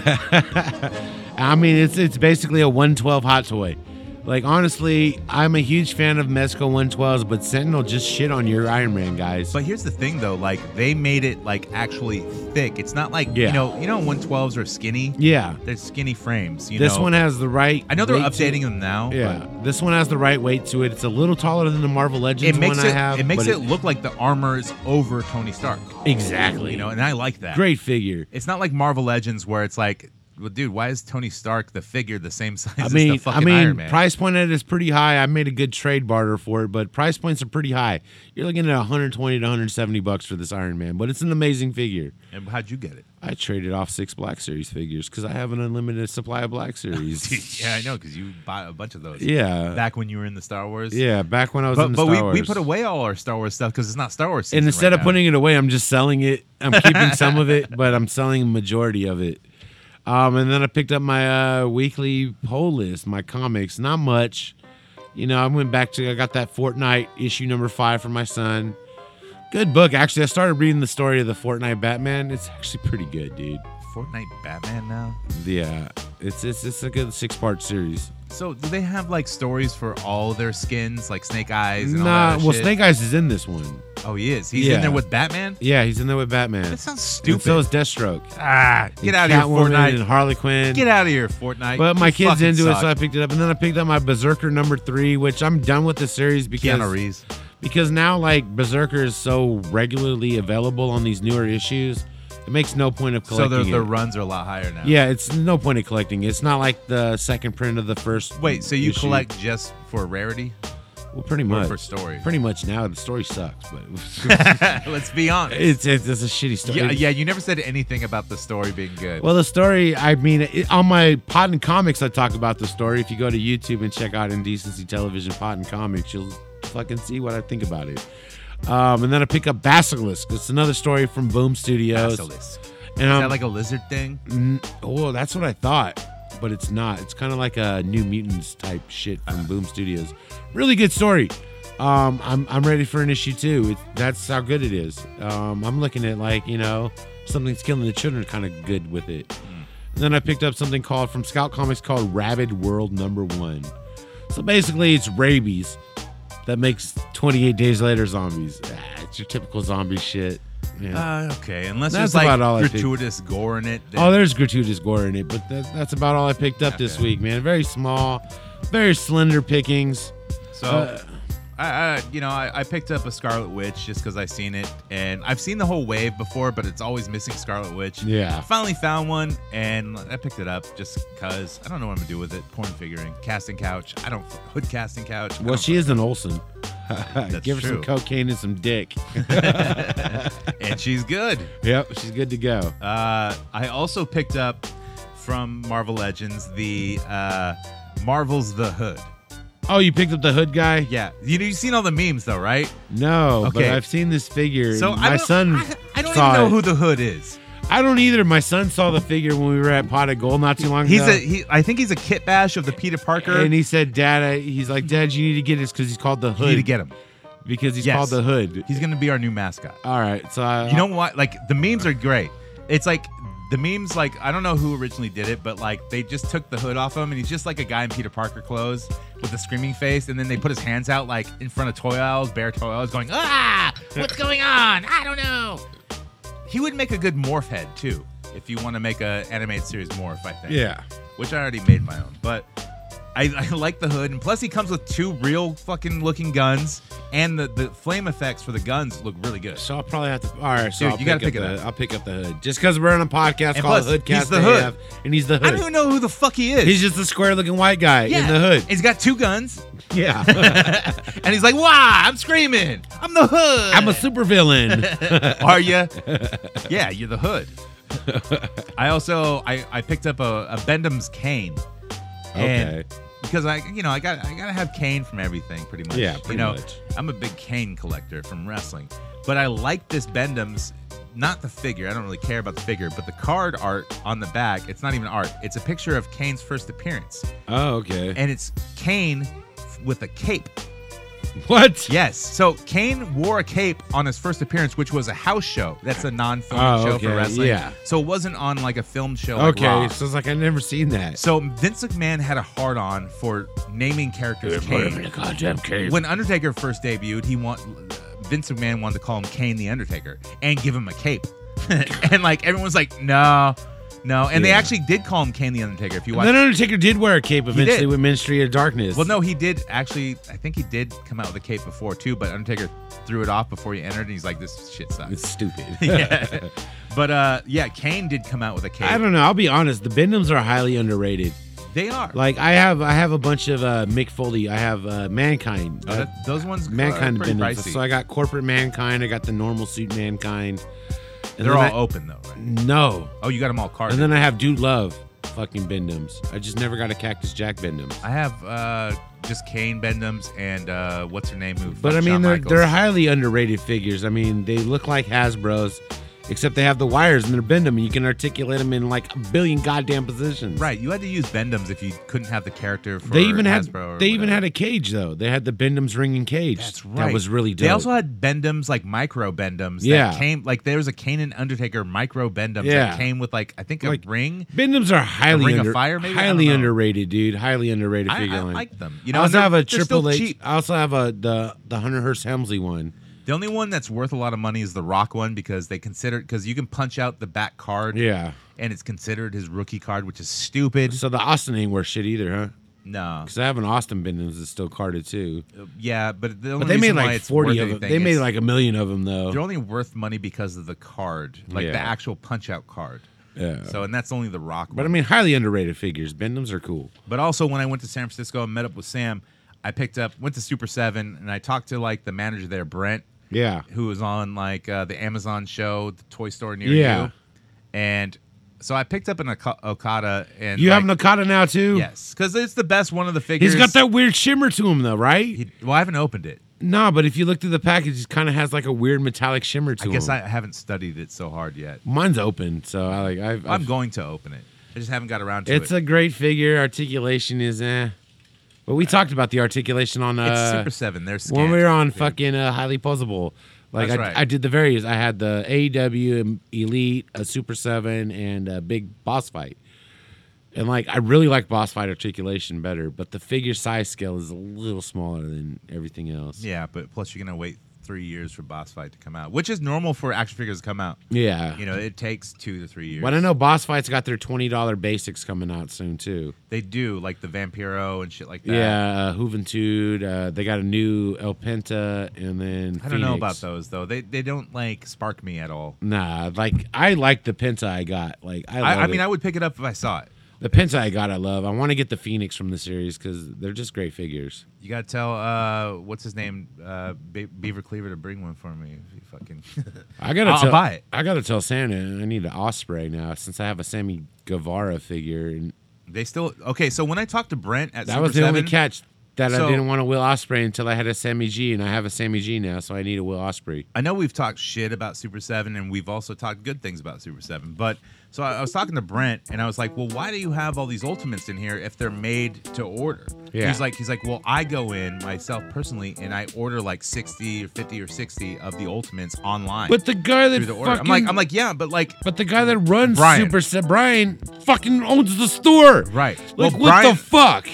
[SPEAKER 3] I mean, it's it's basically a 112 hot toy. Like honestly, I'm a huge fan of Mezco 112s, but Sentinel just shit on your Iron Man guys.
[SPEAKER 2] But here's the thing, though. Like they made it like actually thick. It's not like
[SPEAKER 3] Yeah.
[SPEAKER 2] you know, you know, 112s are skinny.
[SPEAKER 3] yeah,
[SPEAKER 2] They're skinny frames. You
[SPEAKER 3] this
[SPEAKER 2] know?
[SPEAKER 3] one has the right.
[SPEAKER 2] I know they're
[SPEAKER 3] weight to-
[SPEAKER 2] updating them now.
[SPEAKER 3] Yeah, this one has the right weight to it. It's a little taller than the Marvel
[SPEAKER 2] but
[SPEAKER 3] Legends
[SPEAKER 2] It makes
[SPEAKER 3] one
[SPEAKER 2] it.
[SPEAKER 3] I have.
[SPEAKER 2] it makes
[SPEAKER 3] but
[SPEAKER 2] it look like the armor is over Tony Stark.
[SPEAKER 3] exactly.
[SPEAKER 2] You know, and I like that.
[SPEAKER 3] great figure.
[SPEAKER 2] It's not like Marvel Legends where it's like, well, dude, why is Tony Stark the figure the same size
[SPEAKER 3] I
[SPEAKER 2] as
[SPEAKER 3] mean,
[SPEAKER 2] the
[SPEAKER 3] I
[SPEAKER 2] fucking Iron
[SPEAKER 3] mean,
[SPEAKER 2] Man?
[SPEAKER 3] price point at it is pretty high. I made a good trade barter for it, but price points are pretty high. You're looking at 120 to 170 bucks for this Iron Man, but it's an amazing figure.
[SPEAKER 2] and how'd you get it?
[SPEAKER 3] I traded off six Black Series figures because I have an unlimited supply of Black Series.
[SPEAKER 2] yeah, I know because you bought a bunch of those.
[SPEAKER 3] yeah,
[SPEAKER 2] Back when you were in the Star Wars.
[SPEAKER 3] yeah. Back when I was in
[SPEAKER 2] But,
[SPEAKER 3] the
[SPEAKER 2] but
[SPEAKER 3] Star
[SPEAKER 2] we,
[SPEAKER 3] Wars.
[SPEAKER 2] we put away all our Star Wars stuff because it's not Star Wars.
[SPEAKER 3] And
[SPEAKER 2] season
[SPEAKER 3] instead
[SPEAKER 2] right
[SPEAKER 3] of
[SPEAKER 2] now.
[SPEAKER 3] putting it away, I'm just selling it. I'm keeping some of it, but I'm selling a majority of it. Um, and then I picked up my uh, weekly poll list, my comics. Not much, you know. I went back to I got that Fortnite issue number five for my son. Good book, actually. I started reading the story of the Fortnite Batman. It's actually pretty good, dude.
[SPEAKER 2] Fortnite Batman now.
[SPEAKER 3] Yeah, it's it's it's a good six part series.
[SPEAKER 2] So do they have like stories for all their skins, like Snake Eyes? And all
[SPEAKER 3] Nah,
[SPEAKER 2] that
[SPEAKER 3] well,
[SPEAKER 2] shit?
[SPEAKER 3] Snake Eyes is in this one.
[SPEAKER 2] Oh, he is. He's
[SPEAKER 3] Yeah.
[SPEAKER 2] in there with Batman.
[SPEAKER 3] Yeah, he's in there with Batman.
[SPEAKER 2] That
[SPEAKER 3] And
[SPEAKER 2] sounds stupid.
[SPEAKER 3] so is Deathstroke.
[SPEAKER 2] ah, get
[SPEAKER 3] And
[SPEAKER 2] out of here,
[SPEAKER 3] Catwoman
[SPEAKER 2] Fortnite.
[SPEAKER 3] and Harley Quinn.
[SPEAKER 2] Get out of here, Fortnite.
[SPEAKER 3] But my
[SPEAKER 2] You
[SPEAKER 3] kids
[SPEAKER 2] fucking
[SPEAKER 3] into it,
[SPEAKER 2] suck.
[SPEAKER 3] so I picked it up, and then I picked up my Berserker number three, which I'm done with the series because
[SPEAKER 2] Keanu Reeves.
[SPEAKER 3] because now like Berserker is so regularly available on these newer issues, it makes no point of
[SPEAKER 2] So
[SPEAKER 3] collecting.
[SPEAKER 2] their, their
[SPEAKER 3] it.
[SPEAKER 2] runs are a lot higher now.
[SPEAKER 3] yeah, it's no point of collecting. It's not like the second print of the first.
[SPEAKER 2] Wait, so you
[SPEAKER 3] issue.
[SPEAKER 2] collect just for rarity?
[SPEAKER 3] well, pretty
[SPEAKER 2] or
[SPEAKER 3] much
[SPEAKER 2] for story?
[SPEAKER 3] Pretty much now the story sucks, but
[SPEAKER 2] Let's be honest.
[SPEAKER 3] it's, it's it's a shitty story.
[SPEAKER 2] yeah, yeah, you never said anything about the story being good.
[SPEAKER 3] Well, the story, I mean, it, on my Pot and Comics, I talk about the story. If you go to YouTube and check out Indecency Television Pot and Comics, you'll fucking see what I think about it. Um, and then I pick up Basilisk. It's another story from Boom Studios.
[SPEAKER 2] Basilisk. Is
[SPEAKER 3] And
[SPEAKER 2] that
[SPEAKER 3] I'm,
[SPEAKER 2] like a lizard thing?
[SPEAKER 3] oh, that's what I thought, but it's not. It's kind of like a New Mutants type shit from Boom Studios. Really good story. Um, I'm I'm ready for an issue too. It, that's how good it is. Um, I'm looking at like you know something's killing the children kind of good with it. And then I picked up something called from Scout Comics called Rabid World Number One. So basically, it's rabies that makes 28 Days Later zombies. Ah, it's your typical zombie shit.
[SPEAKER 2] Uh, okay, unless
[SPEAKER 3] That's
[SPEAKER 2] there's like
[SPEAKER 3] about all I think.
[SPEAKER 2] gratuitous gore in it. then-
[SPEAKER 3] Oh, there's gratuitous gore in it, but that's, that's about all I picked up this week, man. Very small, very slender pickings.
[SPEAKER 2] So,
[SPEAKER 3] Uh,
[SPEAKER 2] I, I, you know, I, I picked up a Scarlet Witch just because I seen it, and I've seen the whole wave before, but it's always missing Scarlet Witch.
[SPEAKER 3] Yeah.
[SPEAKER 2] I finally found one, and I picked it up just because I don't know what I'm gonna do with it. Porn figuring, casting couch. I don't hood casting couch. I
[SPEAKER 3] well,
[SPEAKER 2] don't
[SPEAKER 3] she is an Olson. Give her some
[SPEAKER 2] true.
[SPEAKER 3] cocaine and some dick.
[SPEAKER 2] and she's good.
[SPEAKER 3] yep, she's good to go.
[SPEAKER 2] Uh, I also picked up from Marvel Legends the uh, Marvel's the Hood.
[SPEAKER 3] Oh, you picked up the hood guy?
[SPEAKER 2] Yeah, you, you've seen all the memes though, right?
[SPEAKER 3] No, but
[SPEAKER 2] Okay.
[SPEAKER 3] I've seen this figure.
[SPEAKER 2] So
[SPEAKER 3] and
[SPEAKER 2] I
[SPEAKER 3] my
[SPEAKER 2] don't-
[SPEAKER 3] son
[SPEAKER 2] I, I don't
[SPEAKER 3] saw
[SPEAKER 2] even know
[SPEAKER 3] it.
[SPEAKER 2] who the Hood is.
[SPEAKER 3] I don't either. My son saw the figure when we were at Pot of Gold not too long
[SPEAKER 2] He's
[SPEAKER 3] ago.
[SPEAKER 2] a he. I think he's a kit bash of the Peter Parker.
[SPEAKER 3] and he said, "Dad, I, he's like, Dad, you need to get this because he's called the
[SPEAKER 2] you
[SPEAKER 3] hood.
[SPEAKER 2] need to get him.
[SPEAKER 3] because he's
[SPEAKER 2] Yes.
[SPEAKER 3] called the hood."
[SPEAKER 2] He's gonna be our new mascot.
[SPEAKER 3] All right, so I,
[SPEAKER 2] You know what? Like the memes are great. It's like the memes. Like I don't know who originally did it, but like they just took the hood off him, and he's just like a guy in Peter Parker clothes with a screaming face, and then they put his hands out like in front of toy aisles, bear toy aisles, going ah, what's going on? I don't know. He would make a good morph head too, if you want to make a animated series morph. I think.
[SPEAKER 3] yeah,
[SPEAKER 2] which I already made my own. But I, I like the hood, and plus he comes with two real fucking looking guns, and the, the flame effects for the guns look really good.
[SPEAKER 3] so I'll probably have to. All right, so
[SPEAKER 2] Dude,
[SPEAKER 3] I'll
[SPEAKER 2] you gotta
[SPEAKER 3] pick
[SPEAKER 2] pick it
[SPEAKER 3] up the,
[SPEAKER 2] up.
[SPEAKER 3] I'll pick up the hood just because we're on a podcast
[SPEAKER 2] And
[SPEAKER 3] called
[SPEAKER 2] plus,
[SPEAKER 3] Hoodcast.
[SPEAKER 2] he's the hood.
[SPEAKER 3] AF, and he's the
[SPEAKER 2] I don't
[SPEAKER 3] hood.
[SPEAKER 2] even know who the fuck he is.
[SPEAKER 3] He's just a square-looking white guy in the hood.
[SPEAKER 2] He's got two guns,
[SPEAKER 3] Yeah,
[SPEAKER 2] and he's like, "Why? I'm screaming! I'm the hood!
[SPEAKER 3] I'm a supervillain.
[SPEAKER 2] Are you? yeah, you're the hood." I also I, I picked up a, a Bendham's cane. And
[SPEAKER 3] okay,
[SPEAKER 2] because I, you know, I got I gotta have Kane from everything, pretty much.
[SPEAKER 3] Yeah, pretty
[SPEAKER 2] you know,
[SPEAKER 3] much.
[SPEAKER 2] I'm a big Kane collector from wrestling, but I like this Bendham's, not the figure. I don't really care about the figure, but the card art on the back. It's not even art. It's a picture of Kane's first appearance,
[SPEAKER 3] oh okay.
[SPEAKER 2] and it's Kane f- with a cape.
[SPEAKER 3] What?
[SPEAKER 2] Yes, so Kane wore a cape on his first appearance, which was a house show. That's a non-film
[SPEAKER 3] Oh,
[SPEAKER 2] show
[SPEAKER 3] okay,
[SPEAKER 2] for wrestling.
[SPEAKER 3] yeah.
[SPEAKER 2] So it wasn't on like a film show. like Raw.
[SPEAKER 3] Okay, so it's like I've never seen that.
[SPEAKER 2] So Vince McMahon had a hard on for naming characters Kane. When Undertaker first debuted, he want Vince McMahon wanted to call him Kane the Undertaker and give him a cape, and like everyone's like, no, no, and they
[SPEAKER 3] Yeah.
[SPEAKER 2] actually did call him Kane the Undertaker. If you
[SPEAKER 3] And
[SPEAKER 2] watch,
[SPEAKER 3] then Undertaker did wear a cape eventually
[SPEAKER 2] did.
[SPEAKER 3] with Ministry of Darkness.
[SPEAKER 2] well, no, he did actually. I think he did come out with a cape before too, but Undertaker threw it off before he entered, and he's like, this shit sucks.
[SPEAKER 3] it's stupid.
[SPEAKER 2] yeah. But uh, yeah, Kane did come out with a cape.
[SPEAKER 3] I don't know. I'll be honest. The Bendhams are highly underrated.
[SPEAKER 2] They are
[SPEAKER 3] Like I have, I have a bunch of uh, Mick Foley. I have uh, Mankind.
[SPEAKER 2] Oh,
[SPEAKER 3] Uh,
[SPEAKER 2] that- those ones.
[SPEAKER 3] mankind
[SPEAKER 2] are pretty
[SPEAKER 3] Bendhams.
[SPEAKER 2] pricey.
[SPEAKER 3] So I got corporate Mankind. I got the normal suit Mankind. And
[SPEAKER 2] They're all
[SPEAKER 3] then I-
[SPEAKER 2] open though, right?
[SPEAKER 3] no.
[SPEAKER 2] Oh, you got them all carded.
[SPEAKER 3] And then I have Dude Love. Fucking Bendhams. I just never got a Cactus Jack Bendham.
[SPEAKER 2] I have uh, just Kane Bendham's and uh, what's her name? Who
[SPEAKER 3] But
[SPEAKER 2] fucked
[SPEAKER 3] I mean,
[SPEAKER 2] Shawn
[SPEAKER 3] they're
[SPEAKER 2] Michaels.
[SPEAKER 3] they're highly underrated figures. I mean, they look like Hasbro's, except they have the wires and they're Bendham, and you can articulate them in like a billion goddamn positions.
[SPEAKER 2] right. You had to use Bendham's if you couldn't have the character. For
[SPEAKER 3] They even had
[SPEAKER 2] Hasbro
[SPEAKER 3] they
[SPEAKER 2] or
[SPEAKER 3] even
[SPEAKER 2] whatever.
[SPEAKER 3] had a cage though. They had the Bendham's ringing cage.
[SPEAKER 2] That's right.
[SPEAKER 3] That was really dope.
[SPEAKER 2] They also had Bendham's like micro Bendham's.
[SPEAKER 3] Yeah.
[SPEAKER 2] That came like there was a Kane and Undertaker micro Bendham's
[SPEAKER 3] Yeah.
[SPEAKER 2] that came with like I think a
[SPEAKER 3] Like,
[SPEAKER 2] ring.
[SPEAKER 3] Bendham's are highly
[SPEAKER 2] Ring of
[SPEAKER 3] under,
[SPEAKER 2] Fire, maybe? I don't
[SPEAKER 3] highly
[SPEAKER 2] know.
[SPEAKER 3] underrated, dude. Highly underrated
[SPEAKER 2] I,
[SPEAKER 3] figure
[SPEAKER 2] I
[SPEAKER 3] line.
[SPEAKER 2] like them. You know,
[SPEAKER 3] I also
[SPEAKER 2] and
[SPEAKER 3] have
[SPEAKER 2] they're-
[SPEAKER 3] a
[SPEAKER 2] they're still
[SPEAKER 3] Triple H. I
[SPEAKER 2] cheap.
[SPEAKER 3] also have a the the Hunter Hearst Helmsley one.
[SPEAKER 2] The only one that's worth a lot of money is the Rock one because they consider because you can punch out the back card.
[SPEAKER 3] Yeah.
[SPEAKER 2] And it's considered his rookie card, which is stupid.
[SPEAKER 3] So the Austin ain't worth shit either, huh?
[SPEAKER 2] No.
[SPEAKER 3] Because I have an Austin Bendham's that's still carded too.
[SPEAKER 2] Yeah, but the only
[SPEAKER 3] But they made
[SPEAKER 2] reason why
[SPEAKER 3] like
[SPEAKER 2] it's
[SPEAKER 3] forty
[SPEAKER 2] worth
[SPEAKER 3] of them.
[SPEAKER 2] anything
[SPEAKER 3] They made
[SPEAKER 2] is-
[SPEAKER 3] like a million of them though.
[SPEAKER 2] They're only worth money because of the card, like
[SPEAKER 3] Yeah.
[SPEAKER 2] the actual punch out card.
[SPEAKER 3] Yeah.
[SPEAKER 2] So, and that's only the rock.
[SPEAKER 3] But I
[SPEAKER 2] one.
[SPEAKER 3] mean, highly underrated figures. Bendham's are cool.
[SPEAKER 2] but also when I went to San Francisco and met up with Sam, I picked up, went to Super Seven, and I talked to like the manager there, Brent,
[SPEAKER 3] Yeah.
[SPEAKER 2] who was on like uh, the Amazon show, the toy store near
[SPEAKER 3] Yeah.
[SPEAKER 2] you. And so I picked up an Oka- Okada, and
[SPEAKER 3] You have an
[SPEAKER 2] like-
[SPEAKER 3] Okada now too.
[SPEAKER 2] yes, because it's the best one of the figures.
[SPEAKER 3] He's got that weird shimmer to him though, right?
[SPEAKER 2] He, well, I haven't opened it.
[SPEAKER 3] nah, but if you look through the package, it kind of has like a weird metallic shimmer to
[SPEAKER 2] I guess
[SPEAKER 3] him.
[SPEAKER 2] I haven't studied it so hard yet.
[SPEAKER 3] Mine's open, so I like. I've,
[SPEAKER 2] I'm
[SPEAKER 3] I've-
[SPEAKER 2] going to open it. I just haven't got around to
[SPEAKER 3] It's
[SPEAKER 2] it.
[SPEAKER 3] a great figure. Articulation is eh. But we talked about the articulation on
[SPEAKER 2] it's
[SPEAKER 3] uh,
[SPEAKER 2] Super Seven. They're scant.
[SPEAKER 3] when we were on fucking uh, highly puzzleable. Like
[SPEAKER 2] That's
[SPEAKER 3] I,
[SPEAKER 2] right.
[SPEAKER 3] I did the various. I had the AEW um, Elite, a Super Seven, and a big boss fight. And like I really like boss fight articulation better, but the figure size scale is a little smaller than everything else.
[SPEAKER 2] Yeah, but plus you're gonna wait three years for Boss Fight to come out, which is normal for action figures to come out.
[SPEAKER 3] Yeah.
[SPEAKER 2] You know, it takes two to three years.
[SPEAKER 3] Well, I know Boss Fight's got their twenty dollar basics coming out soon too.
[SPEAKER 2] They do, like the Vampiro and shit like that.
[SPEAKER 3] Yeah, uh, Juventud. Uh, they got a new El Penta, and then
[SPEAKER 2] I don't know about
[SPEAKER 3] Phoenix.
[SPEAKER 2] those though. They they don't like spark me at all.
[SPEAKER 3] Nah, like I like the Penta I got. Like I,
[SPEAKER 2] I,
[SPEAKER 3] love
[SPEAKER 2] I mean,
[SPEAKER 3] it.
[SPEAKER 2] I would pick it up if I saw it.
[SPEAKER 3] the Penta I got, I love. I want to get the Phoenix from the series because they're just great figures.
[SPEAKER 2] You gotta tell uh, what's his name, uh, Be- Beaver Cleaver, to bring one for me. If you fucking,
[SPEAKER 3] I gotta
[SPEAKER 2] I'll
[SPEAKER 3] tell,
[SPEAKER 2] buy it.
[SPEAKER 3] I gotta tell Santa I need an Osprey now since I have a Sammy Guevara figure. And
[SPEAKER 2] They still okay. So when I talked to Brent at
[SPEAKER 3] that
[SPEAKER 2] Super
[SPEAKER 3] was the only
[SPEAKER 2] 7,
[SPEAKER 3] catch that
[SPEAKER 2] So-
[SPEAKER 3] I didn't want a Will Osprey until I had a Sammy G, and I have a Sammy G now, so I need a Will Osprey.
[SPEAKER 2] I know we've talked shit about Super 7 and we've also talked good things about Super 7. But so I, I was talking to Brent and I was like, "Well, why do you have all these ultimates in here if they're made to order?"
[SPEAKER 3] Yeah.
[SPEAKER 2] He's like he's like, "Well, I go in myself personally and I order like 60 or 50 or 60 of the ultimates online."
[SPEAKER 3] But the guy that
[SPEAKER 2] through the order. I'm like
[SPEAKER 3] fucking-
[SPEAKER 2] I'm like, "Yeah, but like
[SPEAKER 3] But the guy that runs
[SPEAKER 2] Brian.
[SPEAKER 3] Super Se- Brian fucking owns the store.
[SPEAKER 2] right.
[SPEAKER 3] Like
[SPEAKER 2] well,
[SPEAKER 3] what
[SPEAKER 2] Brian,
[SPEAKER 3] the fuck?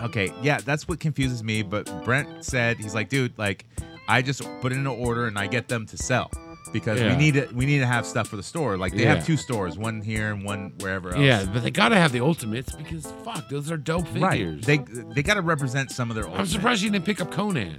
[SPEAKER 2] okay, yeah, that's what confuses me. But Brent said he's like, dude, like I just put in an order and I get them to sell because we
[SPEAKER 3] Yeah.
[SPEAKER 2] need to we need to have stuff for the store. Like they
[SPEAKER 3] Yeah.
[SPEAKER 2] have two stores, one here and one wherever else.
[SPEAKER 3] Yeah, but they gotta have the ultimates because fuck, those are dope
[SPEAKER 2] right.
[SPEAKER 3] figures.
[SPEAKER 2] They they got to represent some of their.
[SPEAKER 3] I'm
[SPEAKER 2] ultimate.
[SPEAKER 3] surprised you didn't pick up Conan.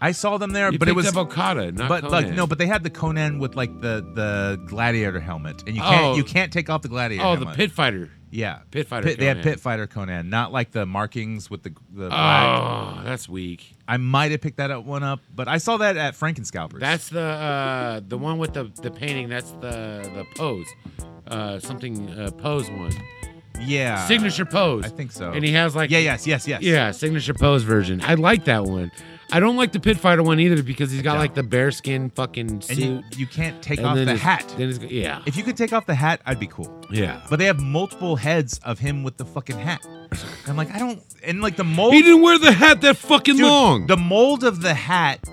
[SPEAKER 2] I saw them there,
[SPEAKER 3] You
[SPEAKER 2] but it
[SPEAKER 3] picked
[SPEAKER 2] was
[SPEAKER 3] up Okada, not
[SPEAKER 2] but like
[SPEAKER 3] Conan.
[SPEAKER 2] no, but they had the Conan with like the the gladiator helmet, and you can't
[SPEAKER 3] Oh.
[SPEAKER 2] you can't take off the gladiator.
[SPEAKER 3] Oh, the
[SPEAKER 2] helmet.
[SPEAKER 3] pit fighter.
[SPEAKER 2] Yeah,
[SPEAKER 3] Pit fighter.
[SPEAKER 2] Pit- they had
[SPEAKER 3] Conan.
[SPEAKER 2] pit fighter Conan, not like the markings with the the. black.
[SPEAKER 3] Oh, that's weak.
[SPEAKER 2] I might have picked that up one up, but I saw that at Frankenscalpers.
[SPEAKER 3] That's the uh, the one with the, the painting. That's the the pose, uh, something uh, pose one,
[SPEAKER 2] yeah
[SPEAKER 3] signature pose.
[SPEAKER 2] Uh, I think so.
[SPEAKER 3] And he has like
[SPEAKER 2] yeah, yes, yes, yes.
[SPEAKER 3] yeah, signature pose version. I like that one. I don't like the pit fighter one either because he's got
[SPEAKER 2] Yeah.
[SPEAKER 3] like the bearskin fucking
[SPEAKER 2] And
[SPEAKER 3] suit.
[SPEAKER 2] you, you can't take
[SPEAKER 3] and
[SPEAKER 2] off
[SPEAKER 3] then
[SPEAKER 2] the
[SPEAKER 3] it's-
[SPEAKER 2] hat.
[SPEAKER 3] Then it's, yeah,
[SPEAKER 2] If you could take off the hat, I'd be cool.
[SPEAKER 3] yeah.
[SPEAKER 2] But they have multiple heads of him with the fucking hat. I'm like, I don't. And like the mold.
[SPEAKER 3] He didn't wear the hat that fucking
[SPEAKER 2] Dude,
[SPEAKER 3] long.
[SPEAKER 2] The mold of the hat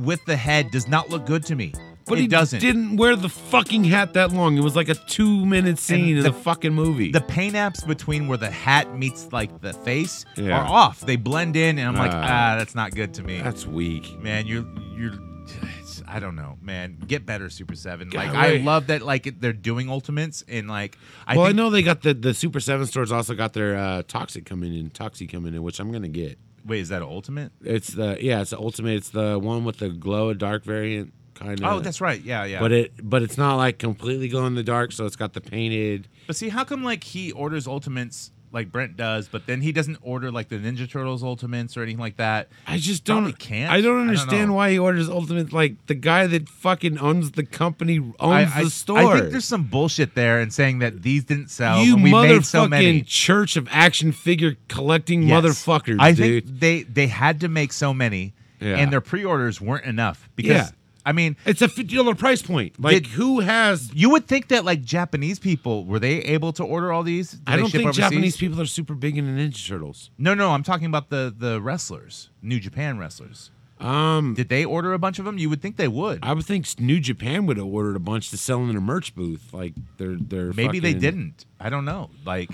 [SPEAKER 2] with the head does not look good to me.
[SPEAKER 3] but
[SPEAKER 2] it
[SPEAKER 3] he
[SPEAKER 2] doesn't.
[SPEAKER 3] didn't wear the fucking hat that long. It was like a two minute scene in
[SPEAKER 2] the-
[SPEAKER 3] the fucking movie.
[SPEAKER 2] the paint apps between where the hat meets like the face
[SPEAKER 3] Yeah.
[SPEAKER 2] are off. They blend in, and I'm like,
[SPEAKER 3] Ah.
[SPEAKER 2] ah, that's not good to me.
[SPEAKER 3] that's weak.
[SPEAKER 2] man you're you're it's- i don't know man get better super seven like i
[SPEAKER 3] Golly.
[SPEAKER 2] love that like it- they're doing ultimates and like i
[SPEAKER 3] well, I
[SPEAKER 2] think
[SPEAKER 3] know they got the the Super Seven stores also got their uh, Toxic coming in, Toxic coming in, which I'm gonna get.
[SPEAKER 2] wait is that an ultimate
[SPEAKER 3] It's the yeah, it's the ultimate. It's the one with the glow dark variant kind of.
[SPEAKER 2] oh that's right yeah yeah
[SPEAKER 3] But it but it's not like completely glow in the dark, so it's got the painted.
[SPEAKER 2] but see how come like he orders ultimates like brent does but then he doesn't order like the ninja turtles ultimates or anything like that
[SPEAKER 3] I just
[SPEAKER 2] Probably
[SPEAKER 3] don't.
[SPEAKER 2] can't.
[SPEAKER 3] I
[SPEAKER 2] I
[SPEAKER 3] don't
[SPEAKER 2] don't
[SPEAKER 3] understand
[SPEAKER 2] know.
[SPEAKER 3] why he orders ultimate. Like the guy that fucking owns the company owns
[SPEAKER 2] I, I-
[SPEAKER 3] the store.
[SPEAKER 2] I think there's some bullshit there and saying that these didn't sell
[SPEAKER 3] you
[SPEAKER 2] when we
[SPEAKER 3] motherfucking
[SPEAKER 2] made so many
[SPEAKER 3] church of action figure collecting
[SPEAKER 2] Yes.
[SPEAKER 3] motherfuckers,
[SPEAKER 2] I
[SPEAKER 3] dude.
[SPEAKER 2] think they they had to make so many
[SPEAKER 3] Yeah.
[SPEAKER 2] and their pre-orders weren't enough because
[SPEAKER 3] Yeah.
[SPEAKER 2] i mean
[SPEAKER 3] it's a fifty dollar price point. Like
[SPEAKER 2] Did-
[SPEAKER 3] who has
[SPEAKER 2] You would think that like Japanese people were they able to order all these? Did
[SPEAKER 3] I
[SPEAKER 2] they
[SPEAKER 3] don't
[SPEAKER 2] ship
[SPEAKER 3] think
[SPEAKER 2] overseas?
[SPEAKER 3] Japanese people are super big into Ninja Turtles.
[SPEAKER 2] No, no, I'm talking about the the wrestlers, New Japan wrestlers.
[SPEAKER 3] Um,
[SPEAKER 2] Did they order a bunch of them? You would think they would.
[SPEAKER 3] I would think New Japan would have ordered a bunch to sell in their merch booth. Like they're they're
[SPEAKER 2] maybe they
[SPEAKER 3] fucking-
[SPEAKER 2] didn't. I don't know. Like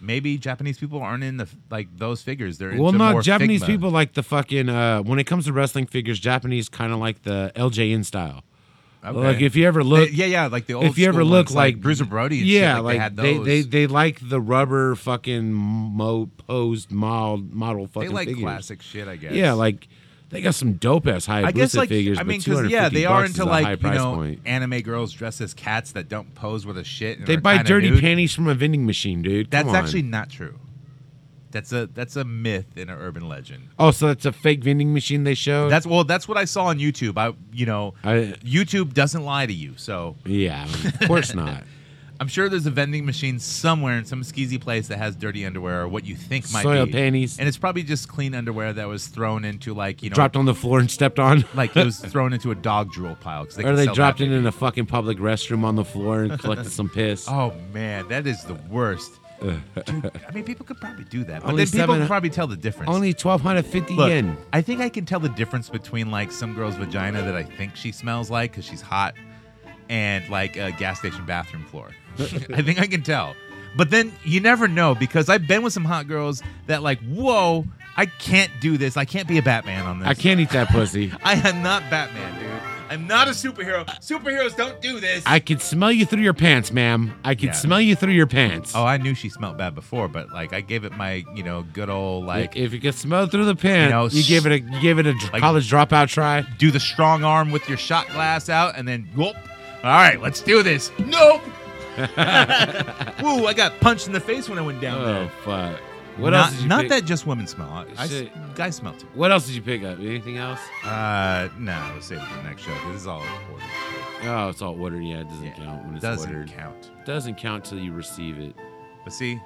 [SPEAKER 2] maybe Japanese people aren't in the like those figures. They're
[SPEAKER 3] Well,
[SPEAKER 2] into
[SPEAKER 3] no,
[SPEAKER 2] more
[SPEAKER 3] Japanese
[SPEAKER 2] Figma.
[SPEAKER 3] people like the fucking. Uh, when it comes to wrestling figures, Japanese kind of like the LJN style.
[SPEAKER 2] Okay.
[SPEAKER 3] Like if you ever
[SPEAKER 2] They-
[SPEAKER 3] look,
[SPEAKER 2] yeah, yeah, like the old.
[SPEAKER 3] if you ever
[SPEAKER 2] school
[SPEAKER 3] look
[SPEAKER 2] ones,
[SPEAKER 3] like,
[SPEAKER 2] Bruiser Brody. And
[SPEAKER 3] yeah,
[SPEAKER 2] shit, like,
[SPEAKER 3] like
[SPEAKER 2] they had
[SPEAKER 3] they,
[SPEAKER 2] those.
[SPEAKER 3] they they like the rubber fucking mo posed model model fucking.
[SPEAKER 2] They like
[SPEAKER 3] figures.
[SPEAKER 2] classic shit, I guess.
[SPEAKER 3] Yeah, like they got some dope ass high
[SPEAKER 2] I guess like
[SPEAKER 3] figures.
[SPEAKER 2] I
[SPEAKER 3] but
[SPEAKER 2] mean, because yeah,
[SPEAKER 3] 250
[SPEAKER 2] they are
[SPEAKER 3] bucks is
[SPEAKER 2] into
[SPEAKER 3] a high
[SPEAKER 2] like you
[SPEAKER 3] price
[SPEAKER 2] know
[SPEAKER 3] point.
[SPEAKER 2] anime girls dressed as cats that don't pose with a shit. And
[SPEAKER 3] They
[SPEAKER 2] are
[SPEAKER 3] buy
[SPEAKER 2] kinda
[SPEAKER 3] dirty
[SPEAKER 2] nude.
[SPEAKER 3] panties from a vending machine, dude. Come
[SPEAKER 2] That's
[SPEAKER 3] on.
[SPEAKER 2] actually not true. That's a that's a myth and an urban legend.
[SPEAKER 3] oh, so that's a fake vending machine they showed.
[SPEAKER 2] That's well, that's what I saw on YouTube. I you know
[SPEAKER 3] I-
[SPEAKER 2] YouTube doesn't lie to you, so
[SPEAKER 3] yeah, I mean, of course not.
[SPEAKER 2] I'm sure there's a vending machine somewhere in some skeezy place that has dirty underwear or what you think might
[SPEAKER 3] Soil
[SPEAKER 2] be
[SPEAKER 3] panties.
[SPEAKER 2] and it's probably just clean underwear that was thrown into like you know
[SPEAKER 3] Dropped on the floor and stepped on.
[SPEAKER 2] like it was thrown into a dog drool pile 'cause
[SPEAKER 3] or
[SPEAKER 2] can
[SPEAKER 3] they
[SPEAKER 2] sell
[SPEAKER 3] dropped
[SPEAKER 2] that
[SPEAKER 3] it in a fucking public restroom on the floor and collected some piss.
[SPEAKER 2] Oh man, that is the worst. Dude, I mean, people could probably do that, but
[SPEAKER 3] Only
[SPEAKER 2] then people
[SPEAKER 3] seven-
[SPEAKER 2] could probably tell the difference.
[SPEAKER 3] Only twelve hundred fifty
[SPEAKER 2] Look,
[SPEAKER 3] yen.
[SPEAKER 2] I think I can tell the difference between like some girl's vagina that I think she smells like because she's hot, and like a gas station bathroom floor. I think I can tell. But then you never know because I've been with some hot girls that like, whoa, I can't do this. I can't be a Batman on this.
[SPEAKER 3] I can't eat that pussy.
[SPEAKER 2] I am not Batman, dude. I'm not a superhero. Superheroes don't do this.
[SPEAKER 3] I can smell you through your pants, ma'am. I can
[SPEAKER 2] Yeah.
[SPEAKER 3] smell you through your pants.
[SPEAKER 2] oh, I knew she smelled bad before, but like I gave it my, you know, good old like
[SPEAKER 3] if you can smell through the pants, you,
[SPEAKER 2] know,
[SPEAKER 3] give it a you give it a
[SPEAKER 2] like-
[SPEAKER 3] college dropout try.
[SPEAKER 2] do the strong arm with your shot glass out and then whoop. All right, let's do this. Nope. Woo, I got punched in the face when I went down
[SPEAKER 3] Oh
[SPEAKER 2] there.
[SPEAKER 3] fuck! What
[SPEAKER 2] not,
[SPEAKER 3] else? Did you
[SPEAKER 2] Not
[SPEAKER 3] pick?
[SPEAKER 2] that just women smell. I, I s-
[SPEAKER 3] Shit.
[SPEAKER 2] guys smell too.
[SPEAKER 3] What else did you pick up? Anything else?
[SPEAKER 2] Uh, no, we'll save it for the next show 'cause this is all important.
[SPEAKER 3] Oh, it's all ordered. Yeah, it doesn't
[SPEAKER 2] Yeah,
[SPEAKER 3] count when it's
[SPEAKER 2] doesn't
[SPEAKER 3] ordered.
[SPEAKER 2] count.
[SPEAKER 3] Doesn't count till you receive it.
[SPEAKER 2] But see,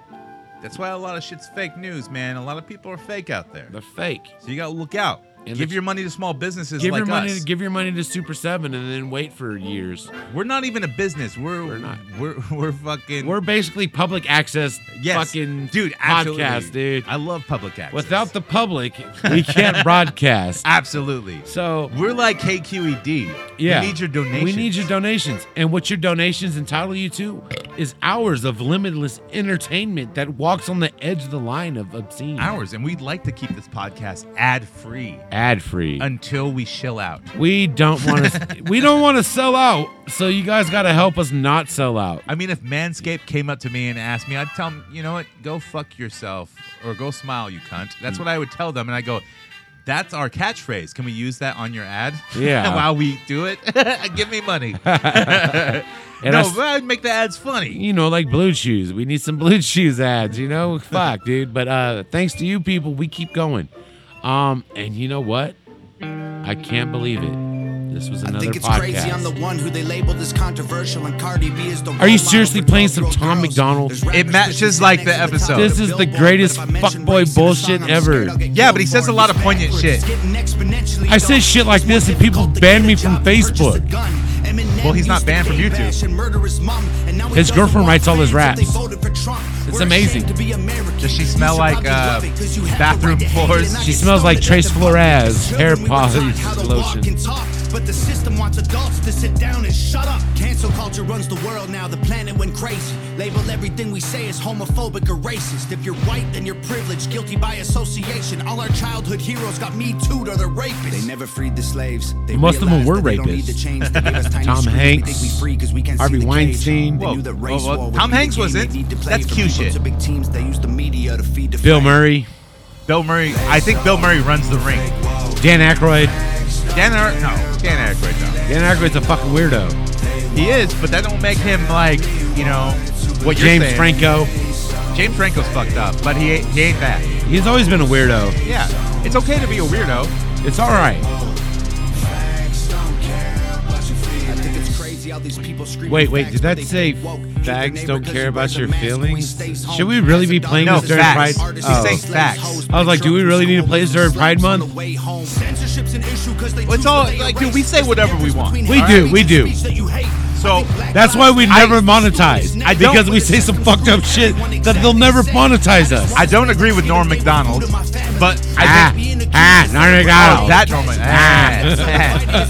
[SPEAKER 2] that's why a lot of shit's fake news, man. A lot of people are fake out there.
[SPEAKER 3] They're fake.
[SPEAKER 2] So you gotta look out.
[SPEAKER 3] And
[SPEAKER 2] give
[SPEAKER 3] the-
[SPEAKER 2] your money to small businesses
[SPEAKER 3] Give
[SPEAKER 2] like
[SPEAKER 3] your money.
[SPEAKER 2] us.
[SPEAKER 3] To, give your money to Super Seven, and then wait for years.
[SPEAKER 2] we're not even a business. We're
[SPEAKER 3] We're not.
[SPEAKER 2] We're we're fucking.
[SPEAKER 3] We're basically public access.
[SPEAKER 2] yes,
[SPEAKER 3] fucking
[SPEAKER 2] dude. Absolutely.
[SPEAKER 3] podcast, dude.
[SPEAKER 2] I love public access.
[SPEAKER 3] Without the public, we can't broadcast.
[SPEAKER 2] absolutely.
[SPEAKER 3] So
[SPEAKER 2] We're like KQED.
[SPEAKER 3] Yeah.
[SPEAKER 2] We need your donations.
[SPEAKER 3] We need your donations. And what your donations entitle you to is hours of limitless entertainment that walks on the edge of the line of obscene.
[SPEAKER 2] hours, and we'd like to keep this podcast ad free
[SPEAKER 3] Ad free.
[SPEAKER 2] until we shill out.
[SPEAKER 3] we don't want to we don't want to sell out. So you guys got to help us not sell out.
[SPEAKER 2] I mean, if Manscaped came up to me and asked me, I'd tell them, you know what, go fuck yourself or go smile, you cunt. That's what I would tell them. And I go, that's our catchphrase. Can we use that on your ad?
[SPEAKER 3] Yeah.
[SPEAKER 2] While we do it? Give me money.
[SPEAKER 3] And I
[SPEAKER 2] no,
[SPEAKER 3] s-
[SPEAKER 2] but I'd make the ads funny.
[SPEAKER 3] you know, like blue chews. We need some blue chews ads, you know? Fuck, dude. But uh thanks to you people, we keep going. Um and you know what? I can't believe it. This was another
[SPEAKER 11] I think it's
[SPEAKER 3] podcast.
[SPEAKER 11] crazy. I'm the one who they labeled as controversial, and Cardi B is the.
[SPEAKER 3] Are you seriously playing some Tom McDonald?
[SPEAKER 2] It matches like the episode.
[SPEAKER 3] This is the greatest fuckboy bullshit ever.
[SPEAKER 2] Yeah, but he says a lot of poignant shit.
[SPEAKER 3] I said shit like this and people banned me from Facebook.
[SPEAKER 2] Well, he's not banned from YouTube.
[SPEAKER 3] His girlfriend writes all his raps. It's amazing.
[SPEAKER 2] Does she smell like uh, bathroom floors?
[SPEAKER 3] She smells like Trace Flores hair polish lotion.
[SPEAKER 11] But the system wants adults to sit down and shut up. Cancel culture runs the world now. The planet went crazy. Label everything we say as homophobic or racist. If you're white, then you're privileged, guilty by association. All our childhood heroes got me too to the rapists. They never freed the slaves. They
[SPEAKER 3] Most of
[SPEAKER 11] realized
[SPEAKER 3] them were
[SPEAKER 11] that they don't need
[SPEAKER 3] rapists.
[SPEAKER 11] the chains to give us tiny
[SPEAKER 3] Tom
[SPEAKER 11] screens. We
[SPEAKER 3] Hanks,
[SPEAKER 11] think we free 'cause we can't see
[SPEAKER 3] Harvey
[SPEAKER 11] the cage.
[SPEAKER 3] Weinstein.
[SPEAKER 11] They
[SPEAKER 2] Whoa,
[SPEAKER 11] knew that
[SPEAKER 2] whoa,
[SPEAKER 11] race
[SPEAKER 2] whoa.
[SPEAKER 11] war would
[SPEAKER 2] Tom
[SPEAKER 11] be the
[SPEAKER 2] Hangs
[SPEAKER 11] game
[SPEAKER 2] was
[SPEAKER 11] they
[SPEAKER 2] in?
[SPEAKER 11] need to play
[SPEAKER 2] That's
[SPEAKER 11] for
[SPEAKER 2] cute
[SPEAKER 11] people
[SPEAKER 2] shit.
[SPEAKER 11] to big teams. They use the media to feed the
[SPEAKER 3] Bill
[SPEAKER 11] fame.
[SPEAKER 3] Murray,
[SPEAKER 2] Bill Murray. I think Bill Murray runs the ring.
[SPEAKER 3] Dan Aykroyd.
[SPEAKER 2] Dan Ar- no, Dan Aykroyd. No.
[SPEAKER 3] Dan Aykroyd's a fucking weirdo.
[SPEAKER 2] He is, but that don't make him like you know what you're
[SPEAKER 3] James
[SPEAKER 2] saying.
[SPEAKER 3] Franco.
[SPEAKER 2] James Franco's fucked up, but he ain't, he ain't bad.
[SPEAKER 3] He's always been a weirdo.
[SPEAKER 2] Yeah, it's okay to be a weirdo.
[SPEAKER 3] It's all right.
[SPEAKER 11] I think it's crazy how these people scream
[SPEAKER 3] Wait, wait,
[SPEAKER 11] facts,
[SPEAKER 3] did
[SPEAKER 11] but
[SPEAKER 3] that
[SPEAKER 11] they
[SPEAKER 3] say
[SPEAKER 11] feel woke. Shoot
[SPEAKER 3] facts
[SPEAKER 11] their neighbor
[SPEAKER 3] don't
[SPEAKER 11] 'cause
[SPEAKER 3] care
[SPEAKER 11] he
[SPEAKER 3] about
[SPEAKER 11] wears a
[SPEAKER 3] your
[SPEAKER 11] mask when he
[SPEAKER 3] feelings?
[SPEAKER 11] stays
[SPEAKER 3] Should
[SPEAKER 11] home.
[SPEAKER 3] we really
[SPEAKER 11] As a
[SPEAKER 3] be
[SPEAKER 11] dog,
[SPEAKER 3] playing
[SPEAKER 11] he
[SPEAKER 2] No,
[SPEAKER 11] doesn't
[SPEAKER 2] facts.
[SPEAKER 11] like artists, he
[SPEAKER 3] Oh,
[SPEAKER 2] He's saying
[SPEAKER 11] slays
[SPEAKER 2] facts.
[SPEAKER 11] hoes,
[SPEAKER 3] I was like, do we really need to play this during Pride
[SPEAKER 11] slaps on
[SPEAKER 3] Month?
[SPEAKER 11] the way home. Censorship's an issue 'cause they
[SPEAKER 2] Well, it's
[SPEAKER 11] choose
[SPEAKER 2] all-
[SPEAKER 11] to lay a
[SPEAKER 2] like, dude,
[SPEAKER 11] race.
[SPEAKER 2] we say
[SPEAKER 11] It's the
[SPEAKER 2] whatever we
[SPEAKER 11] difference
[SPEAKER 2] want.
[SPEAKER 11] between
[SPEAKER 3] We
[SPEAKER 11] hate
[SPEAKER 3] do,
[SPEAKER 11] and
[SPEAKER 3] we do.
[SPEAKER 11] speech that you hate.
[SPEAKER 2] So
[SPEAKER 3] That's why we
[SPEAKER 11] I-
[SPEAKER 3] never monetize.
[SPEAKER 11] I don't-
[SPEAKER 3] because we say some fucked up shit that they'll never monetize us.
[SPEAKER 2] I don't agree with Norm Macdonald, but I
[SPEAKER 3] ah,
[SPEAKER 2] think
[SPEAKER 3] ah, not a guy.
[SPEAKER 2] oh, that Norm.
[SPEAKER 3] Ah.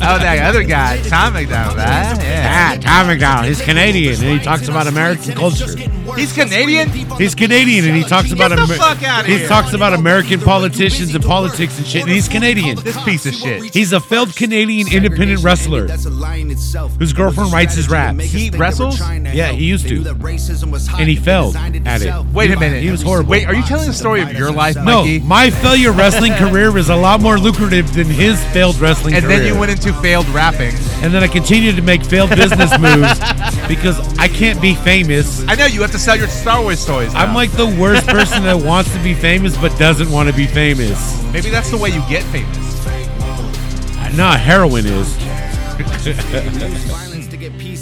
[SPEAKER 2] Ah. oh, that other guy, Tom Macdonald. Ah, yeah.
[SPEAKER 3] Ah, Tom McDonald. He's Canadian and he talks about American culture.
[SPEAKER 2] He's Canadian.
[SPEAKER 3] He's Canadian and he talks about
[SPEAKER 2] the fuck outta
[SPEAKER 3] he
[SPEAKER 2] here.
[SPEAKER 3] talks about American politicians and politics and shit. And he's Canadian.
[SPEAKER 2] This piece of shit.
[SPEAKER 3] He's a failed Canadian independent wrestler.
[SPEAKER 11] That's a lie in itself.
[SPEAKER 3] Whose girlfriend writes his
[SPEAKER 11] Strategy to make us think
[SPEAKER 3] raps.
[SPEAKER 2] He
[SPEAKER 11] they were
[SPEAKER 2] wrestles?
[SPEAKER 11] trying to
[SPEAKER 3] Yeah,
[SPEAKER 11] help.
[SPEAKER 3] he used
[SPEAKER 11] They knew
[SPEAKER 3] to.
[SPEAKER 11] that racism was hot
[SPEAKER 3] And he
[SPEAKER 11] they
[SPEAKER 3] failed
[SPEAKER 11] designed
[SPEAKER 3] at it.
[SPEAKER 11] itself.
[SPEAKER 2] Wait a minute.
[SPEAKER 3] He was horrible.
[SPEAKER 2] Wait, are you telling the story of your life,
[SPEAKER 3] No,
[SPEAKER 2] Mikey?
[SPEAKER 3] my failure wrestling career was a lot more lucrative than his failed wrestling
[SPEAKER 2] and
[SPEAKER 3] career.
[SPEAKER 2] then you went into failed rapping.
[SPEAKER 3] and then I continued to make failed business moves because I can't be famous.
[SPEAKER 2] I know you have to sell your Star Wars toys. now.
[SPEAKER 3] I'm like the worst person that wants to be famous but doesn't want to be famous.
[SPEAKER 2] maybe that's the way you get famous.
[SPEAKER 3] No, heroin is.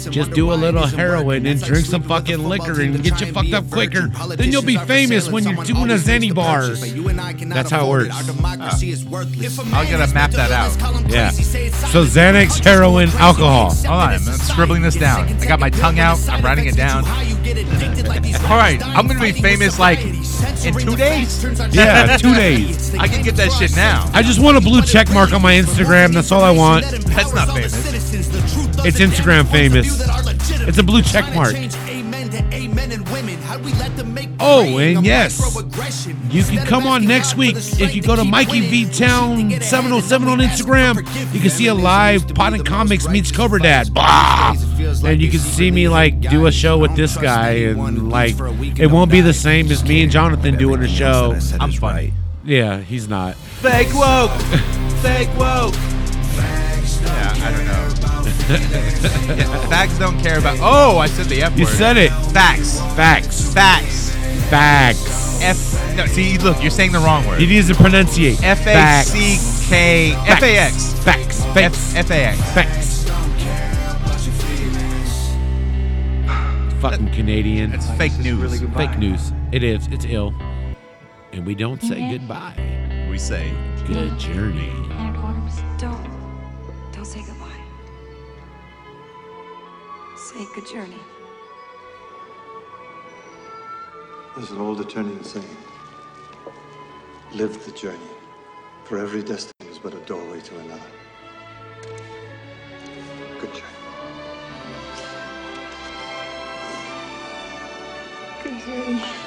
[SPEAKER 11] Just do a little heroin and drink some fucking liquor and get you fucked up quicker. Then you'll be famous when you're doing a Zenny bar. That's how it works.
[SPEAKER 2] I'll gotta map that out.
[SPEAKER 3] Yeah. So Xanax, heroin, alcohol.
[SPEAKER 2] Hold on, I'm scribbling this down. I got my tongue out. I'm writing it down. All right, I'm gonna be famous like in two days.
[SPEAKER 3] Yeah, two days.
[SPEAKER 2] I can get that shit now.
[SPEAKER 3] I just want a blue check mark on my Instagram. That's all I want.
[SPEAKER 2] That's not famous.
[SPEAKER 3] It's Instagram famous. It's a blue check mark.
[SPEAKER 1] men and women. How'd we let them make
[SPEAKER 3] Oh,
[SPEAKER 1] praying
[SPEAKER 3] and
[SPEAKER 1] a
[SPEAKER 3] yes,
[SPEAKER 1] microaggression?
[SPEAKER 3] you can come on next week if you go to Mikey V Town 707 on Instagram. You can see a live Pot and Comics meets Cobra Dad. Bah! And you can see me like do a show with this guy, and like it won't be the same as me and Jonathan doing a show. I'm funny. Yeah, he's not.
[SPEAKER 10] Fake woke. Fake woke. Yeah, I don't know. yeah, facts don't care about. Oh, I said the F
[SPEAKER 3] You
[SPEAKER 10] word.
[SPEAKER 3] said it.
[SPEAKER 10] Facts.
[SPEAKER 3] Facts.
[SPEAKER 10] Facts.
[SPEAKER 3] Facts.
[SPEAKER 10] F. No, see, look, you're saying the wrong word.
[SPEAKER 3] He needs to pronunciate.
[SPEAKER 10] F A
[SPEAKER 3] Facts.
[SPEAKER 10] C K F A X.
[SPEAKER 3] Facts.
[SPEAKER 10] Facts. F A X.
[SPEAKER 3] Facts. Fucking Canadian. That's
[SPEAKER 10] fake news. goodbye.
[SPEAKER 3] fake news. It is. It's ill. And we don't say goodbye.
[SPEAKER 10] We say
[SPEAKER 3] good journey.
[SPEAKER 12] Worms, don't. Don't say goodbye. Say good journey.
[SPEAKER 13] There's an old Eternian saying Live the journey, for every destiny is but a doorway to another. Good journey.
[SPEAKER 12] Good journey.